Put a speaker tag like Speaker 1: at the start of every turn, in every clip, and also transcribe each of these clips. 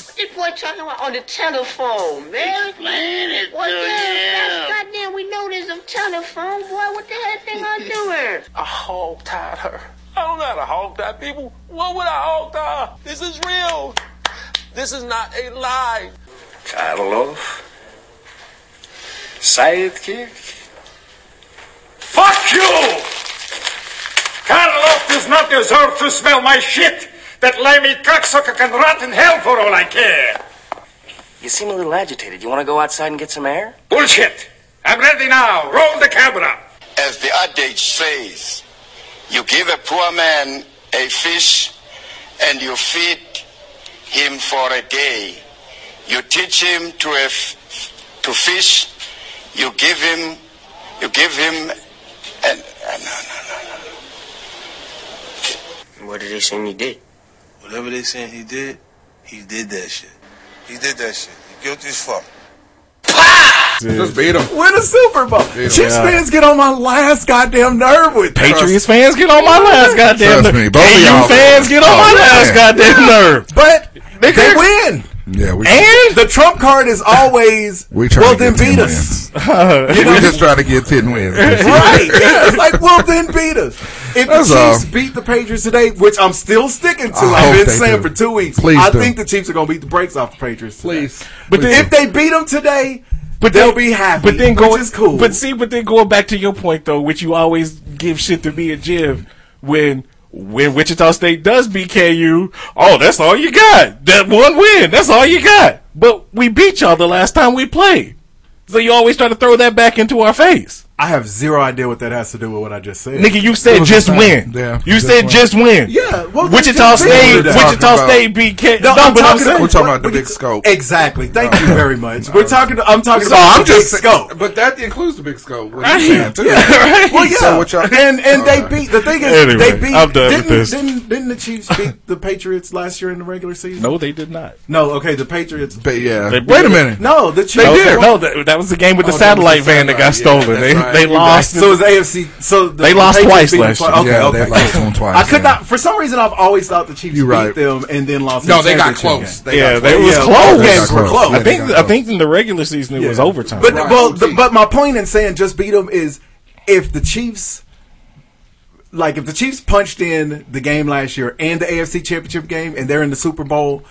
Speaker 1: What this boy talking about on the telephone, man?
Speaker 2: Explain it
Speaker 1: What
Speaker 2: to
Speaker 1: the
Speaker 2: him.
Speaker 1: hell? Goddamn, we know there's a telephone, boy. What the hell thing I doing?
Speaker 3: I hog tied her. I don't know how to hog tie people. What would I hog tie? This is real. This is not a lie.
Speaker 4: Karloff, sidekick. Fuck you! Karloff does not deserve to smell my shit. That limey cocksucker can rot in hell for all I care.
Speaker 5: You seem a little agitated. You want to go outside and get some air?
Speaker 4: Bullshit! I'm ready now. Roll the camera.
Speaker 6: As the adage says, you give a poor man a fish and you feed him for a day. You teach him to, a f- to fish. You give him, you give him, and
Speaker 7: What did they saying he did?
Speaker 8: Whatever they saying he did, he did that shit. He did that shit. He guilty as fuck.
Speaker 9: Just beat him.
Speaker 10: Win a Super Bowl.
Speaker 9: him.
Speaker 10: Chiefs
Speaker 9: Yeah.
Speaker 10: fans get on my last goddamn nerve with this.
Speaker 11: Patriots fans get on my last goddamn
Speaker 9: Trust me,
Speaker 11: nerve.
Speaker 9: both of
Speaker 11: KU
Speaker 9: y'all-
Speaker 11: fans get on
Speaker 9: Oh,
Speaker 11: my last
Speaker 9: man.
Speaker 11: goddamn nerve.
Speaker 10: But they win.
Speaker 9: Yeah, we
Speaker 10: And the trump card is always
Speaker 9: we trying
Speaker 10: well
Speaker 9: to get
Speaker 10: then
Speaker 9: 10
Speaker 10: beat us.
Speaker 9: wins. we just trying to get ten wins.
Speaker 10: right. Yeah, it's like well then beat us. If
Speaker 9: That's
Speaker 10: the Chiefs
Speaker 9: all.
Speaker 10: beat the Patriots today, which I'm still sticking to,
Speaker 9: I
Speaker 10: I've
Speaker 9: hope
Speaker 10: been
Speaker 9: they
Speaker 10: saying
Speaker 9: do.
Speaker 10: for two weeks.
Speaker 9: Please
Speaker 10: I
Speaker 9: do.
Speaker 10: think the Chiefs are going to beat the brakes off the Patriots. Please,
Speaker 11: But
Speaker 10: but
Speaker 11: then-
Speaker 10: if they beat them today,
Speaker 11: But
Speaker 10: they'll
Speaker 11: then-
Speaker 10: be happy.
Speaker 11: But then
Speaker 10: which
Speaker 11: going,
Speaker 10: is cool.
Speaker 11: But see, but then going back to your point though, which you always give shit to me and Jim when when Wichita State does BKU. Oh, that's all you got. That one win. That's all you got. But we beat y'all the last time we played. So you always try to throw that back into our face.
Speaker 10: I have zero idea what that has to do with what I just said.
Speaker 11: Nigga, you said just win. you said just win.
Speaker 10: Yeah, well,
Speaker 11: Wichita
Speaker 10: just win.
Speaker 11: State, Wichita State BK. No,
Speaker 10: I'm
Speaker 11: but I'm
Speaker 10: talking-
Speaker 11: saying,
Speaker 10: we're talking
Speaker 9: about the big scope.
Speaker 10: Exactly. Thank you very much. We're talking. I'm talking
Speaker 9: So
Speaker 10: about
Speaker 9: I'm
Speaker 10: the big
Speaker 9: just
Speaker 10: scope.
Speaker 9: but that includes the big scope. What
Speaker 10: Right.
Speaker 9: you saying too?
Speaker 10: Well, yeah.
Speaker 9: So what y'all?
Speaker 10: and and they beat. The thing is,
Speaker 11: Anyway,
Speaker 10: they beat.
Speaker 11: I'm done with
Speaker 10: didn't,
Speaker 11: this.
Speaker 10: Didn't, didn't the Chiefs beat the Patriots last year in the regular season?
Speaker 11: no, they did not.
Speaker 10: No. Okay, the Patriots.
Speaker 9: But yeah.
Speaker 11: They-
Speaker 9: Wait a minute.
Speaker 10: No, the Chiefs.
Speaker 11: They did. No, that, that was the game with the
Speaker 10: Oh, that was the
Speaker 11: satellite van that got
Speaker 9: satellite. Yeah,
Speaker 11: stolen. They,
Speaker 9: that's right.
Speaker 11: they lost.
Speaker 10: So it was AFC. So the,
Speaker 11: They
Speaker 10: the
Speaker 11: lost
Speaker 10: Patriots
Speaker 11: twice
Speaker 10: beat them
Speaker 11: last
Speaker 10: twice.
Speaker 11: year.
Speaker 10: Okay,
Speaker 9: yeah,
Speaker 10: okay.
Speaker 9: they lost them twice.
Speaker 10: I could
Speaker 9: yeah.
Speaker 10: not. For some reason, I've always thought the Chiefs
Speaker 9: You're right.
Speaker 10: beat them and then lost.
Speaker 9: No,
Speaker 10: the
Speaker 9: they got
Speaker 10: championship
Speaker 9: close.
Speaker 10: game.
Speaker 9: They
Speaker 11: yeah,
Speaker 9: got
Speaker 11: they
Speaker 9: close.
Speaker 11: was
Speaker 10: Yeah,
Speaker 11: close.
Speaker 10: both games were close.
Speaker 11: I think
Speaker 9: They got
Speaker 11: I think in the regular season it was overtime.
Speaker 10: But
Speaker 9: Right.
Speaker 10: well, the, but my point in saying just beat them is if the Chiefs, like if the Chiefs punched in the game last year and the AFC Championship game, and they're in the Super Bowl,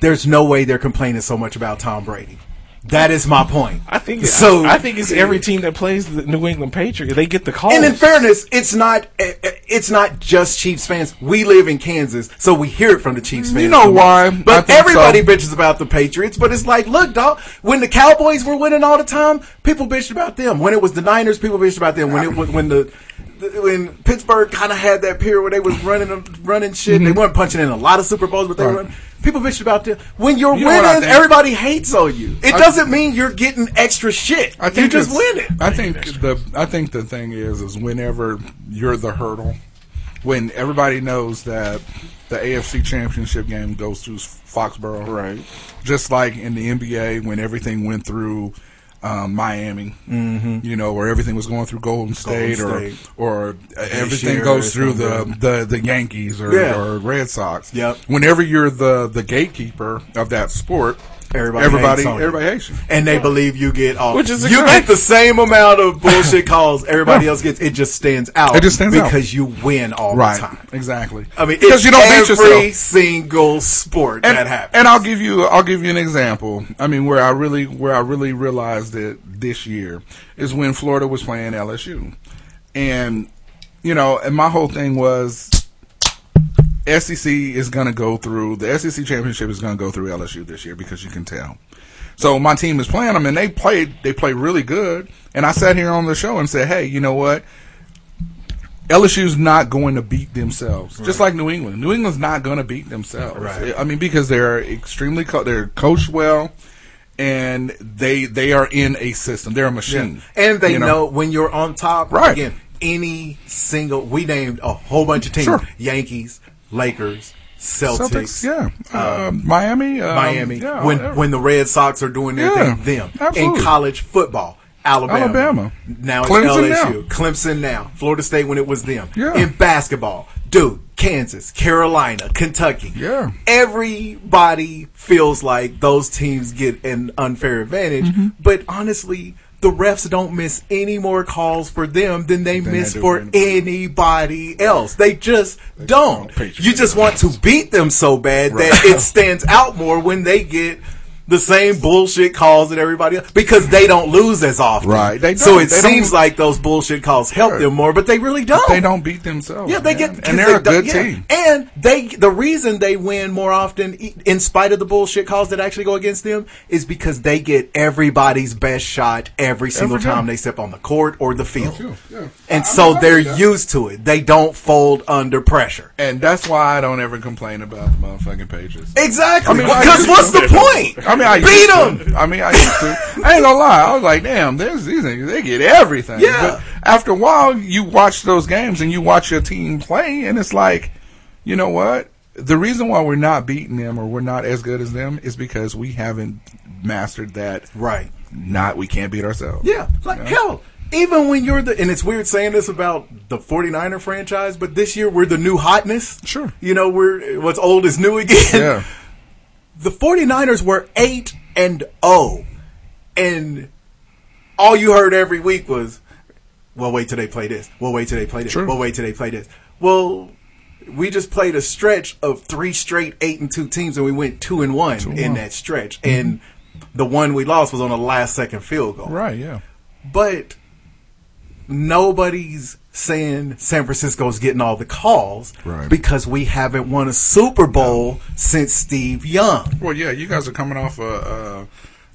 Speaker 10: there's no way they're complaining so much about Tom Brady. That is my point.
Speaker 11: I think
Speaker 10: so. eh,
Speaker 11: I, think it's every team that plays the New England Patriots. They get the call.
Speaker 10: And in fairness, it's not eh, it's not just Chiefs fans. We live in Kansas, so we hear it from the Chiefs fans.
Speaker 9: You know
Speaker 10: the most.
Speaker 9: why. I
Speaker 10: But
Speaker 9: think
Speaker 10: everybody
Speaker 9: so.
Speaker 10: bitches about the Patriots. But it's like, look, dog. When the Cowboys were winning all the time, people bitched about them. When it was the Niners, people bitched about them. When it was when the the- when Pittsburgh kind of had that period where they was running running shit, they weren't punching in a lot of Super Bowls, but they
Speaker 9: Mm-hmm. Right.
Speaker 10: were. People bitched about them. When you're
Speaker 9: You know what I
Speaker 10: winning,
Speaker 9: think?
Speaker 10: everybody hates on you. It
Speaker 9: I-
Speaker 10: doesn't mean you're getting extra shit.
Speaker 9: I
Speaker 10: you
Speaker 9: think
Speaker 10: just
Speaker 9: it's-
Speaker 10: win it.
Speaker 9: I think the I think the thing is is whenever you're the hurdle, when everybody knows that the AFC Championship game goes through Foxborough, right? Just like in the NBA when everything went through um, Miami,
Speaker 10: Mhm.
Speaker 9: you know, where everything was going through Golden State,
Speaker 10: State.
Speaker 9: or or uh, everything
Speaker 10: Shearer
Speaker 9: goes
Speaker 10: or
Speaker 9: through the,
Speaker 10: something.
Speaker 9: the the Yankees or,
Speaker 10: Yeah.
Speaker 9: or Red Sox.
Speaker 10: Yep.
Speaker 9: Whenever you're the the gatekeeper of that sport,
Speaker 10: Everybody,
Speaker 9: everybody,
Speaker 10: hates on you.
Speaker 9: everybody hates you.
Speaker 10: and they believe you get all.
Speaker 9: Which is
Speaker 10: you
Speaker 9: correct.
Speaker 10: get the same amount of bullshit calls everybody else gets. It just stands out.
Speaker 9: It just stands out.
Speaker 10: because you win all
Speaker 9: Right.
Speaker 10: the time.
Speaker 9: Exactly.
Speaker 10: I mean,
Speaker 9: Because
Speaker 10: it's
Speaker 9: you don't beat
Speaker 10: every
Speaker 9: yourself.
Speaker 10: single sport
Speaker 9: and,
Speaker 10: that happens.
Speaker 9: and I'll give you I'll give you an example. I mean, where I really where I really realized it this year is when Florida was playing LSU, and you know, and my whole thing was SEC E is going to go through the SEC championship is going to go through LSU this year because you can tell. So my team is playing them, and they played they played really good. And I sat here on the show and said, hey, you know what? LSU's not going to beat themselves, just like New England. New England's not going to beat themselves.
Speaker 10: Right.
Speaker 9: I mean, because they're extremely co- they're coached well, and they they are in a system. They're a machine,
Speaker 10: Yeah. And they
Speaker 9: you
Speaker 10: know? when you're on top.
Speaker 9: Right.
Speaker 10: Again, any single we named a whole bunch of teams:
Speaker 9: Sure.
Speaker 10: Yankees, Lakers, Celtics,
Speaker 9: Celtics, yeah, uh, Miami, um,
Speaker 10: Miami.
Speaker 9: yeah,
Speaker 10: when
Speaker 9: yeah.
Speaker 10: when the Red Sox are doing their
Speaker 9: Yeah,
Speaker 10: thing, them
Speaker 9: absolutely.
Speaker 10: in college football. Alabama.
Speaker 9: Alabama.
Speaker 10: Now it's
Speaker 9: Clemson
Speaker 10: LSU. Clemson now. Florida State when it was them.
Speaker 9: Yeah.
Speaker 10: In basketball. Dude, Kansas, Carolina, Kentucky.
Speaker 9: Yeah.
Speaker 10: Everybody feels like those teams get an unfair advantage,
Speaker 9: Mm-hmm.
Speaker 10: but honestly, the refs don't miss any more calls for them than they
Speaker 9: Than they
Speaker 10: miss
Speaker 9: do
Speaker 10: for
Speaker 9: for
Speaker 10: anybody else. They just don't. You just want to beat them so bad that it stands out more when they get the same bullshit calls that everybody else because they don't lose as often.
Speaker 9: Right. They
Speaker 10: so
Speaker 9: don't.
Speaker 10: it
Speaker 9: They don't-
Speaker 10: seems like those bullshit calls help them more, but they really don't.
Speaker 9: they don't beat themselves.
Speaker 10: Yeah, they
Speaker 9: man.
Speaker 10: get
Speaker 9: and they're a
Speaker 10: they don't-
Speaker 9: good
Speaker 10: yeah.
Speaker 9: team.
Speaker 10: And they the reason they win more often, e- in spite of the bullshit calls that actually go against them, is because they get everybody's best shot every single
Speaker 9: Every time.
Speaker 10: time. they step on the court or the field,
Speaker 9: Yeah.
Speaker 10: and
Speaker 9: I- I
Speaker 10: so
Speaker 9: mean, I
Speaker 10: they're
Speaker 9: get that.
Speaker 10: used to it. They don't fold under pressure.
Speaker 9: And that's why I don't ever complain about the motherfucking Patriots.
Speaker 10: Exactly.
Speaker 9: I
Speaker 10: Because
Speaker 9: used
Speaker 10: what's
Speaker 9: to.
Speaker 10: the point?
Speaker 9: I mean, I
Speaker 10: beat them.
Speaker 9: used to. I mean, I used to. I ain't gonna lie. I was like, damn, there's these niggas. They get everything.
Speaker 10: Yeah.
Speaker 9: But after a while, you watch those games and you watch your team play, and it's like, you know what? The reason why we're not beating them or we're not as good as them is because we haven't mastered that.
Speaker 10: Right.
Speaker 9: Not we can't beat ourselves.
Speaker 10: Yeah. Like, hell, even when you're the, and it's weird saying this about the 49er franchise, but this year we're the new hotness. Sure. You know, we're, what's old is new again.
Speaker 9: Yeah.
Speaker 10: The 49ers were 8 and 0. And all you heard every week was, well, wait till they play this. Well, wait till they play this. Well, wait till they play this. Well, we just played a stretch of three straight eight and two teams, and we went two and one in that stretch. And the one we lost was on a last second field goal.
Speaker 9: Right. Yeah.
Speaker 10: But nobody's saying San Francisco's getting all the calls
Speaker 9: Right.
Speaker 10: because we haven't won a Super Bowl since Steve Young.
Speaker 9: Well, yeah, you guys are coming off a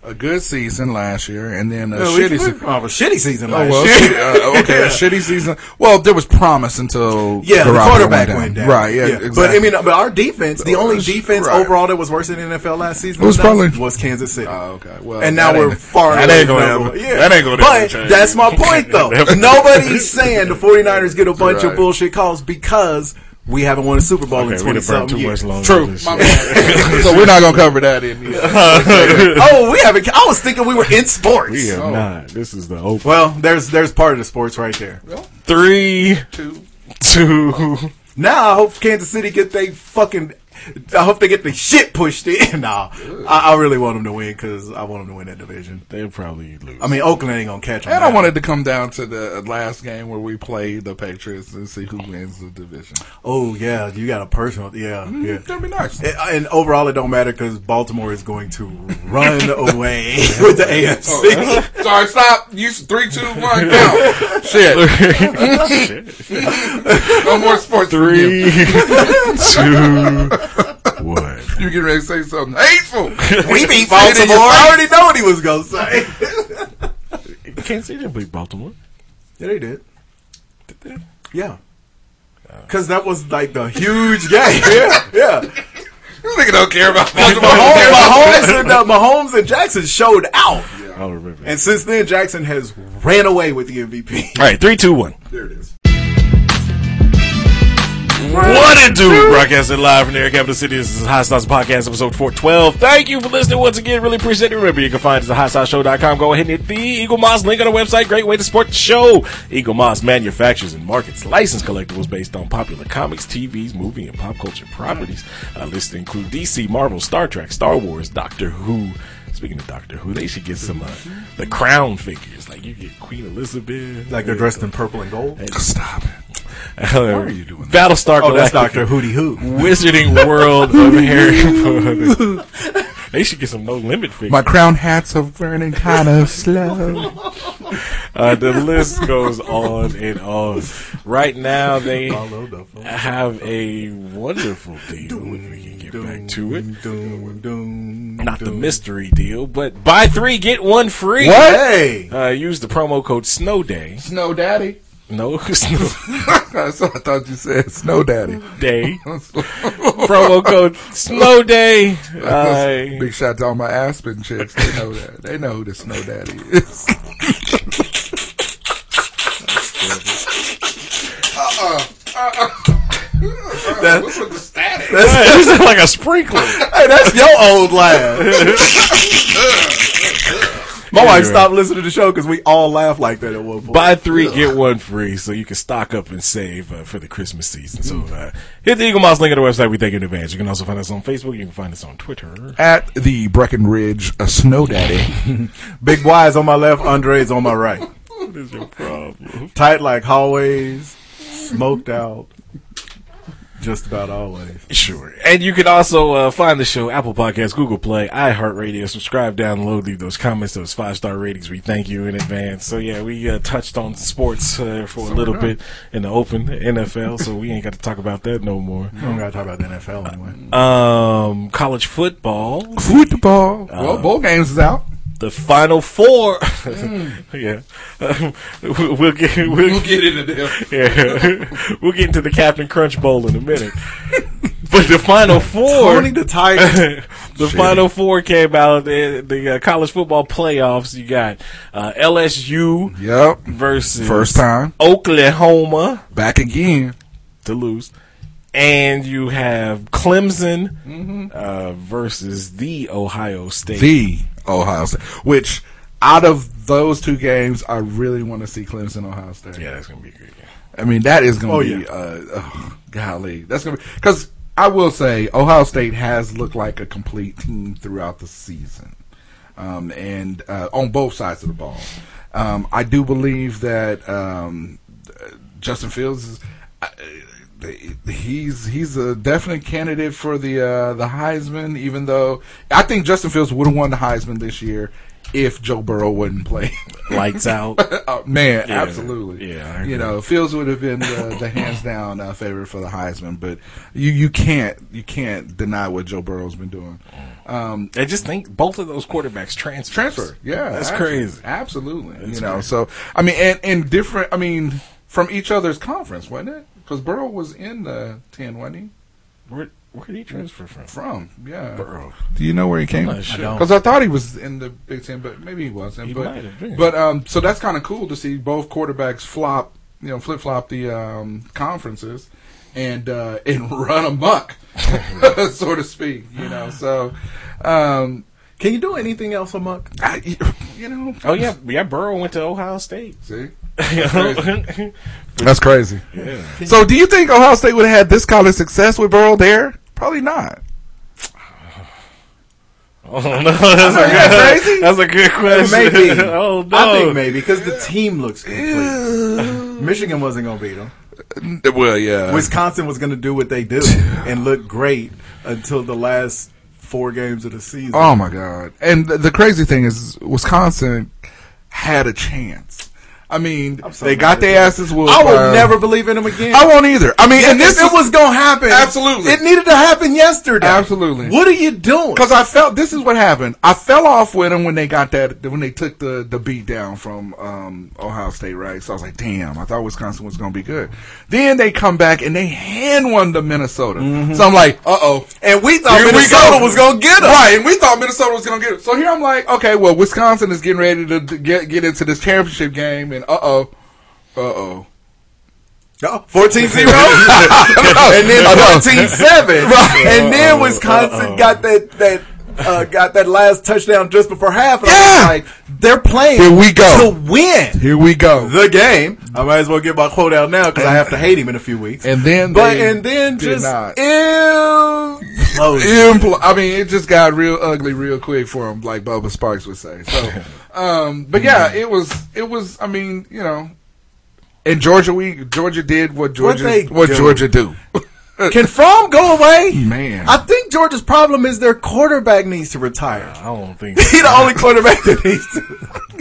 Speaker 9: a, a good season last year, and then a
Speaker 10: No, we-
Speaker 9: shitty
Speaker 10: we-
Speaker 9: season.
Speaker 10: oh, a shitty season last
Speaker 9: well,
Speaker 10: year.
Speaker 9: shit- uh, okay, a
Speaker 10: Yeah.
Speaker 9: shitty season. Well, there was promise until
Speaker 10: Yeah, the
Speaker 9: Garoppolo
Speaker 10: quarterback went down.
Speaker 9: Right. Yeah. Exactly. Uh,
Speaker 10: But I mean, but our defense, the only
Speaker 9: Right.
Speaker 10: defense overall that was worse than the NFL last season
Speaker 9: It was
Speaker 10: was,
Speaker 9: probably-
Speaker 10: was Kansas City. Oh,
Speaker 9: okay. Well,
Speaker 10: and now
Speaker 9: that
Speaker 10: we're
Speaker 9: ain't-
Speaker 10: far.
Speaker 9: that
Speaker 10: away
Speaker 9: ain't gonna
Speaker 10: from
Speaker 9: happen.
Speaker 10: number- Yeah.
Speaker 9: That ain't gonna
Speaker 10: But
Speaker 9: change.
Speaker 10: that's my point, though. Nobody's saying the 49ers get a bunch
Speaker 9: Right.
Speaker 10: of bullshit calls because we haven't won a Super Bowl in
Speaker 9: Okay, we done
Speaker 10: 20
Speaker 9: burned
Speaker 10: something
Speaker 9: too
Speaker 10: years.
Speaker 9: much longer True. on this My shit. bad. So we're not gonna cover that in here.
Speaker 11: Uh-huh.
Speaker 10: oh, we haven't. I was thinking we were in sports.
Speaker 12: We have
Speaker 10: Oh.
Speaker 12: not. This is the open.
Speaker 10: Well, there's there's part of the sports right there.
Speaker 11: Three,
Speaker 9: two,
Speaker 11: two.
Speaker 10: Now I hope Kansas City get they fucking. I hope they get the shit pushed in. nah, I, I really want them to win because I want them to win that division.
Speaker 12: They'll probably lose.
Speaker 10: I mean, Oakland ain't gonna catch them.
Speaker 9: and I wanted to come down to the last game where we play the Patriots and see who wins the division.
Speaker 10: Oh yeah, you got a personal. Yeah, yeah.
Speaker 9: that'd be nice.
Speaker 10: And, and overall, it don't matter because Baltimore is going to run away with the AFC.
Speaker 9: Sorry, stop. You s- three, two, one, go. Shit. no more sports. for
Speaker 12: Three,
Speaker 9: you.
Speaker 12: two, one.
Speaker 9: You get ready to say something hateful.
Speaker 10: We beat
Speaker 9: Say it in
Speaker 10: Baltimore.
Speaker 9: your
Speaker 10: I
Speaker 9: face.
Speaker 10: already know what he was gonna say.
Speaker 12: Can't say they beat Baltimore.
Speaker 10: Yeah, they did. Yeah. Because that was like the huge game. yeah, yeah.
Speaker 9: This nigga don't care about Baltimore.
Speaker 10: Mahomes, Mahomes, and, uh, Mahomes and Jackson showed out.
Speaker 12: I don't remember.
Speaker 10: And since then, Jackson has ran away with the MVP.
Speaker 12: All right, three, two, one.
Speaker 10: There it is.
Speaker 11: What it do? Broadcasting live from the Air Capital City. This is Hot Sauce Podcast, episode 412. Thank you for listening once again. Really appreciate it. Remember, you can find us at hotsauceshow.com. Go ahead and hit the Eagle Moss link on our website. Great way to support the show. Eagle Moss manufactures and markets licensed collectibles based on popular comics, TVs, movie, and pop culture properties. Uh, lists include DC, Marvel, Star Trek, Star Wars, Doctor Who. Speaking of Doctor Who, they should get some uh, the crown figures. Like you get Queen Elizabeth.
Speaker 10: Like they're dressed in purple and gold.
Speaker 9: Stop it.
Speaker 11: Why are you doing Battlestar
Speaker 10: Oh, that's
Speaker 11: Galactica.
Speaker 10: Dr. Hootie Who.
Speaker 11: Wizarding World of Harry Potter. They should get some no limit figures.
Speaker 9: My crown hats are burning kind of slow.
Speaker 11: Uh, the list goes on and on. Right now, they have a wonderful deal. If we can get back to it, not the mystery deal, but buy three get one free.
Speaker 9: What?
Speaker 10: Hey.
Speaker 11: Uh, use the promo code Snowday.
Speaker 9: Snow Daddy.
Speaker 11: No, Snow
Speaker 9: That's what I thought you said. Snow Daddy.
Speaker 11: Day. promo code Snow Day. Uh,
Speaker 9: Big shout out to all my Aspen chicks. They know that. They know who the Snow Daddy is.
Speaker 11: That-
Speaker 9: What's with the static?
Speaker 11: That sounds like a sprinkler.
Speaker 9: hey, that's your old laugh.
Speaker 10: My wife
Speaker 11: Anyway.
Speaker 10: stopped listening to the show because we all laugh like that at one point.
Speaker 11: Buy three, get one free, so you can stock up and save uh, for the Christmas season. So uh, hit the Eagle Mouse link on the website. We thank you in advance. You can also find us on Facebook. You can find us on Twitter.
Speaker 9: At the Breckenridge uh, Snow Daddy.
Speaker 10: Big Y is on my left, Andre is on my right.
Speaker 11: What is your problem?
Speaker 10: Tight like hallways, smoked out, just about always.
Speaker 11: Sure. And you can also uh, find the show Apple Podcasts, Google Play, iHeartRadio. Subscribe, download, leave those comments, those five star ratings. We thank you in advance. So yeah, we uh, touched on sports uh, for a little
Speaker 10: we're done.
Speaker 11: bit in the open the NFL, so we ain't got to talk about that no more.
Speaker 10: We don't gotta talk about the NFL anyway.
Speaker 11: Um, college football.
Speaker 9: Football. Oh, well, bowl games is out.
Speaker 11: The Final Four. yeah, Um, we'll we'll get we'll,
Speaker 9: Mm. We'll get into them.
Speaker 11: Yeah, we'll get into the Captain Crunch Bowl in a minute. but the Final Four,
Speaker 10: Tony the Tiger.
Speaker 11: the
Speaker 10: Shitty.
Speaker 11: Final Four came out. The, the uh, college football playoffs. You got uh, LSU
Speaker 9: Yep.
Speaker 11: versus
Speaker 9: First time. Mm-hmm.
Speaker 11: Oklahoma
Speaker 9: Back again.
Speaker 11: to lose. And you have Clemson uh, versus the Ohio State.
Speaker 9: Mm-hmm. The Ohio State. Which, out of those two games, I really want to see Clemson, Ohio State.
Speaker 11: yeah, that's gonna be a good. game.
Speaker 9: I mean, that is going
Speaker 10: Oh,
Speaker 9: to be,
Speaker 10: yeah.
Speaker 9: uh, oh, golly, that's going to be because I will say Ohio State has looked like a complete team throughout the season, um, and uh, on both sides of the ball. Um, I do believe that um, uh, Justin Fields is. I- He's he's a definite candidate for the uh, the Heisman. Even though I think Justin Fields would have won the Heisman this year if Joe Burrow wouldn't play.
Speaker 11: Lights out.
Speaker 9: oh, man,
Speaker 11: Yeah.
Speaker 9: absolutely.
Speaker 11: Yeah, I
Speaker 9: you know, Fields would have been the, the hands down uh, favorite for the Heisman, but you you can't you can't deny what Joe Burrow's been doing. Um,
Speaker 11: I just think both of those quarterbacks transfer.
Speaker 9: transfer, yeah,
Speaker 11: that's
Speaker 9: abso-
Speaker 11: crazy.
Speaker 9: absolutely.
Speaker 11: That's
Speaker 9: you know,
Speaker 11: crazy.
Speaker 9: so I mean, and, and different. I mean, from each other's conference, wasn't it? Because Burrow was in the ten, wasn't he?
Speaker 11: Where where did he transfer from?
Speaker 9: From yeah,
Speaker 11: Burrow.
Speaker 9: Do you know where he came?
Speaker 11: not sure. I don't.
Speaker 9: Because I thought he was in the Big Ten, but maybe he wasn't.
Speaker 11: He
Speaker 9: but
Speaker 11: might have been.
Speaker 9: but um, so that's kind of cool to see both quarterbacks flop, you know, flip flop the um, conferences and uh, and run amok, so to speak. You know, so um,
Speaker 10: Can you do anything else amok?
Speaker 9: I, you know,
Speaker 11: Oh yeah, yeah. Burrow went to Ohio State.
Speaker 9: see,
Speaker 11: yeah,
Speaker 9: that's crazy. So do you think Ohio State would have had this kind of success with Burrow there? Probably not.
Speaker 11: oh, no, that's, a
Speaker 9: that
Speaker 11: good,
Speaker 9: crazy?
Speaker 11: that's a good question.
Speaker 10: Maybe.
Speaker 11: oh no,
Speaker 10: I think maybe because the team looks complete. Michigan wasn't gonna beat them.
Speaker 9: Well, yeah.
Speaker 10: Wisconsin was gonna do what they do and look great until the last four games of the season.
Speaker 9: Oh my god! And the, the crazy thing is, Wisconsin had a chance. I mean,
Speaker 10: I'm so
Speaker 9: they
Speaker 10: mad
Speaker 9: got
Speaker 10: at
Speaker 9: their
Speaker 10: you.
Speaker 9: asses whooped.
Speaker 10: I
Speaker 9: by-
Speaker 10: will never believe in them again.
Speaker 9: I won't either. I mean, and this
Speaker 10: it
Speaker 9: is
Speaker 10: was gonna happen.
Speaker 9: Absolutely.
Speaker 10: it needed to happen yesterday.
Speaker 9: Absolutely.
Speaker 10: What are you doing?
Speaker 9: because I felt this is what happened. I fell off with them when they got that when they took the the beat down from um, Ohio State, right? So I was like, damn, I thought Wisconsin was going to be good. Then they come back and they hand one to Minnesota. So I'm like, uh oh.
Speaker 10: Mm-hmm. and we thought
Speaker 9: Here we
Speaker 10: Minnesota
Speaker 9: go.
Speaker 10: was gonna get them.
Speaker 9: Right, and we thought Minnesota was going to get it. So here I'm like, okay, well, Wisconsin is getting ready to d- get get into this championship game, and uh oh, uh oh,
Speaker 10: No, 14 0? and then
Speaker 9: I know.
Speaker 10: 14 7.
Speaker 9: Right.
Speaker 10: And then Wisconsin got that, that, uh, got that last touchdown just before half. And I was like, they're playing
Speaker 9: Here we go.
Speaker 10: to win
Speaker 9: Here we go.
Speaker 10: the game. I might as well get my quote out now because I have to hate him in a few weeks.
Speaker 9: And then
Speaker 10: But,
Speaker 9: they
Speaker 10: and then
Speaker 9: did
Speaker 10: just
Speaker 9: not.
Speaker 10: imploded.
Speaker 9: Impl- I mean, it just got real ugly real quick for him, like Bubba Sparks would say. So, um, but yeah, it was, it was. I mean, you know, in Georgia, we Georgia did what Georgia
Speaker 10: they
Speaker 9: what
Speaker 10: do.
Speaker 9: Georgia do.
Speaker 10: Can Fromm go away?
Speaker 9: Man,
Speaker 10: I think Georgia's problem is their quarterback needs to retire.
Speaker 11: I don't think
Speaker 10: He's the only quarterback that needs to.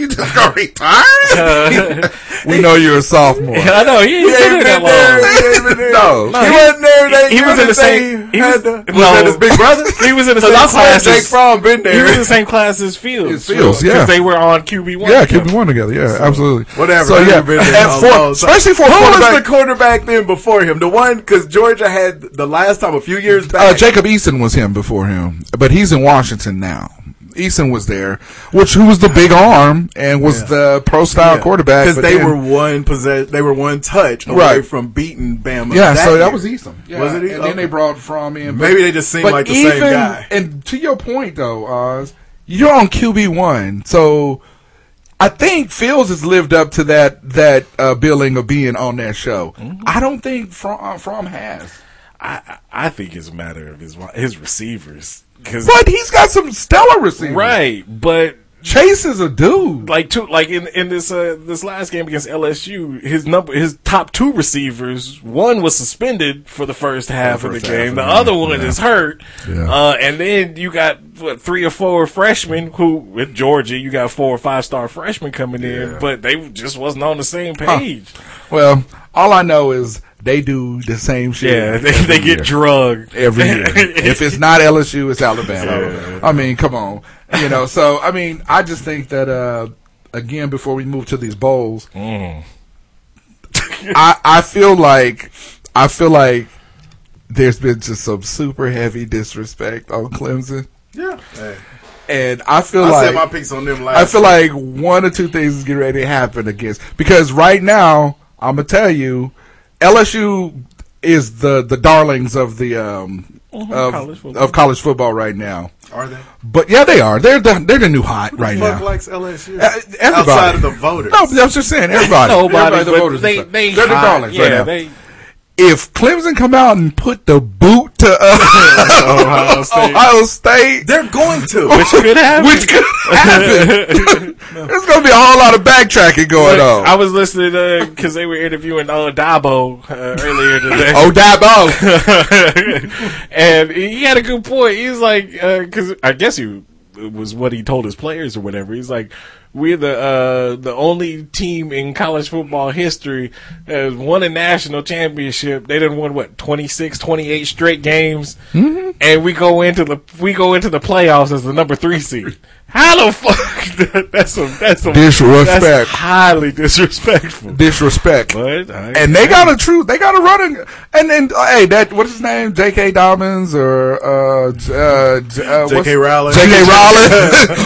Speaker 9: you just gonna retire? we know you're a sophomore.
Speaker 11: I know he ain't been there that long.
Speaker 9: no,
Speaker 10: he, wasn't there. That
Speaker 11: he
Speaker 10: year
Speaker 11: was in the
Speaker 10: that
Speaker 11: same-
Speaker 10: they
Speaker 11: he was-
Speaker 10: had the-
Speaker 11: no.
Speaker 10: was that his big brother.
Speaker 11: He was in the
Speaker 10: 'Cause
Speaker 11: same
Speaker 10: I swear
Speaker 11: class.
Speaker 10: Jake Fromm been
Speaker 11: He was in
Speaker 10: there.
Speaker 11: the same class as Fields.
Speaker 9: As Fields,
Speaker 11: Because
Speaker 9: yeah.
Speaker 11: they were on QB one.
Speaker 9: yeah, QB one together. Yeah, absolutely.
Speaker 10: Whatever.
Speaker 9: So
Speaker 10: they've
Speaker 9: yeah,
Speaker 10: been there
Speaker 9: and
Speaker 10: a
Speaker 9: for-
Speaker 10: long time.
Speaker 9: especially for a
Speaker 10: who
Speaker 9: quarterback,
Speaker 10: was the quarterback then before him? The one because Georgia had the last time a few years back.
Speaker 9: Uh, Jacob Eason was him before him, but he's in Washington now. Eason was there, which who was the big arm and was the pro style quarterback.
Speaker 10: because
Speaker 9: but
Speaker 10: they
Speaker 9: then-
Speaker 10: were one possess, they were one touch away
Speaker 9: Right.
Speaker 10: from beating Bama.
Speaker 9: yeah. so
Speaker 10: year.
Speaker 9: that was Eason. Yeah.
Speaker 10: Was it?
Speaker 9: And then they brought From in.
Speaker 10: Maybe they just seem
Speaker 9: but
Speaker 10: like the
Speaker 9: even,
Speaker 10: same guy.
Speaker 9: And to your point though, Oz, you're on QB one, so I think Fields has lived up to that that uh, billing of being on that show.
Speaker 10: Mm-hmm.
Speaker 9: I don't think From From has.
Speaker 11: I, I think it's a matter of his his receivers. 'Cause-
Speaker 9: But he's got some stellar receivers.
Speaker 11: right, but
Speaker 9: Chase is a dude.
Speaker 11: like two, like in in this uh, this last game against LSU, his number his top two receivers, one was suspended for the first half of the
Speaker 9: half
Speaker 11: game,
Speaker 9: of
Speaker 11: the
Speaker 9: the
Speaker 11: other
Speaker 9: game,
Speaker 11: one
Speaker 9: yeah.
Speaker 11: is hurt,
Speaker 9: Yeah.
Speaker 11: uh, and then you got what, three or four freshmen who with Georgia, you got four or five star freshmen coming in, but they just wasn't on the same page.
Speaker 9: Well, all I know is they do the same shit.
Speaker 11: Yeah, they, they get drugged.
Speaker 9: every year. if it's not LSU, it's Alabama. I mean, come on, you know. So I mean, I just think that uh, again, before we move to these bowls, I I feel like I feel like there's been just some super heavy disrespect on Clemson,
Speaker 10: yeah. Hey,
Speaker 9: and I feel
Speaker 10: I
Speaker 9: like
Speaker 10: said my piece on them last.
Speaker 9: I feel like one or two things is getting ready to happen against because right now I'm gonna tell you, LSU is the the darlings of the um of
Speaker 11: Mm-hmm. college football.
Speaker 9: of college football right now.
Speaker 10: Are they?
Speaker 9: But yeah, they are. They're the they're the new hot right
Speaker 10: Fuck
Speaker 9: now.
Speaker 10: likes LSU
Speaker 9: Uh, everybody.
Speaker 10: outside of the voters.
Speaker 9: no, but I'm just saying everybody.
Speaker 11: Nobody,
Speaker 9: everybody the
Speaker 11: but
Speaker 9: voters
Speaker 11: they-
Speaker 9: and stuff.
Speaker 11: they
Speaker 9: they're the
Speaker 11: hot.
Speaker 9: darlings
Speaker 11: Yeah,
Speaker 9: right now.
Speaker 11: they-
Speaker 9: if Clemson come out and put the boot to uh,
Speaker 11: Ohio State.
Speaker 9: Ohio State,
Speaker 10: They're going to.
Speaker 9: Oh,
Speaker 11: Which could happen.
Speaker 9: which could happen. There's going to be a whole lot of backtracking going
Speaker 11: Look, I
Speaker 9: on.
Speaker 11: was listening because they were interviewing uh, Dabo uh, earlier today.
Speaker 9: Oh, Dabo.
Speaker 11: and he had a good point. He's like, because I guess he it was what he told his players or whatever. He's like, we're the uh, the only team in college football history that has won a national championship. They didn't win what 26, 28 straight games, and we go into the we go into the playoffs as the number three seed. How the fuck? that's a that's a
Speaker 9: Disrespect.
Speaker 11: That's highly disrespectful.
Speaker 9: Disrespect.
Speaker 11: But uh, I-
Speaker 9: And they got a true, they got a running, and then uh, hey, that what's his name, J.K. Dobbins or uh, J- uh, J- uh, what's-
Speaker 10: J.K. Rowling.
Speaker 9: J.K. Rowling,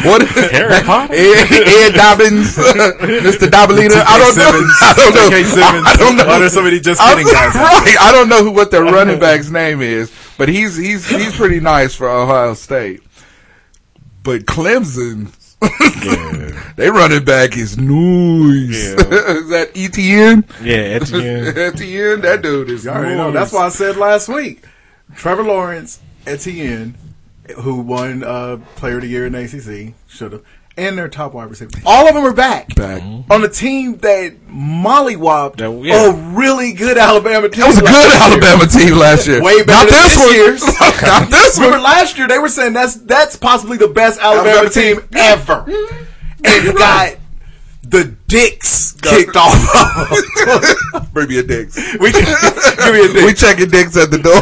Speaker 9: what
Speaker 11: Harry Potter?
Speaker 9: Ed, Ed Dobbins, Mr. Dobbelina. I don't know,
Speaker 10: Simmons.
Speaker 9: I don't know,
Speaker 10: J.K. Simmons.
Speaker 9: I don't know.
Speaker 10: Oh, there's somebody just
Speaker 9: I'm-
Speaker 10: kidding, guys.
Speaker 9: Right, I don't know who what their running back's name is, but he's he's he's pretty nice for Ohio State. But Clemson, they running back is noise. is that E ETN?
Speaker 11: yeah, at the end.
Speaker 9: ETN, that dude is.
Speaker 10: You already know. That's why I said last week. Trevor Lawrence, Etienne, who won uh, Player of the Year in ACC, should have, and their top wide receiver. All of them are back, Mm-hmm.
Speaker 9: Back.
Speaker 10: on a team that mollywopped
Speaker 11: That- yeah.
Speaker 10: a really good Alabama team.
Speaker 9: That was a
Speaker 10: last
Speaker 9: good
Speaker 10: year.
Speaker 9: Alabama team last year.
Speaker 10: Way
Speaker 9: Not
Speaker 10: better than
Speaker 9: this
Speaker 10: this
Speaker 9: one.
Speaker 10: year's.
Speaker 9: Not this
Speaker 10: Remember
Speaker 9: one.
Speaker 10: last year they were saying that's that's possibly the best Alabama,
Speaker 9: Alabama
Speaker 10: team,
Speaker 9: team.
Speaker 10: ever, and you got the dicks kicked off of them.
Speaker 9: Bring me a dicks.
Speaker 10: We give me a dick.
Speaker 9: We checking dicks at the door.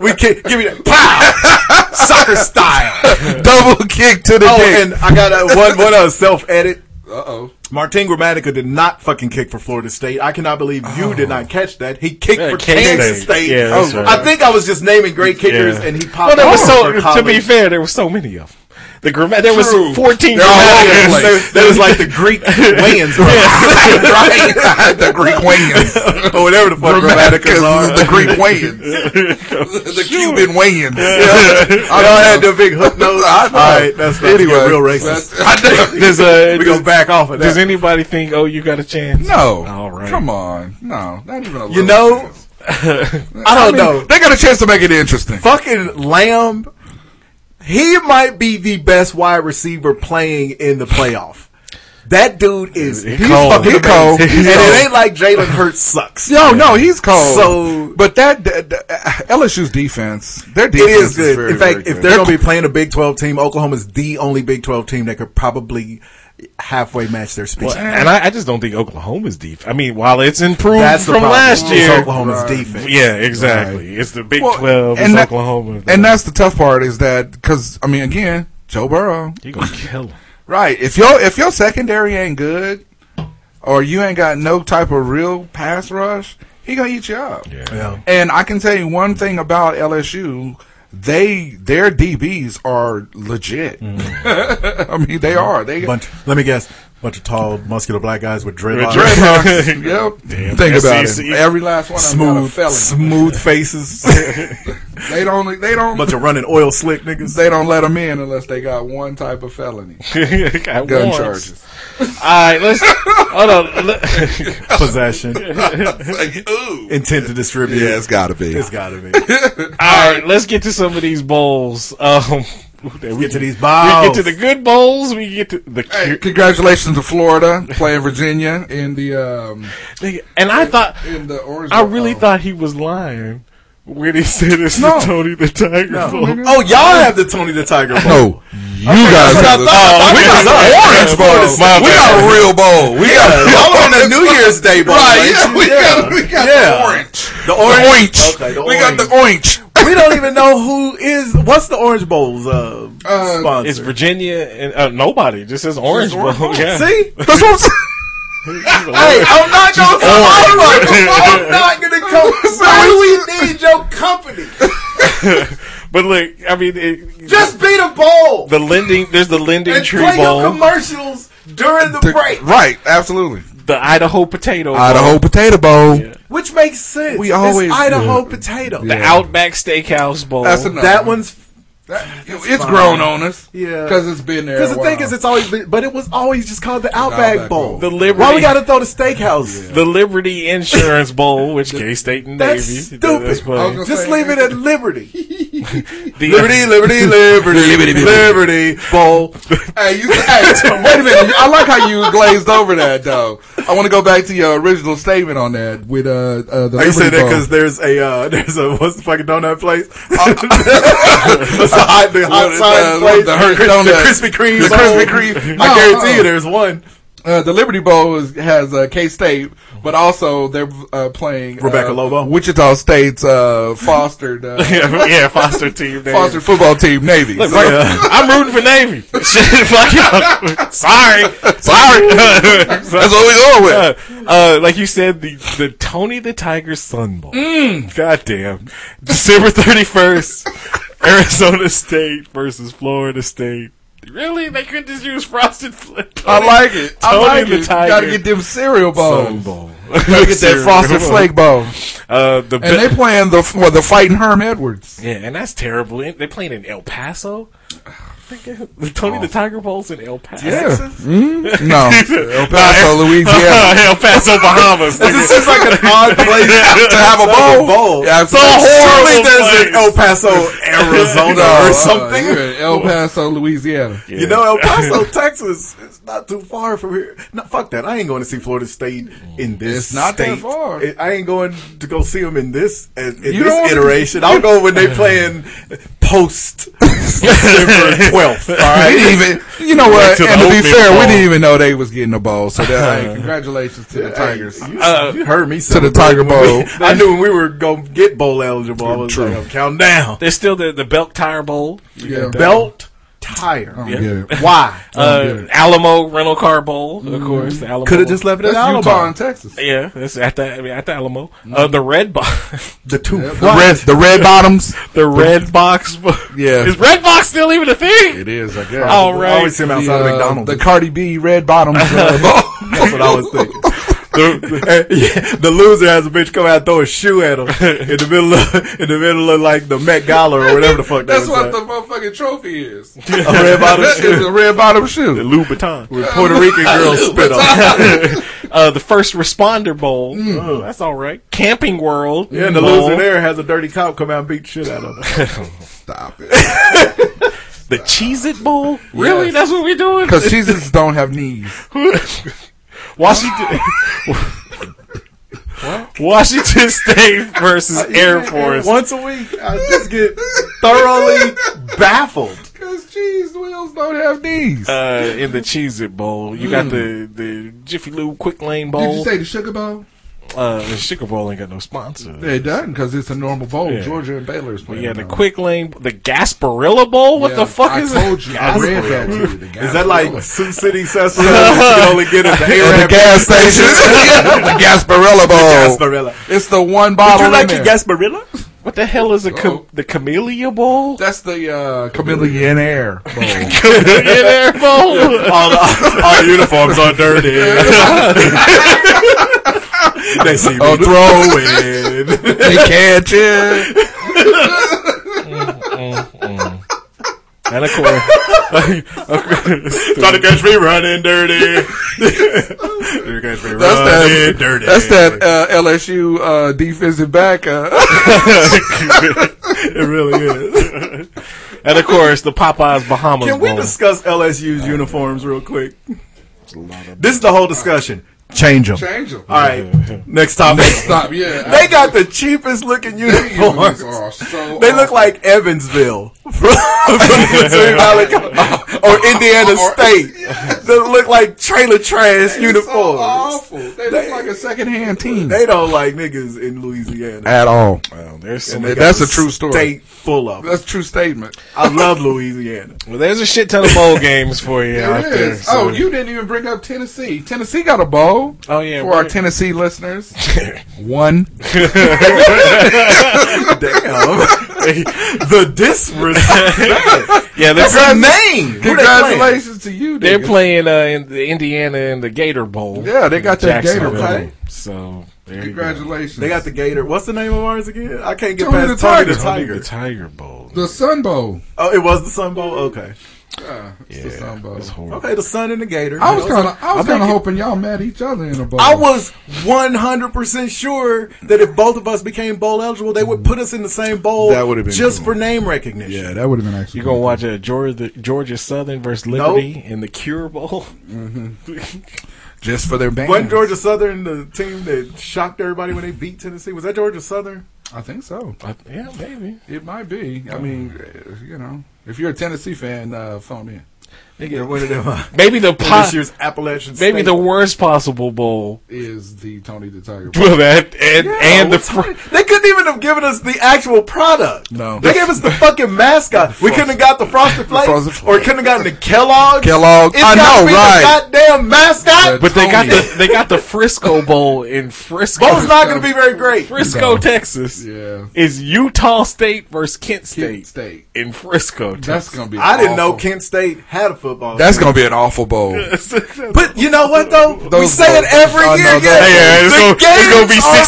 Speaker 10: We kick, give me that pow, soccer style.
Speaker 9: Double kick to the
Speaker 10: Oh,
Speaker 9: dick.
Speaker 10: and I got a one one other self edit.
Speaker 9: uh oh.
Speaker 10: Martin Gramatica did not fucking kick for Florida State. I cannot believe you did not catch that. He kicked
Speaker 11: Yeah,
Speaker 10: for
Speaker 11: K-State.
Speaker 10: Kansas State.
Speaker 11: Yeah, that's
Speaker 10: Oh,
Speaker 11: right.
Speaker 10: I think I was just naming great kickers,
Speaker 11: Yeah.
Speaker 10: and he
Speaker 11: Well,
Speaker 10: popped.
Speaker 11: there
Speaker 10: up
Speaker 11: was
Speaker 10: for
Speaker 11: so. To
Speaker 10: college.
Speaker 11: be fair, there were so many of them. The grammat there was
Speaker 9: True.
Speaker 11: fourteen
Speaker 9: They're all over the
Speaker 11: grammaticals.
Speaker 9: place.
Speaker 11: There was like
Speaker 9: the Greek
Speaker 11: Wayans.
Speaker 9: right? the Greek Wayans. Or whatever the fuck
Speaker 11: Grammaticals are.
Speaker 9: The Greek Wayans. the Cuban Wayans.
Speaker 10: I don't have the big hook nose. All right, that's not anyway,
Speaker 11: Anyway,
Speaker 10: real racist.
Speaker 11: Does, uh,
Speaker 10: we gonna back off of that.
Speaker 11: Does anybody think? Oh, you got a chance?
Speaker 9: No.
Speaker 11: All right.
Speaker 9: Come on. No, not even a little.
Speaker 10: You know, Oh. I don't know.
Speaker 9: They got a chance to make it interesting.
Speaker 10: fucking Lamb, he might be the best wide receiver playing in the playoff. That dude is he's
Speaker 9: cold.
Speaker 10: fucking
Speaker 9: He
Speaker 10: amazing.
Speaker 9: cold.
Speaker 10: and
Speaker 9: He's cold.
Speaker 10: it ain't like Jalen Hurts sucks.
Speaker 9: No, no, he's cold.
Speaker 10: So-
Speaker 9: but that, that, uh, that- LSU's defense, their
Speaker 10: It
Speaker 9: defense
Speaker 10: is good.
Speaker 9: very,
Speaker 10: in fact,
Speaker 9: very
Speaker 10: if
Speaker 9: good.
Speaker 10: they're going to be playing a Big Twelve team, Oklahoma's the only Big Twelve team that could probably halfway match their speed.
Speaker 11: Well, and I, I just don't think Oklahoma's deep. I mean, while it's improved
Speaker 10: That's the
Speaker 11: from
Speaker 10: problem.
Speaker 11: last
Speaker 10: It's
Speaker 11: year,
Speaker 10: Oklahoma's defense.
Speaker 11: Yeah, exactly. It's the Big
Speaker 9: Well,
Speaker 11: Twelve. It's
Speaker 9: and that-
Speaker 11: Oklahoma.
Speaker 9: and that's the tough part is that because I mean, again, Joe Burrow,
Speaker 11: you gonna kill him.
Speaker 9: right? If your if your secondary ain't good, or you ain't got no type of real pass rush, he gonna eat you up.
Speaker 10: Yeah.
Speaker 9: And I can tell you one thing about LSU. They their DBs are legit. I mean, they are. They
Speaker 10: bunch, let me guess, bunch of tall, muscular black guys with dreadlocks.
Speaker 9: dreadlocks. yep.
Speaker 10: Damn,
Speaker 9: Think about
Speaker 10: SEC.
Speaker 9: it. Every last one of them got a
Speaker 10: smooth,
Speaker 9: felony.
Speaker 10: smooth faces.
Speaker 9: They don't. They don't.
Speaker 10: bunch of running oil slick niggas.
Speaker 9: They don't let them in unless they got one type of felony.
Speaker 11: Gun
Speaker 9: Gun charges.
Speaker 11: All right, let's hold on. Let-
Speaker 10: Possession,
Speaker 9: Ooh.
Speaker 10: intent to distribute.
Speaker 9: Yeah, it's gotta be.
Speaker 10: It's gotta be.
Speaker 11: All right, let's get to some of these bowls. Um, we
Speaker 10: Get to these
Speaker 11: We
Speaker 10: balls.
Speaker 11: get to the good bowls. We get to the
Speaker 9: Hey, congratulations to Florida playing Virginia in the um
Speaker 11: Nigga, And I thought,
Speaker 9: in the orange.
Speaker 11: I really
Speaker 9: Bowl.
Speaker 11: thought he was lying when he said it's
Speaker 9: No.
Speaker 11: the Tony the Tiger Bowl.
Speaker 10: oh, y'all have the Tony the Tiger. Bowl.
Speaker 9: No, you guys. Have the, Oh,
Speaker 10: thought.
Speaker 9: we got
Speaker 10: I
Speaker 9: the
Speaker 10: thought
Speaker 9: orange bowl.
Speaker 11: My
Speaker 9: we got a real bowl. We got
Speaker 10: Y'all on the New Year's Day bowl.
Speaker 9: right.
Speaker 10: ain't
Speaker 9: Yeah,
Speaker 10: you?
Speaker 9: we got we got
Speaker 10: Yeah.
Speaker 9: the orange.
Speaker 10: The
Speaker 9: orange.
Speaker 10: Okay, the
Speaker 9: we got
Speaker 10: orange.
Speaker 9: the orange.
Speaker 10: we don't even know who is. What's the Orange Bowl's uh,
Speaker 9: Uh,
Speaker 10: sponsor?
Speaker 11: It's Virginia and uh, nobody. Just says Orange Bowl. Yeah.
Speaker 10: See,
Speaker 9: That's what I'm saying.
Speaker 10: hey, I'm not gonna follow up. I'm not gonna come. Why do we need your company?
Speaker 11: But look, I mean, it,
Speaker 10: Just be the bowl
Speaker 11: the lending. There's the lending
Speaker 10: and
Speaker 11: tree
Speaker 10: play your
Speaker 11: bowl,
Speaker 10: commercials during the break,
Speaker 9: Right, absolutely.
Speaker 11: the Idaho potato, bowl,
Speaker 9: Idaho potato bowl.
Speaker 10: which makes sense.
Speaker 9: We
Speaker 10: It's
Speaker 9: always-
Speaker 10: Idaho
Speaker 9: yeah.
Speaker 10: potato.
Speaker 11: the Outback Steakhouse bowl.
Speaker 9: That's another.
Speaker 10: That one's
Speaker 9: That- it's grown on us.
Speaker 10: Yeah.
Speaker 9: because it's been there.
Speaker 10: because
Speaker 9: a
Speaker 10: the thing
Speaker 9: while.
Speaker 10: is, it's always been, but it was always just called the Outback,
Speaker 9: Outback
Speaker 10: Bowl.
Speaker 9: Bowl.
Speaker 11: The Liberty,
Speaker 10: Why we gotta throw the steakhouse?
Speaker 11: the Liberty Insurance Bowl, which K State and Navy.
Speaker 10: That's
Speaker 11: that- that's
Speaker 10: stupid.
Speaker 11: funny.
Speaker 9: I was gonna
Speaker 10: Just
Speaker 9: say-
Speaker 10: leave it at Liberty.
Speaker 11: The-
Speaker 10: Liberty, Liberty, Liberty,
Speaker 9: Liberty,
Speaker 10: Liberty,
Speaker 9: Liberty.
Speaker 10: Bowl.
Speaker 9: Hey, you, hey, wait a minute. I like how you glazed over that, though. I want to go back to your original statement on that with uh, uh the
Speaker 10: I say
Speaker 9: Liberty
Speaker 10: that
Speaker 9: Bowl.
Speaker 10: because there's a uh, there's a what's the fucking donut place?
Speaker 11: Uh,
Speaker 10: That's a hot, the hot
Speaker 9: What is
Speaker 10: sign
Speaker 9: that?
Speaker 10: place.
Speaker 9: The Hershey donut.
Speaker 10: Krispy Kreme.
Speaker 9: The Krispy Kreme.
Speaker 10: Kreme.
Speaker 9: No,
Speaker 10: I guarantee
Speaker 9: uh-uh.
Speaker 10: you, there's one.
Speaker 9: uh, the Liberty Bowl is, has uh, K State, but also they're uh, playing uh,
Speaker 10: Rebecca Lobo.
Speaker 9: Wichita State's uh, fostered uh,
Speaker 11: yeah, yeah, Foster team. Navy.
Speaker 9: fostered football team, Navy.
Speaker 11: Look,
Speaker 9: So-
Speaker 11: I'm rooting for Navy. Shit, fuck y'all. Sorry, sorry. That's
Speaker 9: that's what we're going with.
Speaker 11: uh, uh, like you said, the, the Tony the Tiger Sun Bowl.
Speaker 10: Mm.
Speaker 11: Goddamn. December 31st, Arizona State versus Florida State. Really? They could just use Frosted Flakes.
Speaker 9: I like it. I
Speaker 11: Tony
Speaker 9: like
Speaker 11: the
Speaker 9: it. You
Speaker 11: Tiger.
Speaker 9: gotta get them cereal
Speaker 11: Sun
Speaker 9: bowls.
Speaker 11: Bowl.
Speaker 9: Gotta get that
Speaker 11: Cereal
Speaker 9: frosted
Speaker 11: bowl.
Speaker 9: flake bowl.
Speaker 11: Uh, the
Speaker 9: And they
Speaker 11: be-
Speaker 9: playing the well, the fighting Herm Edwards.
Speaker 11: yeah, and that's terrible. And They playing in El Paso. Oh. The Tony the Tiger Bowl's in El Paso.
Speaker 9: Yeah. Mhm. No. El Paso, Louisiana.
Speaker 11: El Paso, Bahamas.
Speaker 10: It
Speaker 11: nigga.
Speaker 10: just seems like an odd place
Speaker 9: to have a bowl. Yeah, it's
Speaker 10: Surely
Speaker 11: horrible
Speaker 10: there's an
Speaker 11: place.
Speaker 10: El Paso, Arizona, or something.
Speaker 9: uh, El Paso, Louisiana.
Speaker 10: You know, El Paso, Texas, it's not too far from here. No, fuck that. I ain't going to see Florida State in this
Speaker 9: It's not that
Speaker 10: state.
Speaker 9: far.
Speaker 10: I- I ain't going to go see them in this in, in
Speaker 9: You don't
Speaker 10: this
Speaker 9: want to-
Speaker 10: iteration. I'll go when they playing post December twelfth. All
Speaker 9: We
Speaker 10: right.
Speaker 9: didn't even, you know what?
Speaker 11: to the
Speaker 9: and to be
Speaker 11: oatmeal
Speaker 9: fair, we
Speaker 11: bowl.
Speaker 9: didn't even know they was getting a bowl. So that, hey, congratulations to the Tigers. Uh,
Speaker 10: You, you heard me
Speaker 9: the
Speaker 10: celebrate
Speaker 9: Tiger
Speaker 10: when we-
Speaker 9: Bowl.
Speaker 10: I knew when we were going to get bowl eligible. I was
Speaker 9: True.
Speaker 10: like, I'm counting down.
Speaker 11: There's still the, the Belt Tire Bowl.
Speaker 9: Yeah.
Speaker 10: Belt Oh,
Speaker 13: tire.
Speaker 9: don't get it.
Speaker 13: Why?
Speaker 11: Uh, Alamo rental car bowl, of course. the Alamo.
Speaker 13: Could've just left it at
Speaker 11: That's
Speaker 13: Alamo.
Speaker 9: Utah and Texas.
Speaker 11: Yeah, that's at the I mean, at the Alamo. Uh, the red box.
Speaker 13: The two. The
Speaker 9: What? red- the red bottoms.
Speaker 11: the red box.
Speaker 9: Yeah.
Speaker 11: Is red box still even a thing?
Speaker 9: It is, I guess.
Speaker 11: All right.
Speaker 9: Uh, the, uh, The Cardi B red bottoms. uh,
Speaker 10: That's what I was thinking. The, the- yeah, the loser has a bitch come out and throw a shoe at him in the middle of in the middle of like the Met Gala or whatever the fuck that
Speaker 9: That's
Speaker 10: was.
Speaker 9: what
Speaker 10: at.
Speaker 9: the motherfucking trophy is. A
Speaker 10: red bottom shoe.
Speaker 9: It's a red bottom shoe. The
Speaker 11: Louis Vuitton.
Speaker 10: With Puerto Rican girls spit on.
Speaker 11: uh, the first responder bowl.
Speaker 10: Mm.
Speaker 11: Oh, that's all right. Camping World.
Speaker 10: yeah, and the
Speaker 11: bowl.
Speaker 10: loser there has a dirty cop come out and beat the shit out of him.
Speaker 9: Stop it.
Speaker 11: The Cheez It Bowl? Really?
Speaker 9: Yes.
Speaker 11: That's what we're doing?
Speaker 9: Because cheeses don't have knees.
Speaker 11: Washington. Washington State
Speaker 9: Uh,
Speaker 11: versus Air Force.
Speaker 10: Once a week, I just get thoroughly baffled.
Speaker 9: Because cheese wheels don't have knees.
Speaker 11: Uh, in the Cheez It Bowl. You got
Speaker 9: Mm.
Speaker 11: the, the Jiffy Lube Quick Lane Bowl.
Speaker 9: Did you say the sugar bowl?
Speaker 11: Uh, the Sugar Bowl ain't got no sponsor.
Speaker 9: It doesn't because it's a normal bowl.
Speaker 11: Yeah.
Speaker 9: Georgia and Baylor is playing.
Speaker 11: Yeah, the
Speaker 9: now.
Speaker 11: Quick Lane, the Gasparilla Bowl. What
Speaker 9: Yeah,
Speaker 11: the fuck
Speaker 9: I
Speaker 11: is
Speaker 9: told you. I read that to you, the
Speaker 10: Is that like Sioux City Sesame? you can only get at the,
Speaker 9: At the
Speaker 10: Arab-
Speaker 9: gas station. the Gasparilla bowl.
Speaker 10: Gasparilla.
Speaker 9: It's the one bottle.
Speaker 10: Would you like
Speaker 9: in
Speaker 10: your
Speaker 9: there.
Speaker 10: Gasparilla?
Speaker 11: What the hell is a ca- the Camellia Bowl?
Speaker 9: That's the uh, Chameleonaire bowl.
Speaker 11: Chameleonaire Bowl.
Speaker 10: all, the, all uniforms are dirty. they see me
Speaker 9: Oh, the-
Speaker 10: throwing.
Speaker 9: they catch it.
Speaker 11: And of course,
Speaker 10: Trying to catch me running dirty. you catch me running
Speaker 11: Uh,
Speaker 9: That's that.
Speaker 10: dirty.
Speaker 9: That's that uh, LSU uh, defensive back. Uh,
Speaker 10: it really is.
Speaker 11: and of course, the Popeyes Bahamas
Speaker 10: Can we
Speaker 11: Bowl.
Speaker 10: discuss LSU's uniforms real quick? This is the whole discussion. Change them.
Speaker 9: Change 'em.
Speaker 10: All right. Next topic.
Speaker 9: Stop. Uh, Yeah.
Speaker 10: They got the cheapest looking
Speaker 9: uniforms
Speaker 10: uniforms.
Speaker 9: are so
Speaker 10: They look like Evansville from, from the Missouri Valley Co- or Indiana State. They look like trailer trash
Speaker 9: It's so
Speaker 10: uniforms.
Speaker 9: awful. They look like a secondhand team
Speaker 10: They don't like niggas in Louisiana.
Speaker 9: at all.
Speaker 11: Well, there's some-
Speaker 9: And Ah, that's a true
Speaker 10: State
Speaker 9: story.
Speaker 10: full of. 'em.
Speaker 9: That's a true statement.
Speaker 10: I love Louisiana.
Speaker 11: well, there's a shit ton of bowl games for you out
Speaker 9: It
Speaker 11: there.
Speaker 9: is.
Speaker 11: so-
Speaker 9: Oh, you didn't even bring up Tennessee. Tennessee got a bowl.
Speaker 11: Oh, yeah,
Speaker 9: For our
Speaker 11: we're-
Speaker 9: Tennessee listeners, one.
Speaker 10: Damn. the disrespect.
Speaker 11: yeah, they're,
Speaker 10: That's a name. Who they playing?
Speaker 9: Congratulations to you.
Speaker 11: they're
Speaker 9: nigga.
Speaker 11: playing uh, in the Indiana in the Gator Bowl.
Speaker 9: Yeah, they got that Gator
Speaker 11: Jacksonville.
Speaker 9: Bowl.
Speaker 11: So there you go.
Speaker 9: Congratulations.
Speaker 10: They got the Gator. What's the name of ours again? I can't get
Speaker 9: Tony
Speaker 10: past
Speaker 9: the
Speaker 10: Tony the
Speaker 9: Tiger.
Speaker 10: Tiger.
Speaker 11: The Tiger Bowl.
Speaker 9: the Sun Bowl.
Speaker 10: Oh, it was the Sun Bowl. Okay,
Speaker 9: Yeah, it's the Sun Bowl.
Speaker 11: It's horrible.
Speaker 10: okay, the Sun and the Gator.
Speaker 9: I was kind of, I was
Speaker 10: think
Speaker 9: kind of
Speaker 10: it-
Speaker 9: hoping y'all met each other in a bowl.
Speaker 10: I was one hundred percent sure that if both of us became bowl eligible, they would put us in the same bowl.
Speaker 9: That would've been
Speaker 10: just
Speaker 9: cool.
Speaker 10: for name recognition.
Speaker 9: Yeah, that would have been actually.
Speaker 11: You're gonna watch a Georgia, Georgia Southern versus
Speaker 10: Nope.
Speaker 11: Liberty in the Cure Bowl.
Speaker 9: just for their band.
Speaker 10: Wasn't Georgia Southern the team that shocked everybody when they beat Tennessee? Was that Georgia Southern?
Speaker 9: I think so.
Speaker 11: I- yeah, maybe.
Speaker 9: It might be. I mean, uh, you know, if you're a Tennessee fan, uh, phone in.
Speaker 10: Yeah, one of them. uh,
Speaker 11: Maybe the
Speaker 10: for
Speaker 11: po-
Speaker 10: this year's Appalachian
Speaker 11: maybe
Speaker 10: State.
Speaker 11: the worst possible bowl.
Speaker 9: Is the Tony the Tiger? Bowl.
Speaker 11: Well, that and and the
Speaker 10: what's
Speaker 11: fr-
Speaker 10: wrong? they couldn't even have given us the actual product.
Speaker 9: No.
Speaker 10: they gave us the fucking mascot. We couldn't have got the Frosted
Speaker 9: Frosted
Speaker 10: Flakes,
Speaker 9: Flakes.
Speaker 10: or couldn't have gotten the Kellogg.
Speaker 9: Kellogg.
Speaker 10: It's
Speaker 9: I
Speaker 10: gotta
Speaker 9: know,
Speaker 10: be
Speaker 9: right?
Speaker 10: The goddamn mascot.
Speaker 11: but they got
Speaker 9: Tony.
Speaker 11: the they got the Frisco Bowl in Frisco.
Speaker 10: Bowl's not going to be very great.
Speaker 11: Frisco, Texas.
Speaker 9: Yeah.
Speaker 11: Is Utah State versus Kent State,
Speaker 9: Kent State.
Speaker 11: in Frisco,
Speaker 9: That's
Speaker 11: Texas.
Speaker 9: gonna be.
Speaker 10: I didn't know
Speaker 9: awful.
Speaker 10: Kent State had a football.
Speaker 9: That's
Speaker 10: team.
Speaker 9: gonna be an awful bowl.
Speaker 10: But you know what though? we
Speaker 9: Those
Speaker 10: say it
Speaker 9: both-
Speaker 10: every
Speaker 9: I
Speaker 10: year.
Speaker 9: know
Speaker 10: yeah.
Speaker 9: that.
Speaker 11: yeah, it's
Speaker 10: The
Speaker 11: gonna, it's gonna be
Speaker 10: games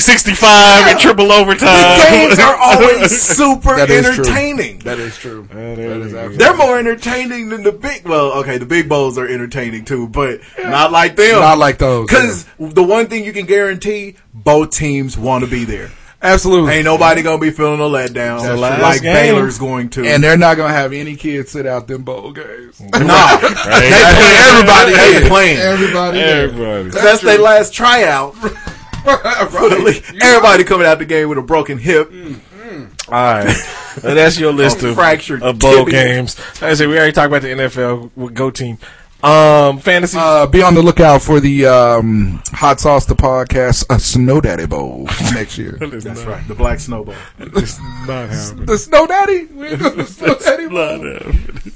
Speaker 11: 68, 65 and triple overtime.
Speaker 10: The games are always super
Speaker 9: That is true.
Speaker 10: entertaining.
Speaker 9: That is true. That is absolutely.
Speaker 10: They're more entertaining than the big. Well, okay, the big bowls are entertaining too, but not like them.
Speaker 9: Not like those,
Speaker 10: Because the one thing you can guarantee, both teams want to be there.
Speaker 9: Absolutely.
Speaker 10: Ain't nobody gonna be feeling a letdown
Speaker 9: That's
Speaker 10: like
Speaker 9: true.
Speaker 10: like
Speaker 11: game.
Speaker 10: Baylor's going to.
Speaker 9: and they're not gonna have any kids sit out them bowl games.
Speaker 10: nah,
Speaker 11: Right?
Speaker 10: they put everybody. They
Speaker 9: in.
Speaker 10: playing.
Speaker 9: Everybody, in.
Speaker 11: Everybody.
Speaker 10: That's their last tryout. For the
Speaker 9: Right.
Speaker 10: league. Everybody coming out the game with a broken hip.
Speaker 11: All right, Well, that's your list of,
Speaker 10: Fractured
Speaker 11: of bowl
Speaker 10: tibia.
Speaker 11: games. Like I said, we already talked about the NFL with Go Team. Um, fantasy.
Speaker 9: Uh, be on the lookout for the um, Hot Sauce the podcast, a Snow Daddy Bowl next year.
Speaker 10: That's right. The Black Snowball.
Speaker 11: It's not happening.
Speaker 9: The Snow Daddy. We're doing the Snow
Speaker 11: That's
Speaker 9: Daddy
Speaker 11: not
Speaker 9: Bowl.
Speaker 11: happening.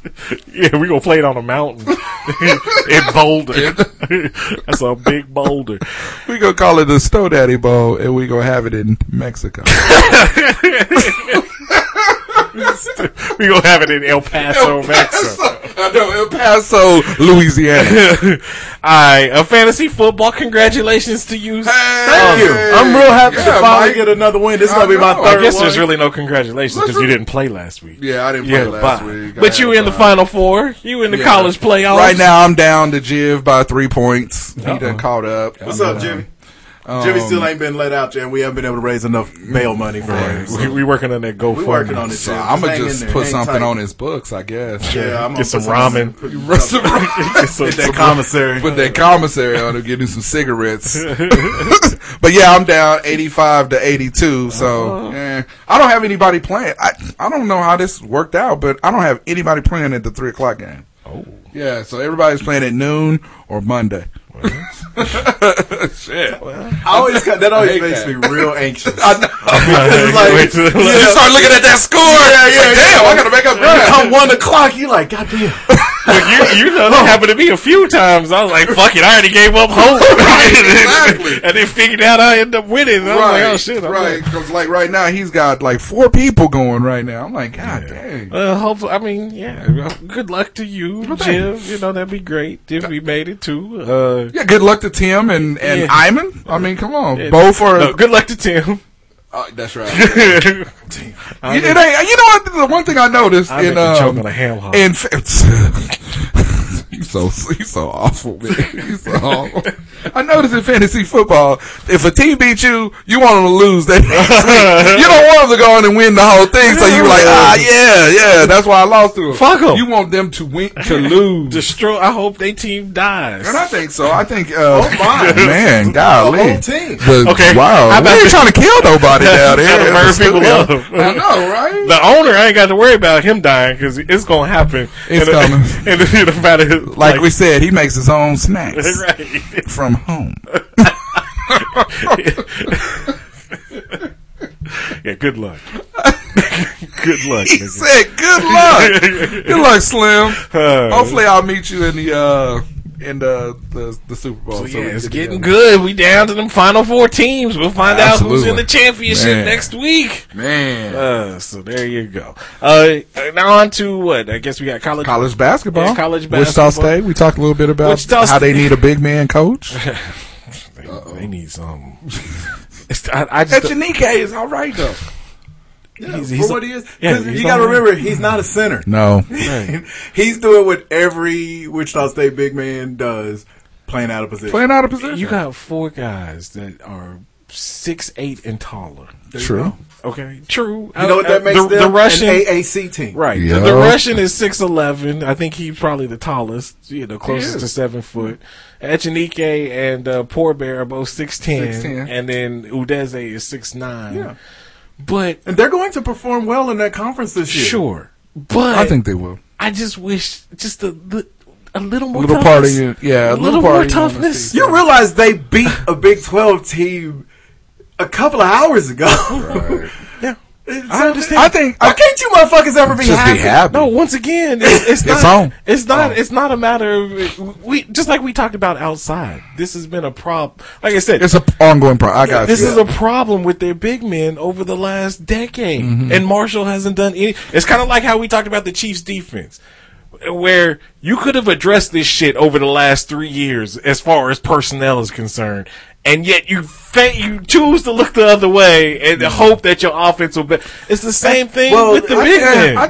Speaker 11: yeah, we're gonna play it on a mountain in Boulder. That's a big Boulder.
Speaker 9: We gonna call it the Snow Daddy Bowl, and we gonna have it in Mexico.
Speaker 11: We gonna have it in El Paso, Mexico.
Speaker 9: no, El Paso, Louisiana.
Speaker 11: All right, a fantasy football. Congratulations to you.
Speaker 9: Thank
Speaker 11: you. I'm real happy to
Speaker 9: Yeah,
Speaker 11: finally
Speaker 9: Mike.
Speaker 10: Get another win. This is gonna be my
Speaker 9: know.
Speaker 10: third.
Speaker 11: I guess
Speaker 10: one.
Speaker 11: there's really no congratulations because you didn't play last week.
Speaker 9: Yeah, I didn't
Speaker 11: You
Speaker 9: play
Speaker 11: had a
Speaker 9: last
Speaker 11: bye.
Speaker 9: week. I
Speaker 11: But you
Speaker 9: had a
Speaker 11: in the
Speaker 9: bye.
Speaker 11: final four. You in the
Speaker 9: Yeah.
Speaker 11: college playoffs.
Speaker 9: Right now, I'm down to Jiv by three points. He
Speaker 11: Oh. Uh-oh.
Speaker 9: done caught up.
Speaker 10: What's
Speaker 9: I'm
Speaker 10: up,
Speaker 9: down.
Speaker 10: Jimmy?
Speaker 9: Um,
Speaker 10: Jimmy still ain't been let out yet, and we haven't been able to raise enough bail money for him.
Speaker 11: we,
Speaker 10: So.
Speaker 11: we working on that GoFundMe.
Speaker 10: We working on it.
Speaker 9: So
Speaker 10: Jim.
Speaker 9: I'm gonna
Speaker 10: Hang in
Speaker 9: just
Speaker 10: there.
Speaker 9: put
Speaker 10: Hang
Speaker 9: something
Speaker 10: tight.
Speaker 9: on his books, I guess.
Speaker 10: Yeah, I'm
Speaker 11: Get some ramen. Get some-
Speaker 10: Get that commissary.
Speaker 9: Put that commissary on him, get him some cigarettes. but yeah, I'm down 85 to 82. So eh, I don't have anybody playing. I I don't know how this worked out, but I don't have anybody playing at the three o'clock game.
Speaker 11: Oh.
Speaker 9: Yeah, so everybody's playing at noon or Monday. Shit.
Speaker 10: I always got- that
Speaker 9: I
Speaker 10: always
Speaker 9: hate
Speaker 10: makes
Speaker 9: that.
Speaker 10: me real anxious.
Speaker 9: I know.
Speaker 10: It's
Speaker 11: Wait till-
Speaker 10: like,
Speaker 9: You start looking at that score. Yeah, yeah. Damn, I gotta make up ground.
Speaker 10: come one o'clock, you like, God damn.
Speaker 11: But you, you know,
Speaker 9: Oh.
Speaker 11: that happened to me a few times. I was like, fuck it, I already gave up hope.
Speaker 9: exactly.
Speaker 11: and then figured out I ended up winning. And I was like, oh shit. I'm
Speaker 9: right.
Speaker 11: like,
Speaker 9: Because like right now he's got like four people going right now. I'm like, God dang.
Speaker 11: uh, hopefully, I mean, yeah. well, Good luck to you,
Speaker 9: thank you.
Speaker 11: Jim. You know that'd be great if we made it too. Uh,
Speaker 9: Yeah, good luck to Tim and and
Speaker 11: Yeah.
Speaker 9: Iman. I mean, come on,
Speaker 11: yeah.
Speaker 9: both are.
Speaker 11: No, good luck to Tim.
Speaker 10: Uh,
Speaker 9: Oh, that's right.
Speaker 11: I
Speaker 9: you, it ain't- you know what? The one thing I noticed
Speaker 11: I make
Speaker 9: in
Speaker 11: you choke
Speaker 9: um,
Speaker 11: on a ham hock.
Speaker 9: in fa- he's so he's so awful, man. He's so awful. I noticed in fantasy football, if a team beat you, you want them to lose. That next week. you don't want them to go in and win the whole thing. So you like, ah, yeah, yeah. That's why I lost to them.
Speaker 11: Fuck 'em.
Speaker 9: You want them to win to lose.
Speaker 11: Destroy. I hope they team dies.
Speaker 9: And I think so. I think, uh,
Speaker 11: Oh,
Speaker 10: my.
Speaker 9: man, golly.
Speaker 10: whole team.
Speaker 9: The-
Speaker 11: Okay.
Speaker 9: Wow.
Speaker 11: How about
Speaker 9: we ain't
Speaker 11: the-
Speaker 9: trying to kill nobody down there.
Speaker 11: Trying to
Speaker 9: in the
Speaker 11: burn people
Speaker 9: studio.
Speaker 11: up.
Speaker 9: I know, right?
Speaker 11: The owner, I ain't got to worry about him dying because it's gonna happen.
Speaker 9: It's
Speaker 11: and, uh,
Speaker 9: coming.
Speaker 11: And, and about it,
Speaker 9: Like, we said, he makes his own snacks
Speaker 11: right.
Speaker 9: from home.
Speaker 11: yeah, good luck. good luck.
Speaker 9: He
Speaker 11: nigga.
Speaker 9: said, good luck. good luck, Slim. Hopefully I'll meet you in the, uh, in the, the, the Super Bowl.
Speaker 11: So,
Speaker 9: So
Speaker 11: yeah,
Speaker 9: we
Speaker 11: it's
Speaker 9: can-
Speaker 11: getting good. We down to them final four teams. We'll find out who's in
Speaker 9: Absolutely.
Speaker 11: the championship
Speaker 9: Man.
Speaker 11: next week.
Speaker 9: Man.
Speaker 11: Uh, so there you go. Uh, now on to what? I guess we got college.
Speaker 9: college basketball.
Speaker 11: Yeah, college
Speaker 9: Wichita
Speaker 11: basketball.
Speaker 9: State. We talked a little bit about
Speaker 11: Wichita
Speaker 9: how they
Speaker 11: State.
Speaker 9: need a big man coach.
Speaker 11: They, they need some. It's- I, I just,
Speaker 9: Echanike is all right, though.
Speaker 11: he's,
Speaker 10: For
Speaker 11: he's-
Speaker 10: what he is. 'Cause
Speaker 11: yeah, he's
Speaker 10: you got to
Speaker 11: all right.
Speaker 10: remember, he's not a center.
Speaker 9: No.
Speaker 10: he's doing what every Wichita State big man does, playing out of position.
Speaker 9: Playing out of position.
Speaker 11: You got four guys that are six eight and taller.
Speaker 9: True.
Speaker 11: Okay, true. Uh,
Speaker 10: you know what that makes
Speaker 11: the,
Speaker 10: them?
Speaker 11: the Russian
Speaker 10: An AAC team.
Speaker 11: Right. The- The,
Speaker 9: Yeah.
Speaker 11: Russian is six eleven. I think he's probably the tallest, you know,
Speaker 9: He
Speaker 11: closest
Speaker 9: is.
Speaker 11: to seven foot. Echenike and uh, Poor Bear are both six ten,
Speaker 9: 6'10".
Speaker 11: and then Udeze is six nine.
Speaker 10: Yeah.
Speaker 11: But
Speaker 10: And they're going to perform well in that conference this year.
Speaker 11: sure, but
Speaker 9: I think they will.
Speaker 11: I just wish just a, li- a little
Speaker 9: A
Speaker 11: more
Speaker 9: little part of
Speaker 11: toughness.
Speaker 9: you. Yeah,
Speaker 11: a little,
Speaker 9: part
Speaker 11: more
Speaker 9: of you wanna
Speaker 11: toughness.
Speaker 9: see.
Speaker 10: You realize they beat a Big 12 team a couple of hours ago.
Speaker 11: Yeah.
Speaker 10: It's-
Speaker 11: I understand.
Speaker 9: I think
Speaker 10: Why can't you motherfuckers ever be
Speaker 9: just
Speaker 10: happy?
Speaker 9: be happy.
Speaker 11: No, once again, it's, it's not.
Speaker 9: It's
Speaker 11: It's,
Speaker 9: on. Oh.
Speaker 11: not. It's not a matter of we. Just like we talked about outside, this has been a problem. Like I said,
Speaker 9: It's an ongoing problem. I got
Speaker 11: this
Speaker 9: you.
Speaker 11: is a problem with their big men over the last decade,
Speaker 10: Mm-hmm.
Speaker 11: and Marshall hasn't done any. It's kind of like how we talked about the Chiefs' defense, where you could have addressed this shit over the last three years as far as personnel is concerned, and yet you fa- you choose to look the other way and hope that your offense will. Be- it's the same thing with the
Speaker 10: I
Speaker 11: big
Speaker 10: think-
Speaker 11: men.
Speaker 10: I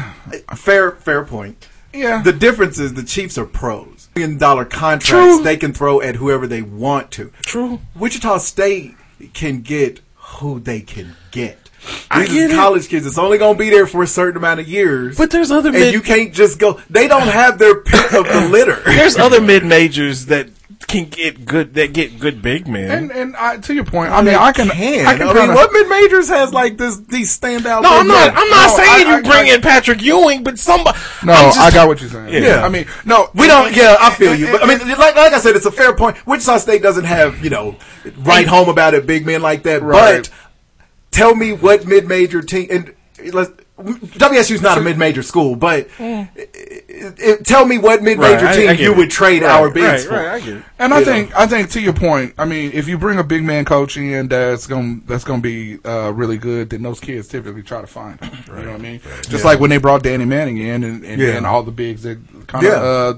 Speaker 10: think- I- fair, fair point.
Speaker 9: Yeah.
Speaker 10: The difference is the Chiefs are pros. Million dollar contracts
Speaker 11: True.
Speaker 10: they can throw at whoever they want to.
Speaker 11: True.
Speaker 10: Wichita State can get who they can get.
Speaker 11: I
Speaker 10: These
Speaker 11: get
Speaker 10: is
Speaker 11: it.
Speaker 10: college kids. It's only going to be there for a certain amount of years.
Speaker 11: But there's other
Speaker 10: and
Speaker 11: men-
Speaker 10: you can't just go. They don't have their pick of the litter.
Speaker 11: There's other mid majors that can get good that get good big men.
Speaker 9: And and I, to your point, I
Speaker 11: They
Speaker 9: mean, I can,
Speaker 11: can.
Speaker 9: I can.
Speaker 11: I mean,
Speaker 9: kinda-
Speaker 11: what
Speaker 10: mid majors has like this these standout?
Speaker 11: no, I'm
Speaker 9: big
Speaker 11: not.
Speaker 9: men?
Speaker 11: I'm not
Speaker 9: No,
Speaker 11: saying
Speaker 9: I-
Speaker 11: you
Speaker 9: I-
Speaker 11: bring
Speaker 9: I-
Speaker 11: in Patrick Ewing, but somebody.
Speaker 9: No,
Speaker 11: I'm
Speaker 9: Oh, I got what you're saying.
Speaker 11: Yeah.
Speaker 9: Yeah. I mean, no,
Speaker 10: we don't. Yeah, I feel you. But I mean, like, like I said, it's a fair point. Wichita State doesn't have you know right home about it, big men like that.
Speaker 9: Right.
Speaker 10: But tell me what mid major team and let's, WSU is not a mid major school, but it, it- tell me what mid major
Speaker 9: Mm. Right, I-
Speaker 10: team
Speaker 9: I get
Speaker 10: you
Speaker 9: it.
Speaker 10: would trade
Speaker 9: Right,
Speaker 10: our bigs
Speaker 9: right,
Speaker 10: for.
Speaker 9: right, I get it. And I
Speaker 10: You know?
Speaker 9: think I think to your point, I mean, if you bring a big man coach in that's going that's going to be uh, really good, then those kids typically try to find him. You know what I mean? Just
Speaker 10: Yeah.
Speaker 9: like when they brought Danny Manning in, and, and
Speaker 10: Yeah.
Speaker 9: then all the bigs that kind of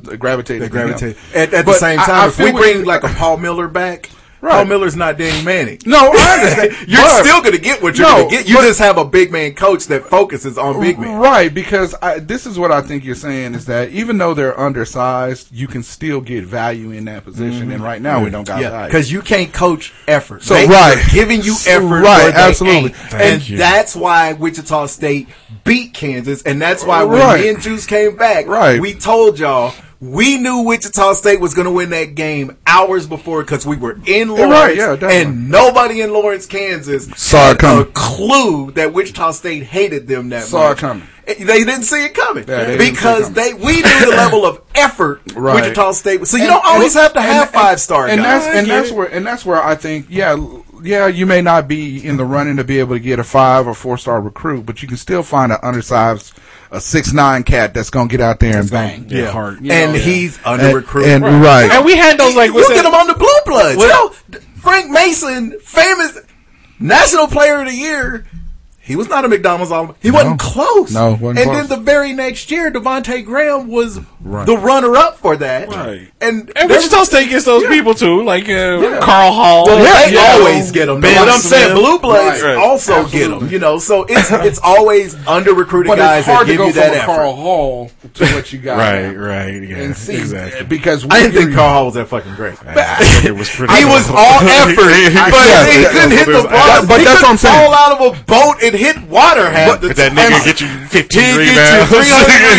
Speaker 10: Yeah.
Speaker 9: uh, gravitated.
Speaker 10: They
Speaker 9: to him.
Speaker 10: gravitate. At, at the
Speaker 9: But
Speaker 10: same
Speaker 9: I-
Speaker 10: time,
Speaker 9: I
Speaker 10: if
Speaker 9: feel
Speaker 10: we
Speaker 9: what
Speaker 10: bring
Speaker 9: you-
Speaker 10: like a Paul Miller back,
Speaker 9: Right.
Speaker 10: Paul Miller's not Danny Manning.
Speaker 9: No, I understand.
Speaker 10: You're
Speaker 9: But-
Speaker 10: still going to get what you're
Speaker 9: No,
Speaker 10: going to get. You
Speaker 9: but-
Speaker 10: just have a big man coach that focuses on big men.
Speaker 9: Right, because I, this is what I think you're saying is that even though they're undersized, you can still get value in that position.
Speaker 10: Mm-hmm.
Speaker 9: And right now, we don't got value.
Speaker 10: because you can't coach effort.
Speaker 9: So,
Speaker 10: They
Speaker 9: right.
Speaker 10: are giving you
Speaker 9: So,
Speaker 10: effort,
Speaker 9: right,
Speaker 10: where they
Speaker 9: absolutely.
Speaker 10: ain't.
Speaker 9: Thank
Speaker 10: and
Speaker 9: you.
Speaker 10: that's why Wichita State beat Kansas, and that's why when
Speaker 9: Right.
Speaker 10: me and Juice came back,
Speaker 9: Right.
Speaker 10: we told y'all. We knew Wichita State was going to win that game hours before because we were in
Speaker 9: Right,
Speaker 10: Lawrence,
Speaker 9: yeah, definitely.
Speaker 10: and nobody in Lawrence, Kansas,
Speaker 9: Saw it
Speaker 10: had a
Speaker 9: coming.
Speaker 10: clue that Wichita State hated them that
Speaker 9: Saw it
Speaker 10: much.
Speaker 9: coming.
Speaker 10: They didn't see it coming
Speaker 9: Yeah, they didn't see it
Speaker 10: because
Speaker 9: coming.
Speaker 10: they we knew the level of effort
Speaker 9: Right.
Speaker 10: Wichita State. was. So you
Speaker 9: And-
Speaker 10: don't always
Speaker 9: and-
Speaker 10: have to
Speaker 9: and-
Speaker 10: have
Speaker 9: and-
Speaker 10: five star
Speaker 9: and
Speaker 10: guys.
Speaker 9: that's and that's where and that's where I think yeah l- yeah you may not be in the running to be able to get a five or four star recruit, but you can still find an undersized a six nine cat that's gonna get out there and bang
Speaker 10: Yeah.
Speaker 9: hard.
Speaker 10: And he's under recruited.
Speaker 9: and, and right.
Speaker 11: And we had those like
Speaker 10: Look
Speaker 11: what's
Speaker 10: at
Speaker 11: that?
Speaker 10: him on the Blue Bloods.
Speaker 11: What-
Speaker 10: Yo, d- Frank Mason, famous National Player of the Year. He was not a McDonald's All. He wasn't close.
Speaker 9: No, wasn't
Speaker 10: and
Speaker 9: close.
Speaker 10: then the very next year, Devontae Graham was
Speaker 9: Right.
Speaker 10: the runner up for that.
Speaker 11: Right.
Speaker 10: And,
Speaker 11: And
Speaker 10: there-
Speaker 11: Wichita State gets those people too, like uh, Carl Hall.
Speaker 10: Well,
Speaker 11: Yeah,
Speaker 10: they
Speaker 11: you know,
Speaker 10: always get them.
Speaker 11: Ben
Speaker 10: but I'm
Speaker 11: Smith.
Speaker 10: saying Blue Bloods
Speaker 11: Right, right.
Speaker 10: also get them. You know, so it's it's always under recruited
Speaker 9: But
Speaker 10: guys
Speaker 9: it's hard to
Speaker 10: that give
Speaker 9: go
Speaker 10: you
Speaker 9: from
Speaker 10: that
Speaker 9: a
Speaker 10: effort.
Speaker 9: Carl Hall to what you got.
Speaker 11: Right,
Speaker 9: now.
Speaker 11: right, yeah,
Speaker 9: And see,
Speaker 11: exactly.
Speaker 9: Because
Speaker 10: I didn't
Speaker 9: we-
Speaker 10: think Carl Hall was that fucking great.
Speaker 11: it was pretty.
Speaker 10: He was all effort, but
Speaker 9: Yeah,
Speaker 10: he
Speaker 9: yeah,
Speaker 10: couldn't
Speaker 9: yeah.
Speaker 10: hit the
Speaker 9: But-
Speaker 10: ball.
Speaker 9: but
Speaker 10: he
Speaker 9: that's
Speaker 10: couldn't
Speaker 9: what I'm saying.
Speaker 10: Fall out of a boat and hit water half the
Speaker 11: But that
Speaker 10: time.
Speaker 11: nigga get you
Speaker 10: He
Speaker 11: 15
Speaker 10: get you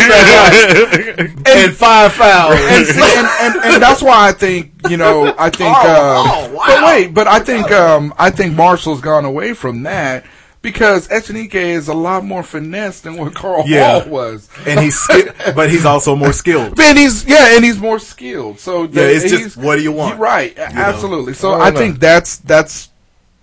Speaker 10: 300 rebounds and five fouls.
Speaker 9: and, see, and, and, and that's why I think you know I think.
Speaker 10: Oh,
Speaker 9: um, But wait, but I think um, I think Marshall's gone away from that because Echenique is a lot more finesse than what Carl
Speaker 10: Yeah.
Speaker 9: Hall was.
Speaker 10: and he's ski- but he's also more skilled.
Speaker 9: And he's yeah, and he's more skilled. So
Speaker 10: Yeah,
Speaker 9: the-
Speaker 10: it's
Speaker 9: he's-
Speaker 10: just what do you want?
Speaker 9: you're right,
Speaker 10: know?
Speaker 9: absolutely. So
Speaker 11: I
Speaker 9: I,
Speaker 11: don't know.
Speaker 9: think that's that's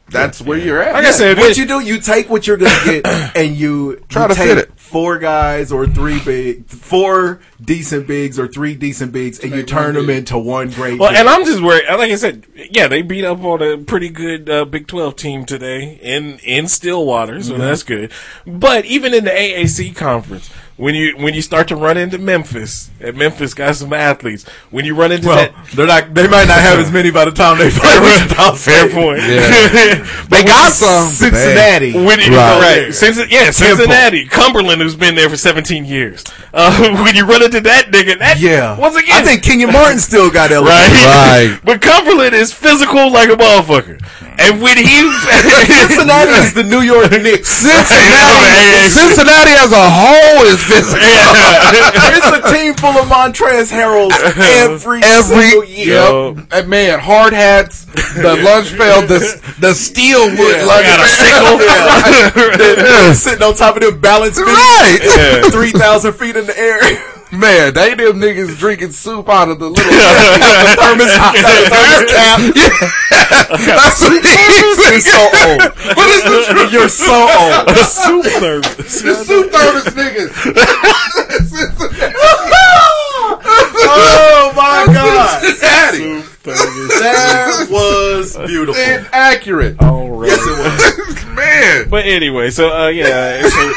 Speaker 9: that's where you're at.
Speaker 11: Like I said,
Speaker 10: what
Speaker 11: it-
Speaker 10: you do, you take what you're gonna get, and you
Speaker 9: Try
Speaker 10: you
Speaker 9: to
Speaker 10: take
Speaker 9: fit it.
Speaker 10: Four guys or three big, four decent bigs or three decent bigs, and you turn them into one great.
Speaker 11: Well,
Speaker 10: big.
Speaker 11: and I'm just worried. Like I said, yeah, they beat up on a pretty good uh, Big Twelve team today in in Stillwater,
Speaker 10: Mm-hmm.
Speaker 11: so that's good. But even in the AAC conference, when you when you start to run into Memphis, and Memphis got some athletes. When you run into
Speaker 10: Well,
Speaker 11: that,
Speaker 10: they're not. They might not have as many by the time they play Wichita
Speaker 11: fair
Speaker 10: State.
Speaker 11: point.
Speaker 10: They
Speaker 11: But
Speaker 10: got
Speaker 11: when-
Speaker 10: some Cincinnati.
Speaker 11: When you,
Speaker 10: Right.
Speaker 11: right. Cinci- yeah, Cincinnati. Cumberland, who's been there for 17 years. Uh, when you run into that nigga, that
Speaker 10: Yeah.
Speaker 11: once again,
Speaker 10: I think Kenyon Martin still got
Speaker 11: right?
Speaker 10: elevated.
Speaker 11: But Cumberland is physical like a motherfucker. And when he
Speaker 10: Cincinnati is the New York Knicks.
Speaker 9: Cincinnati, Cincinnati as a whole is physical.
Speaker 10: It's a team full of Montrez Heralds every, single
Speaker 9: every
Speaker 10: year.
Speaker 9: yep. Uh, man hard hats the lunch bell the the steel wood
Speaker 10: Yeah.
Speaker 9: lunch
Speaker 10: Got a
Speaker 9: bell.
Speaker 10: They're sitting on top of them balance beams,
Speaker 9: Right.
Speaker 10: three thousand feet in the air.
Speaker 9: man they them niggas drinking soup out of the little
Speaker 10: The thermos, the thermos cap.
Speaker 9: that's what it is.
Speaker 10: You're so old.
Speaker 9: what is the truth
Speaker 10: You're so old.
Speaker 11: soup service.
Speaker 9: the soup thermos niggas
Speaker 10: Oh my god,
Speaker 9: Cincinnati
Speaker 10: that was beautiful.
Speaker 9: inaccurate
Speaker 11: All right.
Speaker 9: man
Speaker 11: But anyway, so uh, yeah, so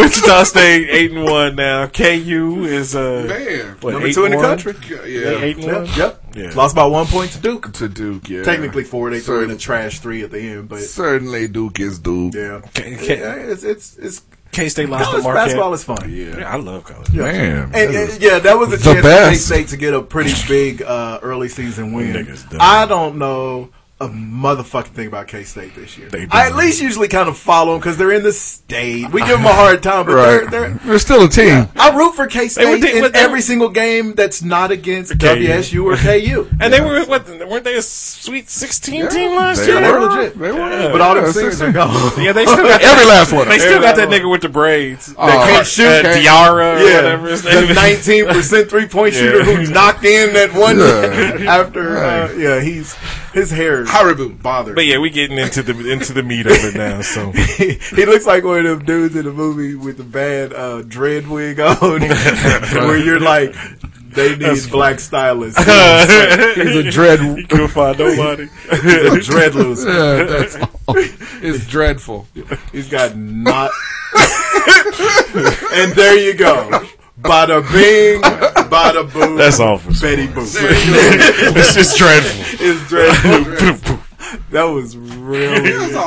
Speaker 11: Wichita State eight and one now. KU is uh,
Speaker 9: man
Speaker 11: what,
Speaker 10: Number
Speaker 11: eight
Speaker 10: two in
Speaker 11: and
Speaker 10: the
Speaker 11: one?
Speaker 10: country.
Speaker 11: They
Speaker 9: yeah
Speaker 11: eight and one.
Speaker 10: Yep, yep.
Speaker 11: Yeah.
Speaker 10: Lost by one point to Duke.
Speaker 9: to Duke yeah
Speaker 10: Technically four. They threw in
Speaker 9: Certainly.
Speaker 10: a trash three at the end, but
Speaker 9: certainly Duke is Duke
Speaker 10: yeah,
Speaker 11: K-
Speaker 10: Yeah,
Speaker 11: K-
Speaker 10: it's it's it's
Speaker 11: K State lost to
Speaker 10: college
Speaker 11: Marquette.
Speaker 10: basketball is fun.
Speaker 11: Yeah, I love college.
Speaker 9: man
Speaker 10: And,
Speaker 9: that
Speaker 10: and,
Speaker 9: is-
Speaker 10: yeah, that was a
Speaker 9: the
Speaker 10: chance for K
Speaker 9: best.
Speaker 10: State to get a pretty big uh, early season win.
Speaker 11: Niggas done.
Speaker 10: I don't know a motherfucking thing about K State this year. I at least usually kind of follow them because they're in the state. We give them a hard time, but
Speaker 9: Right.
Speaker 10: they're, they're
Speaker 9: They're still a team.
Speaker 10: I root for K
Speaker 11: They were-
Speaker 10: State
Speaker 11: they-
Speaker 10: in
Speaker 11: but they were-
Speaker 10: every single game that's not against
Speaker 11: KU.
Speaker 10: WSU or KU.
Speaker 11: And they were what? Weren't they a Sweet Sixteen team last
Speaker 10: they
Speaker 11: year?
Speaker 10: were legit. They were. But all them
Speaker 11: Yeah,
Speaker 10: singers
Speaker 11: sixteen.
Speaker 10: are gone.
Speaker 11: Yeah, they still got
Speaker 9: Every last one of
Speaker 11: They
Speaker 9: them.
Speaker 11: still
Speaker 9: Every
Speaker 11: got
Speaker 9: last
Speaker 11: that nigga with the braids.
Speaker 9: Oh,
Speaker 11: That
Speaker 9: can't shoot,
Speaker 11: uh,
Speaker 9: can't-
Speaker 11: Diarra, or
Speaker 9: Yeah.
Speaker 11: whatever his
Speaker 9: The
Speaker 11: name is.
Speaker 10: 19% three point shooter
Speaker 11: Yeah.
Speaker 10: who knocked in that one
Speaker 11: Yeah.
Speaker 10: after. Uh, yeah, he's his hair. Haribu bothered.
Speaker 11: But yeah, we getting into the into the meat of it now. So
Speaker 10: he looks like one of them dudes in the movie with the bad uh, dread wig on, where you're like, they need
Speaker 11: That's funny.
Speaker 10: black stylists.
Speaker 11: He's a dread- He couldn't find nobody.
Speaker 10: He's a dread loser.
Speaker 9: Yeah, that's all. It's dreadful.
Speaker 10: He's got not. and there you go. Bada bing, bada boom.
Speaker 11: That's all for
Speaker 10: Betty Boop.
Speaker 11: It's just dreadful.
Speaker 10: It's dreadful. that was really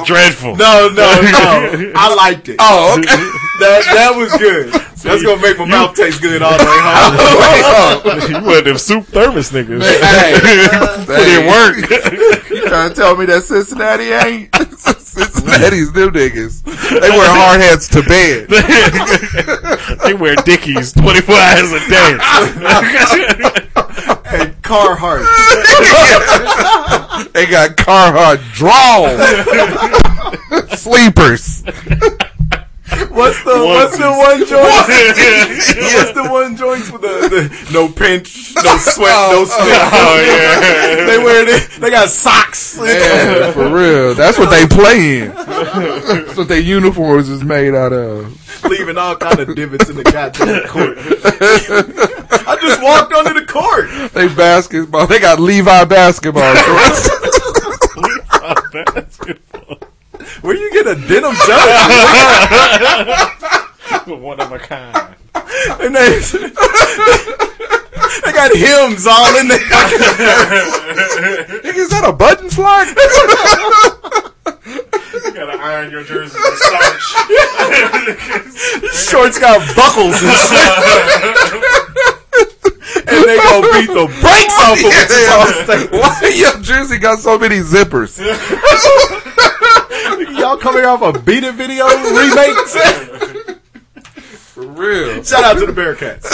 Speaker 11: Dreadful.
Speaker 10: No, no, no. I liked it. Oh, okay. that that was good. That's gonna make my mouth taste good all the way home.
Speaker 11: you one of them soup thermos niggas.
Speaker 9: it work. you trying to tell me that Cincinnati ain't? Cincinnati's them niggas. They wear hard hats to bed.
Speaker 11: they wear dickies twenty four hours a day.
Speaker 10: and Carhartt.
Speaker 9: they got Carhartt draws. Sleepers.
Speaker 10: What's the what's the one joint? what's the one joints with the, the no pinch, no sweat, no sweat?
Speaker 11: Oh, yeah.
Speaker 10: they wear it. They got socks.
Speaker 9: Yeah, for real. That's what they play in. That's what their uniforms is made out of.
Speaker 10: leaving all kind of divots in the goddamn court. I just walked onto the court.
Speaker 9: They basketball. They got Levi basketball shorts.
Speaker 10: Where you get a denim jacket?
Speaker 11: But one of a kind.
Speaker 10: and they, they got hymns all in there.
Speaker 9: Nigga, is that a button fly?
Speaker 11: You gotta iron your jersey with starch.
Speaker 10: Shorts got buckles and shit. and they gonna beat the brakes off of Wichita State.
Speaker 9: Why your jersey got so many zippers?
Speaker 10: Y'all coming off a Beat It video remake?
Speaker 9: For real.
Speaker 10: Shout out to the Bearcats.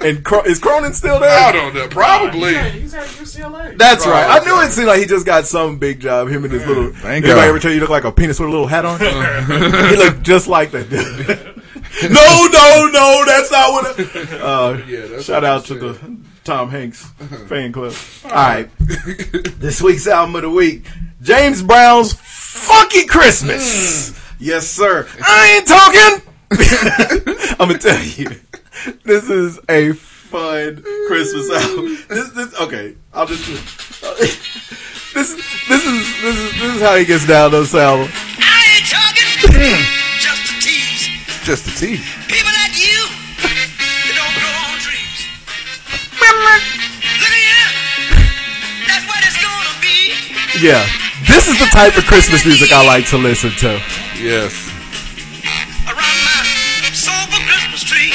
Speaker 10: and Cro- is Cronin still there?
Speaker 9: I don't know. Probably.
Speaker 11: He's at UCLA.
Speaker 10: That's right. I knew it seemed like he just got some big job. Him and his little.
Speaker 9: thank
Speaker 10: anybody
Speaker 9: God. Uh-huh.
Speaker 10: ever tell you look like a penis with a little hat on? he looked just like that. dude. no, no, no. That's not what. I- uh,
Speaker 9: Yeah, that's
Speaker 10: shout
Speaker 9: what Uh-huh.
Speaker 10: out to the Tom Hanks fan club. All right, this week's album of the week: James Brown's "Funky
Speaker 9: Mm.
Speaker 10: Christmas." Yes, sir. I ain't talking. I'm gonna tell you, this is a fun Christmas album. This, this, okay. I'll just. This, this is this is this is how he gets down on this album.
Speaker 14: Just a tease.
Speaker 9: Just the tea.
Speaker 14: People like you, they don't grow on trees. Look at you. That's what it's gonna be.
Speaker 10: Yeah, this is the type of Christmas music I like to listen to.
Speaker 9: Yes.
Speaker 14: Around my sober Christmas tree.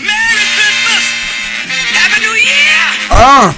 Speaker 14: Merry Christmas. Happy New Year.
Speaker 9: Uh.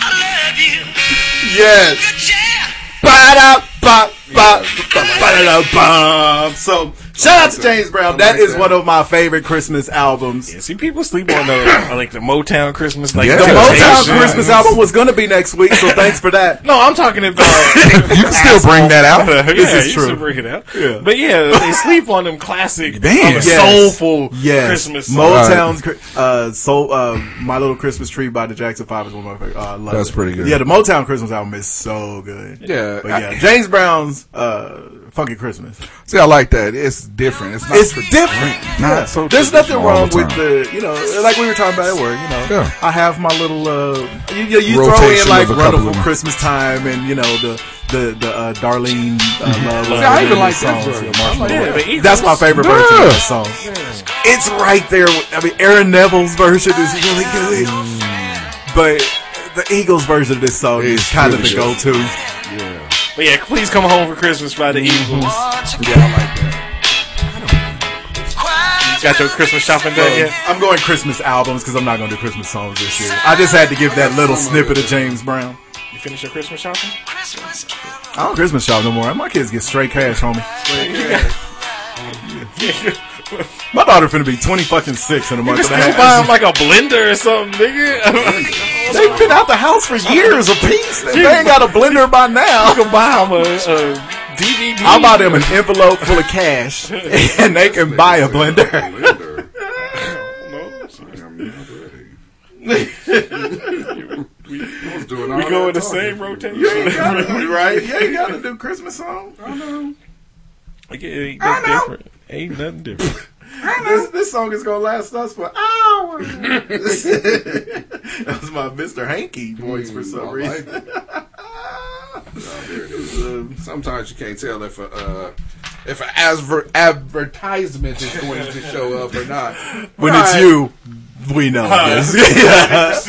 Speaker 14: I love you.
Speaker 10: Yes.
Speaker 14: Good cheer.
Speaker 10: Ba-da, ba, ba, ba, ba-da-da, bum. So shout out to James Brown. That is one of my favorite Christmas albums.
Speaker 11: See, people sleep on the uh, like the Motown Christmas, like
Speaker 10: The Motown Christmas album was gonna be next week, so thanks for that.
Speaker 11: No, I'm talking about.
Speaker 9: You can still bring that out.
Speaker 11: yeah,
Speaker 10: This is
Speaker 11: you
Speaker 10: true.
Speaker 11: should bring it out.
Speaker 10: Yeah.
Speaker 11: But yeah, they sleep on them classic,
Speaker 9: Damn.
Speaker 11: um,
Speaker 9: Yes.
Speaker 11: soulful
Speaker 10: Yes,
Speaker 11: Christmas songs.
Speaker 10: Motown's Chri- uh, so uh, "My Little Christmas Tree" by the Jackson Five is one of my favorite. Uh, I love
Speaker 9: That's
Speaker 10: it.
Speaker 9: pretty good.
Speaker 10: Yeah, the Motown Christmas album is so good.
Speaker 9: Yeah.
Speaker 10: but yeah, James Brown's uh, "Funky Christmas."
Speaker 9: See, I like that. It's different. It's not.
Speaker 10: It's different.
Speaker 9: Not
Speaker 10: Yeah.
Speaker 9: so
Speaker 10: There's nothing
Speaker 9: traditional all
Speaker 10: wrong
Speaker 9: the
Speaker 10: with
Speaker 9: time.
Speaker 10: the you know, like we were talking about at work. You know,
Speaker 9: Yeah.
Speaker 10: I have my little uh, you, you, you throw
Speaker 9: Rotation
Speaker 10: in like
Speaker 9: of a couple
Speaker 10: "Wonderful
Speaker 9: of them.
Speaker 10: Christmas Time" and you know the the the uh, Darlene uh,
Speaker 9: Mm-hmm.
Speaker 10: love.
Speaker 9: See, I even
Speaker 10: Love
Speaker 9: like that
Speaker 10: songs,
Speaker 9: version.
Speaker 10: yeah, Marshmallow
Speaker 9: I like
Speaker 10: Love.
Speaker 9: that.
Speaker 10: That's my favorite
Speaker 9: Yeah.
Speaker 10: version of that song. It's right there. with- I mean, Aaron Neville's version is really
Speaker 9: Mm.
Speaker 10: good, but the Eagles version of this song is kind of
Speaker 9: really
Speaker 10: the
Speaker 9: good.
Speaker 10: go-to.
Speaker 11: But yeah, please come home for Christmas by the Eagles. Got your Christmas shopping done yet?
Speaker 10: I'm going Christmas albums because I'm not going to do Christmas songs this year. I just had to give that little snippet of James Brown.
Speaker 11: finish your Christmas shopping?
Speaker 10: I don't Christmas shop no more. My kids get straight cash, homie. My daughter finna be twenty fucking six in a month
Speaker 11: You
Speaker 10: and a
Speaker 11: still
Speaker 10: half.
Speaker 11: buy 'em like a blender or something, nigga.
Speaker 10: They've been out the house for years apiece. They
Speaker 11: You-
Speaker 10: ain't got a blender by now.
Speaker 11: You can buy them a, a DVD.
Speaker 10: I'll buy them an envelope full of cash, and they can buy a blender.
Speaker 11: we go in the same rotation.
Speaker 9: You ain't gotta, right? You ain't gotta
Speaker 11: do.
Speaker 9: do Christmas song. I know.
Speaker 11: It ain't nothing different. Ain't nothing different.
Speaker 9: This, this song is gonna last us for hours. that was my Mr. Hanky voice for some reason. Uh, sometimes you can't tell if a, uh, if an adver- advertisement is going to show up or not.
Speaker 10: When it's
Speaker 9: Right.
Speaker 10: you, we know
Speaker 9: Huh.
Speaker 10: this.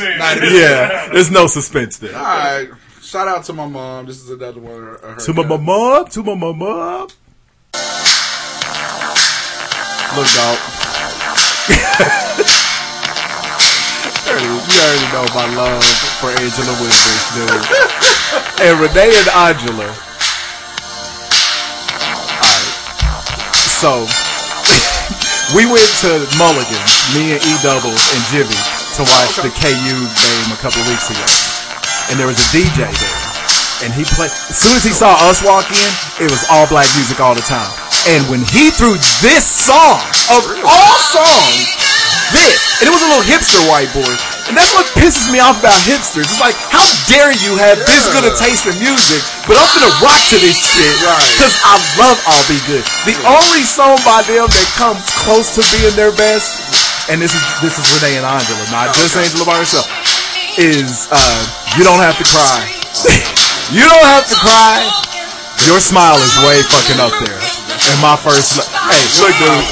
Speaker 9: 90%.
Speaker 10: yeah. yeah, there's no suspense there.
Speaker 9: All right. Shout out to my mom. This is another one. Of her
Speaker 10: To my mama, to my mama. Look, dog. you, already, you already know my love for Angela Winters, dude. and Renee and Angela. Alright. So, we went to Mulligan's, me and E Doubles and Jimmy, to watch the KU game a couple of weeks ago. And there was a DJ there. And he played. As soon as he saw us walk in, it was all black music all the time. And when he threw this song, of all songs, this, and it was a little hipster white boy. And that's what pisses me off about hipsters. It's like, how dare you have this good a taste in music, but I'm gonna rock to this shit. Cause I love I'll Be Good. The only song by them that comes close to being their best, and this is this is Renee and Angela, not just Angela by herself, is uh, You Don't Have to Cry. you don't have to cry. Your smile is way fucking up there. And my first, lo- hey, look, dude,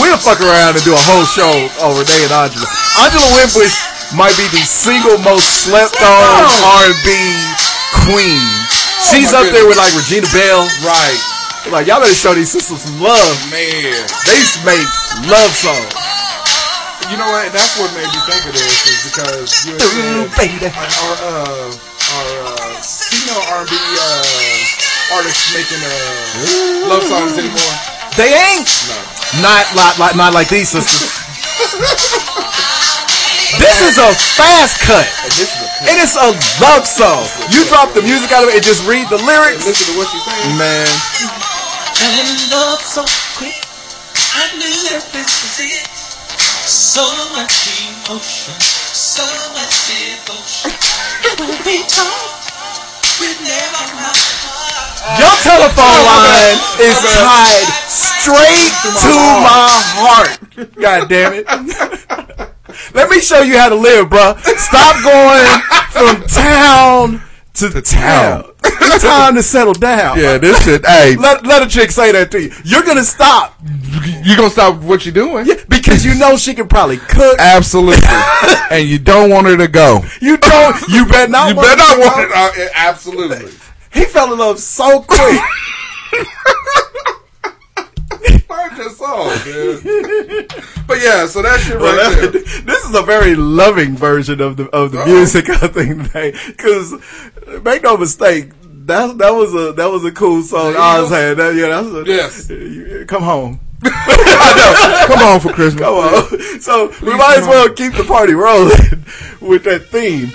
Speaker 10: we'll fuck around and do a whole show on Renee and Angela. Angela Winbush might be the single most slept on R&B queen. She's
Speaker 9: Oh my
Speaker 10: up there with like Regina Bell, right? Like y'all better show these sisters some love.
Speaker 9: Man.
Speaker 10: They used to make love songs.
Speaker 9: You know what? That's what made me think of this is because you were
Speaker 10: Ooh,
Speaker 9: saying
Speaker 10: baby.
Speaker 9: our uh, our uh, female R&B uh, artists making uh, love songs anymore.
Speaker 10: They ain't. Not like, like not like these sisters. this is a fast cut. And it's a love song. You drop the music out of it and just read the lyrics.
Speaker 9: Listen to what she's saying.
Speaker 10: Man.
Speaker 14: Fell in love so quick, I knew this was it. So much emotion, so much devotion. When we talk, we never rock.
Speaker 10: Your telephone line is tied straight to my heart. God damn it. Let me show you how to live, bruh. Stop going from town to, town. It's time to settle down.
Speaker 9: Yeah, this shit- hey.
Speaker 10: Let, let a chick say that to you. You're gonna stop.
Speaker 9: You're gonna stop what you're doing
Speaker 10: because you know she can probably cook.
Speaker 9: Absolutely, and you don't want her to go.
Speaker 10: You don't. You bet not.
Speaker 9: You
Speaker 10: want
Speaker 9: better
Speaker 10: her
Speaker 9: not
Speaker 10: to
Speaker 9: want
Speaker 10: go.
Speaker 9: it. Uh, uh, absolutely.
Speaker 10: He fell in love so quick.
Speaker 9: Learn your song, dude. But yeah, so that shit right
Speaker 10: Well,
Speaker 9: there.
Speaker 10: that- this is a very loving version of the of the music. I think because make no mistake, that that was a that was a cool song. Oz had that. Yeah, that's a,
Speaker 9: Yes.
Speaker 10: you- Come home.
Speaker 9: Come on for Christmas.
Speaker 10: Come on. So we might as well keep the party rolling with that theme.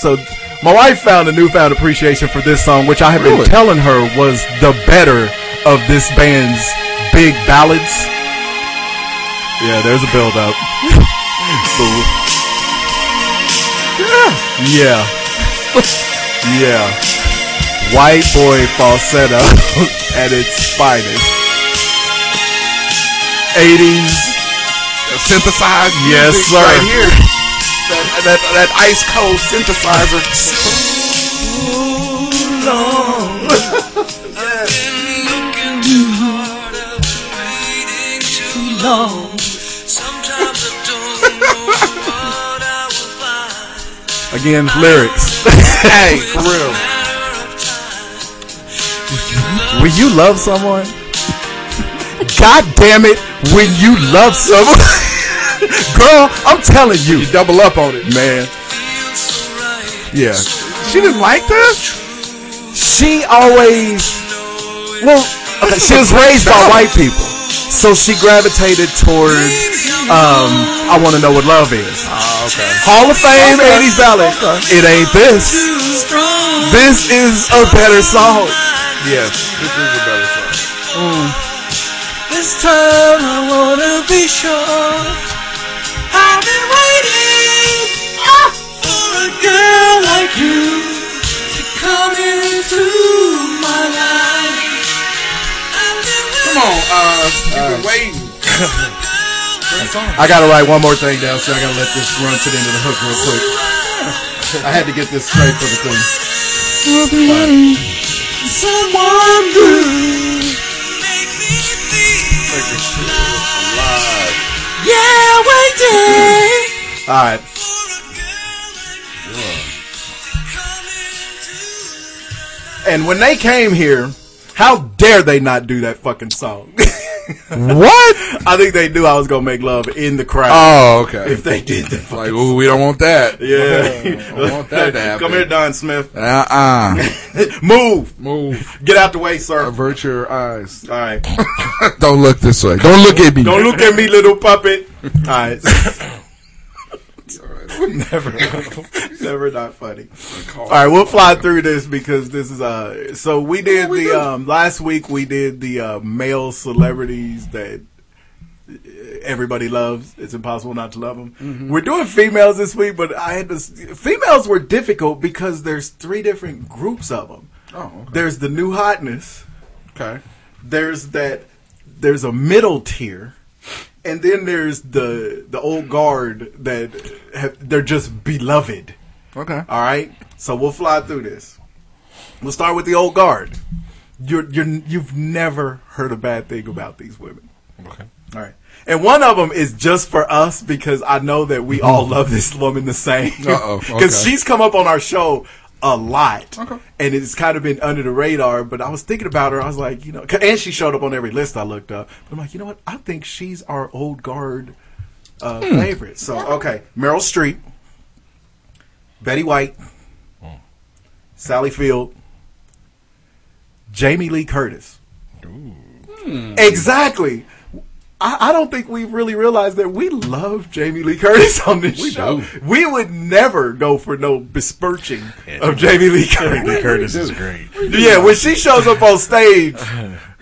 Speaker 10: So my wife found a newfound appreciation for this song, which I have been telling her was the better of this band's big ballads. Yeah, there's a build up. Boo. Yeah. yeah. White boy falsetto at its finest. 80s.
Speaker 9: Synthesized
Speaker 10: Yes,
Speaker 9: music
Speaker 10: sir.
Speaker 9: Right here. That, that, that ice cold synthesizer.
Speaker 14: Too long. Sometimes I don't know what I will find.
Speaker 10: Again, lyrics.
Speaker 9: hey, for real.
Speaker 10: When you love someone, God damn it, when you love someone, girl, I'm telling you, you
Speaker 9: double up on it,
Speaker 10: man. Yeah,
Speaker 9: She didn't like this?
Speaker 15: She always. Well, okay, she was raised by white people.
Speaker 10: So she gravitated towards um, I Want to Know What Love Is.
Speaker 15: Oh, okay.
Speaker 10: Hall of Fame
Speaker 15: Okay.
Speaker 10: 80s ballad. It ain't this. This is a better song.
Speaker 15: Yes, this is a better song.
Speaker 14: This time I wanna be sure. I've been waiting ah, for a girl like you to come into my life.
Speaker 9: Come on, uh, you've been waiting.
Speaker 10: I gotta write one more thing down, so I gotta let this run to the end of the hook real quick. I had to get this straight for the thing.
Speaker 14: I'll be waiting for someone good. Yeah, waiting.
Speaker 10: Alright. And when they came here, how dare they not do that fucking song?
Speaker 9: what?
Speaker 10: I think they knew I was gonna make love in the crowd.
Speaker 9: Oh, okay.
Speaker 10: If they did that,
Speaker 9: Like, ooh, we don't want that.
Speaker 10: yeah.
Speaker 9: I want that to happen.
Speaker 10: Come here, Don Smith.
Speaker 9: Uh uh
Speaker 10: Move,
Speaker 9: Move.
Speaker 10: get out the way, sir.
Speaker 9: Avert your eyes.
Speaker 10: All right.
Speaker 15: Don't look this way. Don't look at me.
Speaker 10: Don't look at me, little puppet. All right. never, never not funny. All right, we'll fly through this because this is uh. So we did the um last week. We did the uh, male celebrities that everybody loves. It's impossible not to love them. We're doing females this week, but I had this. Females were difficult because there's three different groups of them.
Speaker 9: Oh,
Speaker 10: There's the new hotness.
Speaker 9: okay.
Speaker 10: There's that. There's a middle tier, and then there's the the old guard that have, they're just beloved.
Speaker 9: Okay.
Speaker 10: All right. So we'll fly through this. We'll start with the old guard. You're you're you've never heard a bad thing about these women.
Speaker 9: Okay.
Speaker 10: All right. And one of them is just for us because I know that we all love this woman the same.
Speaker 9: Uh-oh,
Speaker 10: Because
Speaker 9: okay.
Speaker 10: she's come up on our show a lot.
Speaker 9: Okay.
Speaker 10: And it's kind of been under the radar, but I was thinking about her. I was like, you know, and she showed up on every list I looked up. But I'm like, you know what? I think she's our old guard uh,
Speaker 9: Hmm.
Speaker 10: favorite. So, okay. Meryl Streep, Betty White, Sally Field, Jamie Lee Curtis.
Speaker 11: Hmm.
Speaker 10: Exactly. I, I don't think we really realized that we love Jamie Lee Curtis on this
Speaker 9: We
Speaker 10: show.
Speaker 9: do.
Speaker 10: We would never go for no besmirching of Jamie Lee Curtis.
Speaker 12: Lee Curtis is great.
Speaker 10: Yeah, when she shows up on stage,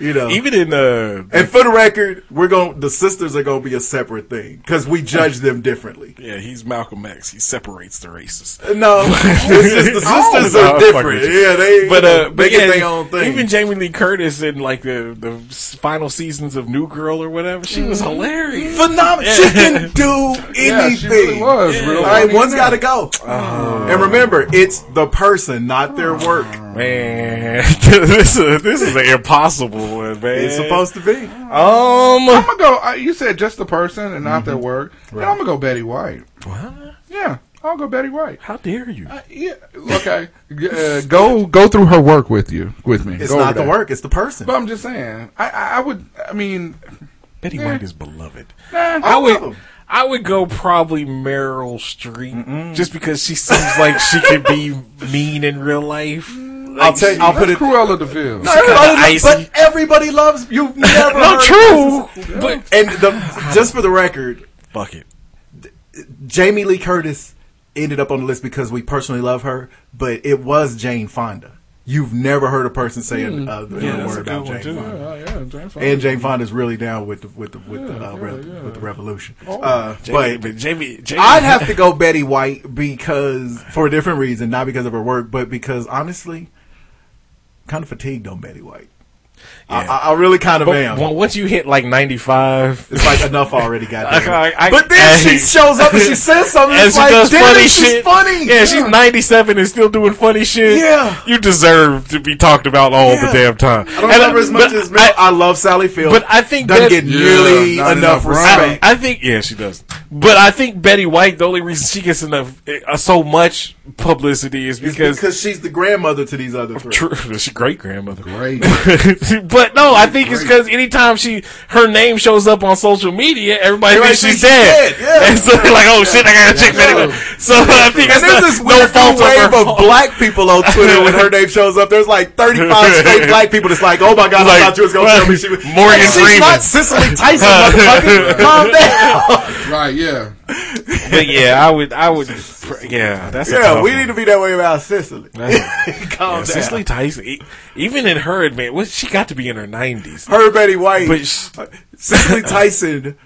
Speaker 10: you know.
Speaker 11: Even in uh,
Speaker 10: and for the record, we're going. The sisters are going to be a separate thing because we judge them differently.
Speaker 11: yeah, he's Malcolm X. He separates the races.
Speaker 10: No, it's just the
Speaker 11: I don't
Speaker 10: sisters
Speaker 11: know.
Speaker 10: are
Speaker 11: I fuck
Speaker 10: different.
Speaker 11: with you.
Speaker 10: Yeah, they
Speaker 11: Oh, but uh,
Speaker 10: they
Speaker 11: but
Speaker 10: get
Speaker 11: yeah,
Speaker 10: their own thing.
Speaker 11: even Jamie Lee Curtis in like the the s- final seasons of New Girl or whatever, she was
Speaker 10: Mm-hmm.
Speaker 11: hilarious.
Speaker 10: phenomenal. She can do
Speaker 9: Yeah, she
Speaker 10: anything.
Speaker 9: really was. Real funny
Speaker 10: All
Speaker 9: Uh-huh.
Speaker 10: right, one's
Speaker 9: man.
Speaker 10: got to go. And remember, it's the person, not their work.
Speaker 11: Man, this is this is an impossible one, man.
Speaker 10: It's supposed to be.
Speaker 11: um.
Speaker 9: I'm gonna go. I, you said just the person and not their work. And I'm gonna go Betty White.
Speaker 11: What?
Speaker 9: Yeah, I'll go Betty White.
Speaker 11: How dare you?
Speaker 9: Uh, yeah. Okay. G- uh, go go through her work with you with me.
Speaker 10: It's
Speaker 9: Go
Speaker 10: not
Speaker 9: over
Speaker 10: the
Speaker 9: that.
Speaker 10: work. It's the person.
Speaker 9: But I'm just saying. I I, I would. I mean,
Speaker 11: Betty
Speaker 9: Yeah.
Speaker 11: White is beloved.
Speaker 9: nah,
Speaker 11: I
Speaker 10: love
Speaker 11: would.
Speaker 10: him.
Speaker 11: I would go probably Meryl Streep just because she seems like she could be mean in real life.
Speaker 10: I'll tell you. I'll put
Speaker 9: that's
Speaker 10: it.
Speaker 9: Cruella Deville.
Speaker 10: No, everybody
Speaker 11: icy.
Speaker 10: loves, but everybody loves you've never.
Speaker 11: No,
Speaker 10: heard
Speaker 11: true,
Speaker 10: this.
Speaker 11: but
Speaker 10: And the, just for the record,
Speaker 11: fuck it.
Speaker 10: Jamie Lee Curtis ended up on the list because we personally love her, but it was Jane Fonda. You've never heard a person say
Speaker 11: Hmm.
Speaker 10: an- uh, another
Speaker 11: Yeah, that's
Speaker 10: word
Speaker 11: a
Speaker 10: about
Speaker 11: good one
Speaker 10: Jane
Speaker 11: too.
Speaker 10: Fonda.
Speaker 9: Oh, yeah, Jane Fonda.
Speaker 10: And Jane Fonda's really down with the with the with the, uh, re- with the revolution. Uh,
Speaker 11: Jamie,
Speaker 10: but
Speaker 11: but Jamie, Jamie,
Speaker 10: I'd have to go Betty White because for a different reason, not because of her work, but because honestly, kind of fatigued on Betty White.
Speaker 11: Yeah.
Speaker 10: I, I really kind of
Speaker 11: But
Speaker 10: am.
Speaker 11: when- once you hit like ninety five,
Speaker 10: It's like enough already, goddamn.
Speaker 11: I- I-
Speaker 10: but then
Speaker 11: I-
Speaker 10: she shows up and she says something.
Speaker 11: and
Speaker 10: It's
Speaker 11: she
Speaker 10: like,
Speaker 11: does
Speaker 10: damn,
Speaker 11: funny
Speaker 10: she's
Speaker 11: shit.
Speaker 10: funny.
Speaker 11: Yeah, she's ninety seven and still doing funny shit.
Speaker 10: Yeah.
Speaker 11: you deserve to be talked about all
Speaker 10: Yeah.
Speaker 11: the damn time.
Speaker 10: I don't remember as much
Speaker 11: but
Speaker 10: as Mel. I, love Sally Field,
Speaker 11: but I think
Speaker 10: doesn't
Speaker 11: that-
Speaker 10: get nearly
Speaker 9: Yeah, not
Speaker 10: enough
Speaker 9: enough
Speaker 11: I,
Speaker 10: respect.
Speaker 11: I think yeah, she does. But I think Betty White, the only reason she gets enough uh, so much publicity is
Speaker 10: It's
Speaker 11: because
Speaker 10: because she's the grandmother to these other three.
Speaker 11: True. She's great grandmother.
Speaker 10: Great.
Speaker 11: but no, I think it's because anytime she her name shows up on social media, everybody
Speaker 14: Everybody
Speaker 11: thinks she's
Speaker 14: thinks she's
Speaker 11: dead.
Speaker 14: dead, yeah.
Speaker 11: And so they're like, oh shit, I got to
Speaker 14: Yeah.
Speaker 11: check that
Speaker 14: Yeah.
Speaker 11: out. So I think
Speaker 10: and
Speaker 11: it's
Speaker 10: there's
Speaker 11: not-
Speaker 10: this
Speaker 11: no
Speaker 10: weird
Speaker 11: fault
Speaker 10: new
Speaker 11: of her.
Speaker 10: wave of black people on Twitter when her name shows up. There's like 35 straight black people that's like, oh my god,
Speaker 11: Like,
Speaker 10: I thought you was gonna tell me she was
Speaker 11: Morgan
Speaker 10: she's
Speaker 11: Freeman.
Speaker 10: not Cicely Tyson, motherfucker. Calm down.
Speaker 16: Right, yeah.
Speaker 11: But yeah, I would, I would, yeah, that's a
Speaker 10: yeah,
Speaker 11: tough
Speaker 10: we
Speaker 11: one.
Speaker 10: need to be that way about Cicely.
Speaker 11: Yeah,
Speaker 10: Calm down.
Speaker 11: Cicely Tyson, e- even in her advance, well, she got to be in her nineties.
Speaker 10: Her Betty White.
Speaker 11: But sh-
Speaker 10: Cicely Tyson.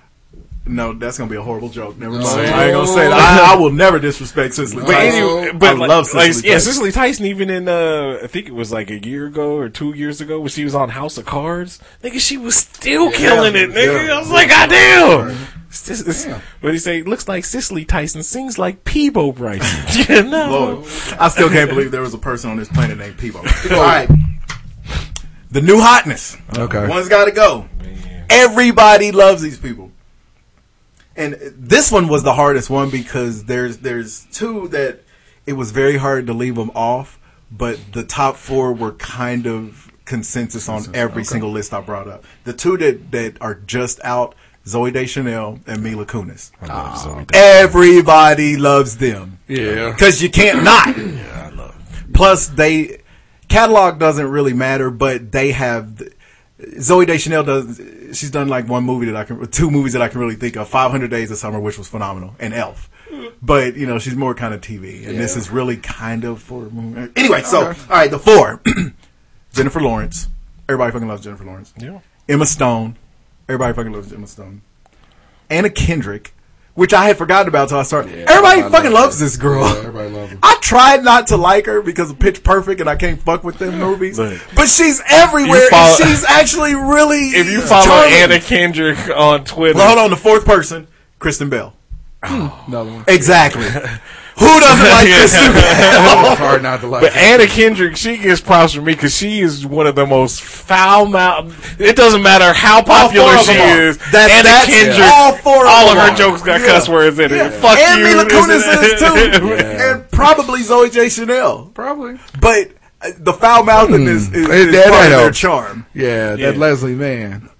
Speaker 10: No, that's gonna be a horrible joke. Never mind.
Speaker 16: Oh.
Speaker 11: No.
Speaker 10: I ain't gonna say that. I, I will never disrespect Cicely
Speaker 11: But
Speaker 10: Tyson.
Speaker 11: anyway, but
Speaker 10: I
Speaker 11: like,
Speaker 10: love
Speaker 11: like,
Speaker 10: Cicely
Speaker 11: yeah,
Speaker 10: Tyson.
Speaker 11: Cicely Tyson. Even in uh, I think it was like a year ago or two years ago when she was on House of Cards, nigga, she was still
Speaker 14: Yeah.
Speaker 11: killing it, nigga.
Speaker 14: Yeah.
Speaker 11: I was like, goddamn.
Speaker 14: Yeah.
Speaker 11: It's just- it's-
Speaker 14: Yeah.
Speaker 11: What do you say? Looks like Cicely Tyson sings like Peebo Bryson. you know?
Speaker 10: Lord, I still can't believe there was a person on this planet named Peebo. All right, the new hotness.
Speaker 9: Okay.
Speaker 10: one's got to go. Everybody loves these people, and this one was the hardest one because there's there's two that it was very hard to leave them off, but the top four were kind of consensus on every
Speaker 9: okay.
Speaker 10: single list I brought up. The two that that are just out. Zoe Deschanel and Mila Kunis. Everybody loves them.
Speaker 9: Yeah.
Speaker 10: Because you can't not. Plus, they catalog doesn't really matter, but they have Zoe Deschanel does. She's done like one movie that I can, two movies that I can really think of: Five Hundred Days of Summer, which was phenomenal, and Elf. But you know, she's more kind of TV, and this
Speaker 9: Yeah.
Speaker 10: is really kind of for anyway. So, all right, the four: Jennifer Lawrence. Everybody fucking loves Jennifer Lawrence.
Speaker 11: Yeah.
Speaker 10: Emma Stone. Everybody fucking loves Emma Stone. Anna Kendrick, which I had forgotten about till I started. everybody,
Speaker 16: everybody
Speaker 10: fucking
Speaker 16: loves
Speaker 10: loves this girl.
Speaker 16: Yeah, everybody loves her.
Speaker 10: I tried not to like her because of Pitch Perfect and I can't fuck with them movies.
Speaker 11: Look.
Speaker 10: But she's everywhere
Speaker 11: You follow-
Speaker 10: and she's actually really
Speaker 11: If you follow
Speaker 10: charming.
Speaker 11: Anna Kendrick on Twitter,
Speaker 10: Well, hold on, the fourth person, Kristen Bell.
Speaker 16: No.
Speaker 10: Hmm. Exactly. Who doesn't like
Speaker 11: Hmm. Yeah.
Speaker 10: Kristen Bell?
Speaker 16: It's hard not to like
Speaker 11: But Anna Kendrick, she gets props from me because she is one of the most foul mouth. It doesn't matter how popular
Speaker 10: four of
Speaker 11: she
Speaker 10: them are.
Speaker 11: is.
Speaker 10: That's-
Speaker 11: Anna
Speaker 10: that's
Speaker 11: Kendrick,
Speaker 10: all four of
Speaker 11: all
Speaker 10: them
Speaker 11: her
Speaker 10: are.
Speaker 11: jokes got
Speaker 10: Yeah.
Speaker 11: cuss words in it. Fuck
Speaker 10: and
Speaker 11: you.
Speaker 10: Mila
Speaker 11: this
Speaker 10: Kunis
Speaker 11: and
Speaker 10: is too,
Speaker 11: that.
Speaker 10: and probably Zoe J. Chanel.
Speaker 16: Probably.
Speaker 10: But uh, the foul mouthing
Speaker 11: Hmm.
Speaker 10: is, is,
Speaker 16: Hey,
Speaker 10: is
Speaker 16: that
Speaker 10: part
Speaker 16: I
Speaker 10: of
Speaker 16: know.
Speaker 10: their charm.
Speaker 16: Yeah, that
Speaker 11: Yeah.
Speaker 16: Leslie man.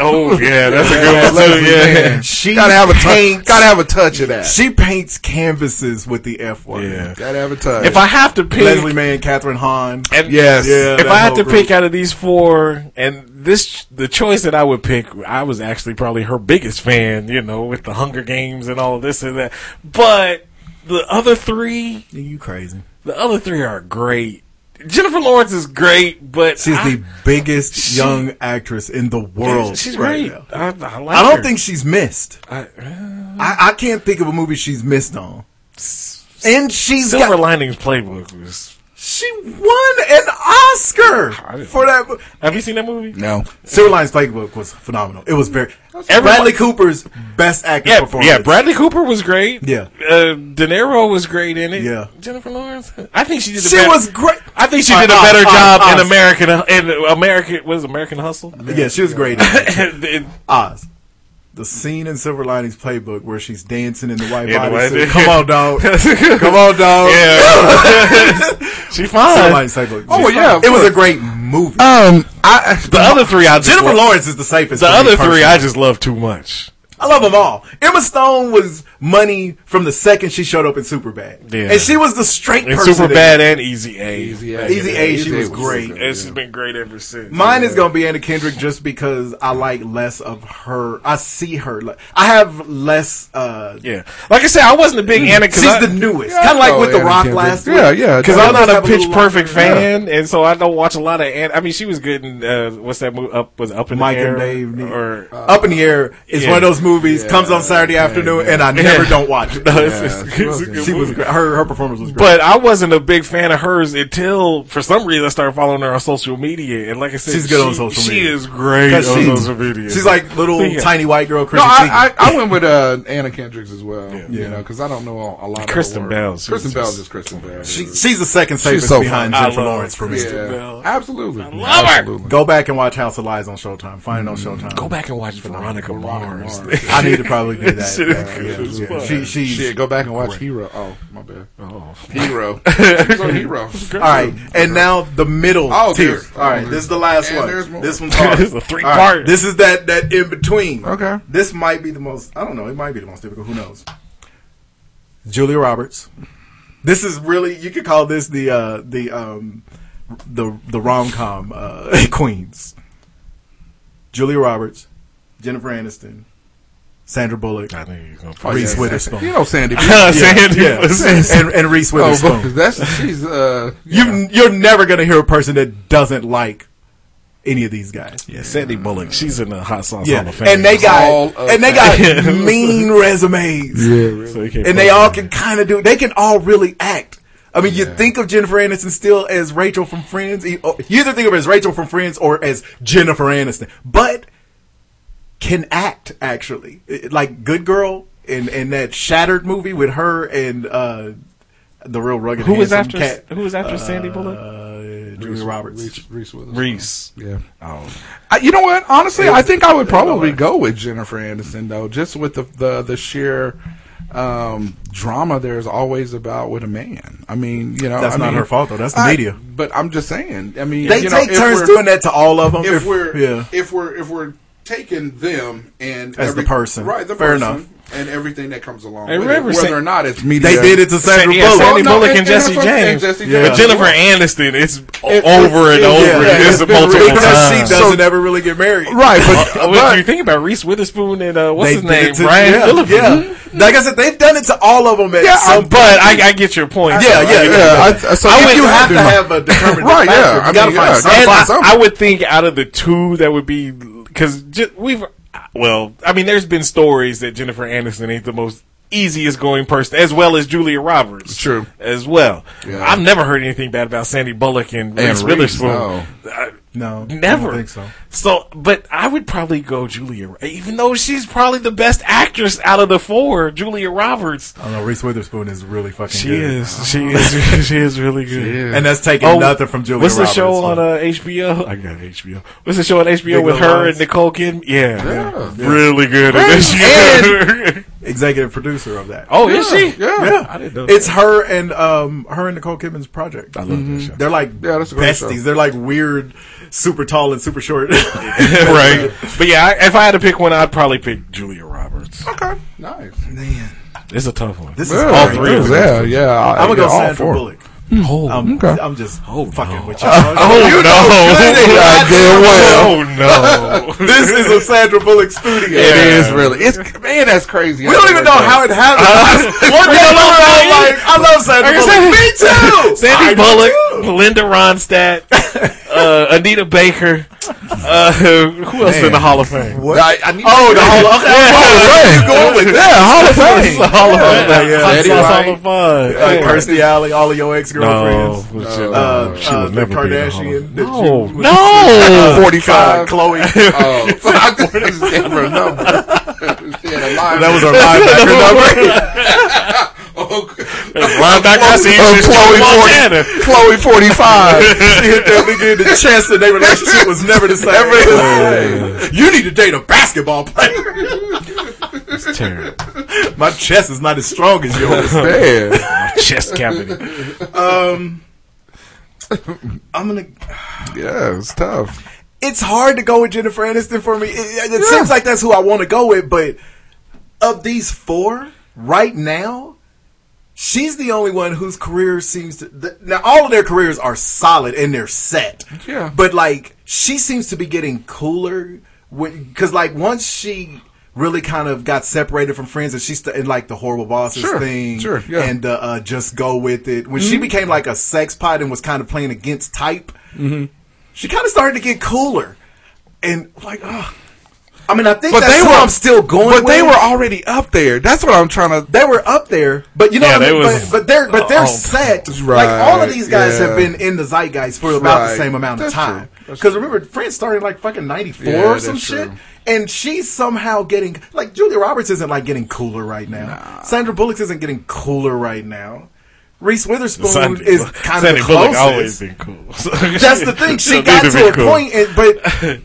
Speaker 11: oh yeah, that's a
Speaker 16: That
Speaker 11: good one too.
Speaker 16: Leslie
Speaker 11: Yeah.
Speaker 16: Mann.
Speaker 10: She
Speaker 16: gotta have a touch.
Speaker 10: paints-
Speaker 16: Gotta have a touch of that.
Speaker 10: She paints canvases with the F word.
Speaker 11: Yeah.
Speaker 16: gotta have a touch.
Speaker 11: If I have to pick,
Speaker 10: Leslie Mann, Catherine Hahn.
Speaker 11: and-
Speaker 16: Yes.
Speaker 10: Yeah,
Speaker 11: if
Speaker 10: that
Speaker 11: I had
Speaker 10: whole
Speaker 11: to
Speaker 10: group.
Speaker 11: pick out of these four, and this the choice that I would pick, I was actually probably her biggest fan. You know, with the Hunger Games and all this and that. But the other three,
Speaker 10: you crazy.
Speaker 11: The other three are great. Jennifer Lawrence is great, but
Speaker 10: She's
Speaker 11: I-
Speaker 10: the biggest
Speaker 11: She-
Speaker 10: young actress in the world.
Speaker 11: She's
Speaker 10: right
Speaker 11: great.
Speaker 10: now.
Speaker 11: I, I like
Speaker 10: I don't
Speaker 11: her.
Speaker 10: think she's missed.
Speaker 11: I,
Speaker 10: I, I can't think of a movie she's missed on. And she's
Speaker 11: Silver
Speaker 10: got,
Speaker 11: Linings Playbook was.
Speaker 10: she won an Oscar
Speaker 11: didn't-
Speaker 10: for that. mo-
Speaker 11: Have you seen that movie?
Speaker 16: no,
Speaker 10: Silver Linings Playbook was phenomenal. It was very
Speaker 11: Everybody-
Speaker 10: Bradley Cooper's best acting
Speaker 11: Yeah,
Speaker 10: performance.
Speaker 11: yeah. Bradley Cooper was great.
Speaker 10: Yeah.
Speaker 11: uh, De Niro was great in it.
Speaker 10: Yeah.
Speaker 11: Jennifer Lawrence. I think she did. A
Speaker 10: She
Speaker 11: better,
Speaker 10: was great.
Speaker 11: I think she
Speaker 10: Uh,
Speaker 11: did a
Speaker 10: uh,
Speaker 11: better
Speaker 10: uh,
Speaker 11: job
Speaker 10: uh,
Speaker 11: in American. In American, was American Hustle?
Speaker 10: Yeah, she was great. in it.
Speaker 11: It-
Speaker 10: Oz. The scene in Silver Linings Playbook where she's dancing in the white
Speaker 11: Yeah, the white-
Speaker 10: bodysuit. Come on, dog. Come on, dog. Oh.
Speaker 11: yeah, she
Speaker 10: Silver
Speaker 11: fine.
Speaker 10: Linings Playbook.
Speaker 16: Oh, yeah, of
Speaker 10: It was
Speaker 16: course.
Speaker 10: a great movie.
Speaker 16: um, I
Speaker 11: The other three, I just
Speaker 10: Uh, Jennifer
Speaker 11: love-
Speaker 10: Lawrence is the safest.
Speaker 11: The
Speaker 10: for me
Speaker 11: other three,
Speaker 10: personally.
Speaker 11: I just love too much.
Speaker 10: I love them all. Emma Stone was money from the second she showed up in Superbad.
Speaker 11: Yeah.
Speaker 10: And she was the straight
Speaker 11: And
Speaker 10: person.
Speaker 11: super
Speaker 10: that-
Speaker 11: bad and easy A. Easy
Speaker 16: A.
Speaker 10: Easy A, she
Speaker 16: Easy A
Speaker 10: was
Speaker 16: was
Speaker 10: great.
Speaker 16: good.
Speaker 11: And she's been great ever since.
Speaker 10: Mine is gonna be Anna Kendrick just because I like less of her. I see her. le- I have less. uh
Speaker 11: yeah. Like I said, I wasn't a big Anna. 'cause
Speaker 10: She's
Speaker 11: I-
Speaker 10: the newest,
Speaker 16: Yeah,
Speaker 10: kind of
Speaker 16: I
Speaker 10: like
Speaker 16: know
Speaker 10: with The
Speaker 16: Anna
Speaker 10: Rock
Speaker 16: Kendrick.
Speaker 10: last
Speaker 16: Yeah,
Speaker 10: week.
Speaker 16: yeah,
Speaker 10: Because
Speaker 16: yeah.
Speaker 10: I'm
Speaker 11: I'm
Speaker 10: not
Speaker 11: not a
Speaker 10: have
Speaker 11: Pitch
Speaker 10: little-
Speaker 11: Perfect
Speaker 10: Yeah.
Speaker 11: fan, and so I don't watch a lot of. Anna. I mean, she was good in uh, what's that movie? Up was up in
Speaker 10: Mike
Speaker 11: the air,
Speaker 10: and Dave need-
Speaker 11: or
Speaker 10: Up in the Air is
Speaker 11: Yeah.
Speaker 10: one of those movies comes on Saturday afternoon and I never don't watch it.
Speaker 11: No, it's- it's-
Speaker 16: she
Speaker 11: it's
Speaker 16: was
Speaker 11: a
Speaker 16: good.
Speaker 11: good
Speaker 10: she was
Speaker 11: movie.
Speaker 10: great. her her performance was great.
Speaker 11: But I wasn't a big fan of hers until, for some reason, I started following her on social media. And like I said,
Speaker 10: She's good on
Speaker 11: she-
Speaker 10: social
Speaker 11: she
Speaker 10: media.
Speaker 11: is great on
Speaker 10: 'Cause she's-
Speaker 11: social media.
Speaker 10: She's like little
Speaker 11: Yeah.
Speaker 10: tiny white girl
Speaker 16: No,
Speaker 10: Chrissy Teigen.
Speaker 16: I, I, I went with uh, Anna Kendricks as well. You
Speaker 10: Yeah.
Speaker 16: know, because I don't know a, a lot.
Speaker 11: Kristen
Speaker 16: of her
Speaker 11: Bell,
Speaker 16: work.
Speaker 11: she's
Speaker 16: Kristen
Speaker 11: just-
Speaker 16: Bell's just Kristen Bell.
Speaker 10: She, she's the second safest
Speaker 16: so
Speaker 10: behind
Speaker 16: fine.
Speaker 10: Jennifer
Speaker 11: I love
Speaker 10: Lawrence for me.
Speaker 11: Kristen
Speaker 16: yeah,
Speaker 11: Bell.
Speaker 16: absolutely.
Speaker 11: love her.
Speaker 16: Absolutely.
Speaker 10: Go back and watch House of Lies on Showtime. Find it on Showtime.
Speaker 11: Go back and watch Veronica, Mars.
Speaker 10: I need to probably do that.
Speaker 9: Shit,
Speaker 10: Yeah,
Speaker 9: good
Speaker 10: yeah,
Speaker 9: as
Speaker 10: yeah.
Speaker 9: fuck.
Speaker 10: She, she's
Speaker 9: Shit, go back and watch
Speaker 10: great.
Speaker 9: Hero. Oh, my bad.
Speaker 10: Oh.
Speaker 9: Hero. She's on Hero.
Speaker 10: All right, and now the middle
Speaker 9: Oh,
Speaker 10: tier.
Speaker 9: there's-
Speaker 10: All right,
Speaker 9: oh,
Speaker 10: this is the last
Speaker 9: and there's
Speaker 10: one.
Speaker 9: more.
Speaker 10: This one's hard.
Speaker 9: It's a three
Speaker 10: All
Speaker 9: part.
Speaker 10: This is that that in between.
Speaker 9: Okay.
Speaker 10: This might be the most. I don't know. It might be the most difficult. Who knows? Julia Roberts. This is really you could call this the uh, the um, the the rom com uh, queens. Julia Roberts, Jennifer Aniston, Sandra Bullock, I think you're gonna
Speaker 9: Oh,
Speaker 10: Reese
Speaker 9: yeah,
Speaker 10: Witherspoon.
Speaker 9: You know Sandy.
Speaker 10: yeah,
Speaker 9: Sandy
Speaker 10: yeah.
Speaker 9: was-
Speaker 10: and, and Reese
Speaker 9: Oh, but
Speaker 10: Witherspoon.
Speaker 9: that's she's uh
Speaker 10: You you're never gonna hear a person that doesn't like any of these guys.
Speaker 11: Yeah, Sandy Bullock. She's in the hot sauce
Speaker 10: Yeah,
Speaker 11: Hall of Fame.
Speaker 10: and they
Speaker 11: All
Speaker 10: got
Speaker 11: of
Speaker 10: and they got
Speaker 11: fame.
Speaker 10: mean resumes.
Speaker 11: Yeah, really. So you can't
Speaker 10: and they
Speaker 11: fuck
Speaker 10: all can kind of do. They can all really act. I mean, you think of Jennifer Aniston still as Rachel from Friends. You oh, you either think of her as Rachel from Friends or as Jennifer Aniston, but can act actually. It- Like Good Girl and and that Shattered movie with her and uh, the real rugged.
Speaker 11: Who was
Speaker 10: handsome
Speaker 11: after
Speaker 10: cat,
Speaker 11: Who was after
Speaker 10: uh,
Speaker 11: Sandy Bullock?
Speaker 10: Julia Roberts.
Speaker 9: Reese Witherspoon.
Speaker 11: Reese.
Speaker 9: Yeah.
Speaker 11: Oh.
Speaker 9: I, you know what? Honestly,
Speaker 10: It
Speaker 9: I
Speaker 10: was-
Speaker 9: think I would
Speaker 10: it was
Speaker 9: probably
Speaker 10: nowhere.
Speaker 9: go with Jennifer Aniston though, just with the the, the sheer um, drama there's always about with a man. I mean, you know,
Speaker 10: That's
Speaker 9: I
Speaker 10: not
Speaker 9: mean,
Speaker 10: her fault, though. That's the
Speaker 9: I-
Speaker 10: media.
Speaker 9: But I'm just saying. I mean,
Speaker 10: They
Speaker 9: you know,
Speaker 10: take
Speaker 9: if
Speaker 10: turns
Speaker 9: we're-
Speaker 10: doing that to all of them.
Speaker 9: If,
Speaker 10: If-
Speaker 9: we're
Speaker 10: yeah.
Speaker 9: if we're if we're taking them and
Speaker 10: As the person.
Speaker 9: right? The
Speaker 10: Fair
Speaker 9: person
Speaker 10: enough.
Speaker 9: and everything that comes along,
Speaker 11: Hey,
Speaker 9: with it,
Speaker 11: remember
Speaker 9: whether
Speaker 11: Sa-
Speaker 9: or not it's media.
Speaker 10: They did it to Sandra
Speaker 11: yeah,
Speaker 10: Bullock.
Speaker 11: Sandy
Speaker 9: Well, no,
Speaker 11: Bullock and,
Speaker 9: and- and
Speaker 11: Jesse
Speaker 9: that's what I'm saying,
Speaker 11: James.
Speaker 9: Jesse
Speaker 11: But
Speaker 9: James.
Speaker 11: Jennifer Aniston, it's over and over.
Speaker 10: Yeah,
Speaker 11: it's
Speaker 10: it's been
Speaker 11: multiple
Speaker 10: really- because
Speaker 11: times.
Speaker 10: she doesn't ever really get married.
Speaker 9: Right,
Speaker 11: Uh, what do you think about Reese Witherspoon and uh, what's
Speaker 10: They
Speaker 11: his
Speaker 10: did
Speaker 11: name?
Speaker 10: it to-
Speaker 11: Brian
Speaker 10: yeah,
Speaker 11: Phillips.
Speaker 10: Yeah. Like I said, they've done it to all of them at
Speaker 11: Yeah,
Speaker 10: some
Speaker 11: but I, I get your point.
Speaker 10: Yeah, yeah, yeah.
Speaker 9: I- so
Speaker 10: if
Speaker 9: would-
Speaker 10: you have to
Speaker 9: my-
Speaker 10: have a determinant
Speaker 9: Right, yeah,
Speaker 10: factor,
Speaker 9: I
Speaker 10: you gotta
Speaker 9: mean,
Speaker 10: find
Speaker 9: yeah,
Speaker 10: something.
Speaker 9: gotta
Speaker 11: And
Speaker 9: find
Speaker 11: I,
Speaker 9: something.
Speaker 11: I would think out of the two, that would be because we've well, I mean, there's been stories that Jennifer Aniston ain't the most easiest going person, as well as Julia Roberts.
Speaker 9: True.
Speaker 11: as well.
Speaker 9: Yeah.
Speaker 11: I've never heard anything bad about Sandy Bullock and,
Speaker 9: And
Speaker 11: Reese
Speaker 9: Reese,
Speaker 11: Witherspoon.
Speaker 9: no.
Speaker 11: I-
Speaker 10: No,
Speaker 11: Never.
Speaker 10: I don't think so.
Speaker 11: So, but I would probably go Julia, even though she's probably the best actress out of the four. Julia Roberts.
Speaker 10: I don't know. Reese Witherspoon is really fucking.
Speaker 11: She
Speaker 10: good.
Speaker 11: is. She is. She is really good. Oh,
Speaker 10: And that's taking nothing from Julia
Speaker 11: What's the
Speaker 10: Roberts,
Speaker 11: show on
Speaker 10: but-
Speaker 11: uh, HBO? I got HBO. What's the show on HBO
Speaker 10: Big
Speaker 11: with
Speaker 10: Little
Speaker 11: her
Speaker 10: Lies.
Speaker 11: and Nicole Kidman? Yeah,
Speaker 10: Yeah. Yeah.
Speaker 11: really good. in
Speaker 10: Great.
Speaker 11: this
Speaker 10: And-
Speaker 11: show.
Speaker 10: Executive producer of that.
Speaker 11: oh, is she?
Speaker 9: Yeah.
Speaker 10: Yeah,
Speaker 11: I didn't know
Speaker 10: it's
Speaker 11: that.
Speaker 10: her and um her and Nicole Kidman's project. I
Speaker 11: love that show.
Speaker 10: They're like
Speaker 9: Yeah, that's a great
Speaker 10: besties.
Speaker 9: show.
Speaker 10: They're like weird, super tall and super short.
Speaker 11: right. But yeah, I, if I had to pick one, I'd probably pick Julia Roberts.
Speaker 9: Okay, nice.
Speaker 10: Man,
Speaker 11: It's a tough one.
Speaker 10: this is
Speaker 9: Yeah,
Speaker 10: all
Speaker 11: three of them.
Speaker 9: Yeah, yeah. I-
Speaker 10: I'm gonna
Speaker 9: yeah,
Speaker 10: go
Speaker 9: all
Speaker 10: Sandra
Speaker 9: four.
Speaker 10: Bullock.
Speaker 11: Oh,
Speaker 10: I'm,
Speaker 9: Okay.
Speaker 10: I'm just fucking with you.
Speaker 11: oh
Speaker 10: You know good and
Speaker 9: Goddamn well.
Speaker 11: no, Oh, no, no.
Speaker 10: this is a Sandra Bullock studio.
Speaker 9: It is really. It's man, that's crazy.
Speaker 10: We don't even know how it happened. One
Speaker 11: we
Speaker 10: day
Speaker 11: don't know,
Speaker 10: I was
Speaker 11: right?
Speaker 10: like, I love Sandra
Speaker 11: Like I
Speaker 10: Bullock. Me
Speaker 11: said,
Speaker 10: too.
Speaker 11: Sandy
Speaker 10: I do
Speaker 11: Bullock,
Speaker 10: too.
Speaker 11: Linda Ronstadt, uh, Anita Baker. Uh, who else in the Hall of Fame?
Speaker 9: What? I, I need
Speaker 10: Oh, the whole okay.
Speaker 9: Fame.
Speaker 10: Where you going with
Speaker 9: Yeah,
Speaker 10: that?
Speaker 9: Hall of
Speaker 11: This is the
Speaker 9: Fame.
Speaker 11: Hall of Fame.
Speaker 10: Yeah, yeah.
Speaker 11: Hot
Speaker 9: Betty
Speaker 11: Sauce
Speaker 9: White.
Speaker 11: Hall of Fame.
Speaker 10: Uh, Kirstie Alley, all of your ex
Speaker 11: No,
Speaker 10: girlfriends.
Speaker 11: she- no,
Speaker 10: uh,
Speaker 11: she
Speaker 10: uh,
Speaker 11: would never
Speaker 10: the
Speaker 11: be in the Hall
Speaker 10: Kardashian.
Speaker 11: of-
Speaker 10: that
Speaker 11: No,
Speaker 10: you-
Speaker 11: no.
Speaker 10: Uh,
Speaker 9: Forty-five.
Speaker 10: Chloe.
Speaker 9: Oh, I just never know.
Speaker 10: That
Speaker 9: That
Speaker 10: was our linebacker number.
Speaker 11: Linebacker, I see you
Speaker 9: Oh,
Speaker 11: just Chloe
Speaker 9: Chloe,
Speaker 11: Montana.
Speaker 9: 40, Chloe 45.
Speaker 10: she hit that nigga in the chest, and their relationship was never the same. You need to date a basketball player.
Speaker 11: It's terrible.
Speaker 10: My chest is not as strong as yours.
Speaker 9: Man.
Speaker 11: My chest cavity.
Speaker 10: Um, I'm gonna.
Speaker 9: Yeah, it's tough.
Speaker 10: It's hard to go with Jennifer Aniston for me. It, it seems like that's who I want to go with, but of these four right now, she's the only one whose career seems to. Th- now, all of their careers are solid and they're set.
Speaker 9: Yeah.
Speaker 10: But like, she seems to be getting cooler because like once she really kind of got separated from friends and she st- and like the horrible bosses
Speaker 9: Sure,
Speaker 10: thing
Speaker 9: sure, yeah. Mm-hmm.
Speaker 10: and the uh, just go with it when she became like a sex pot and was kind of playing against type
Speaker 9: Mm-hmm.
Speaker 10: she kind of started to get cooler and like ugh. i mean i think
Speaker 9: But
Speaker 10: that's
Speaker 9: they
Speaker 10: who
Speaker 9: were,
Speaker 10: i'm still going
Speaker 9: But they
Speaker 10: with.
Speaker 9: were already up there. That's what I'm trying to.
Speaker 10: they were up there, but you know,
Speaker 11: Yeah,
Speaker 10: what I
Speaker 11: they
Speaker 10: mean?
Speaker 11: was-
Speaker 10: but, but they're but they're
Speaker 11: Oh,
Speaker 10: set. Like
Speaker 9: right,
Speaker 10: all of these guys
Speaker 9: yeah.
Speaker 10: have been in the zeitgeist for about the
Speaker 9: Right.
Speaker 10: same amount of
Speaker 9: That's
Speaker 10: time.
Speaker 9: true. That's
Speaker 10: Because remember, Friends started like fucking ninety four
Speaker 9: Yeah,
Speaker 10: or some
Speaker 9: that's
Speaker 10: shit,
Speaker 9: true.
Speaker 10: and she's somehow getting like Julia Roberts isn't like getting cooler right now. Sandra Bullock isn't getting cooler right now. Reese Witherspoon
Speaker 11: Sandy
Speaker 10: is
Speaker 11: Bullock-
Speaker 10: kind
Speaker 11: Sandy
Speaker 10: of the
Speaker 11: Bullock
Speaker 10: closest.
Speaker 11: always been cool.
Speaker 10: That's the thing. She
Speaker 11: She'll
Speaker 10: got
Speaker 11: need
Speaker 10: to a
Speaker 11: be cool.
Speaker 10: point, and, but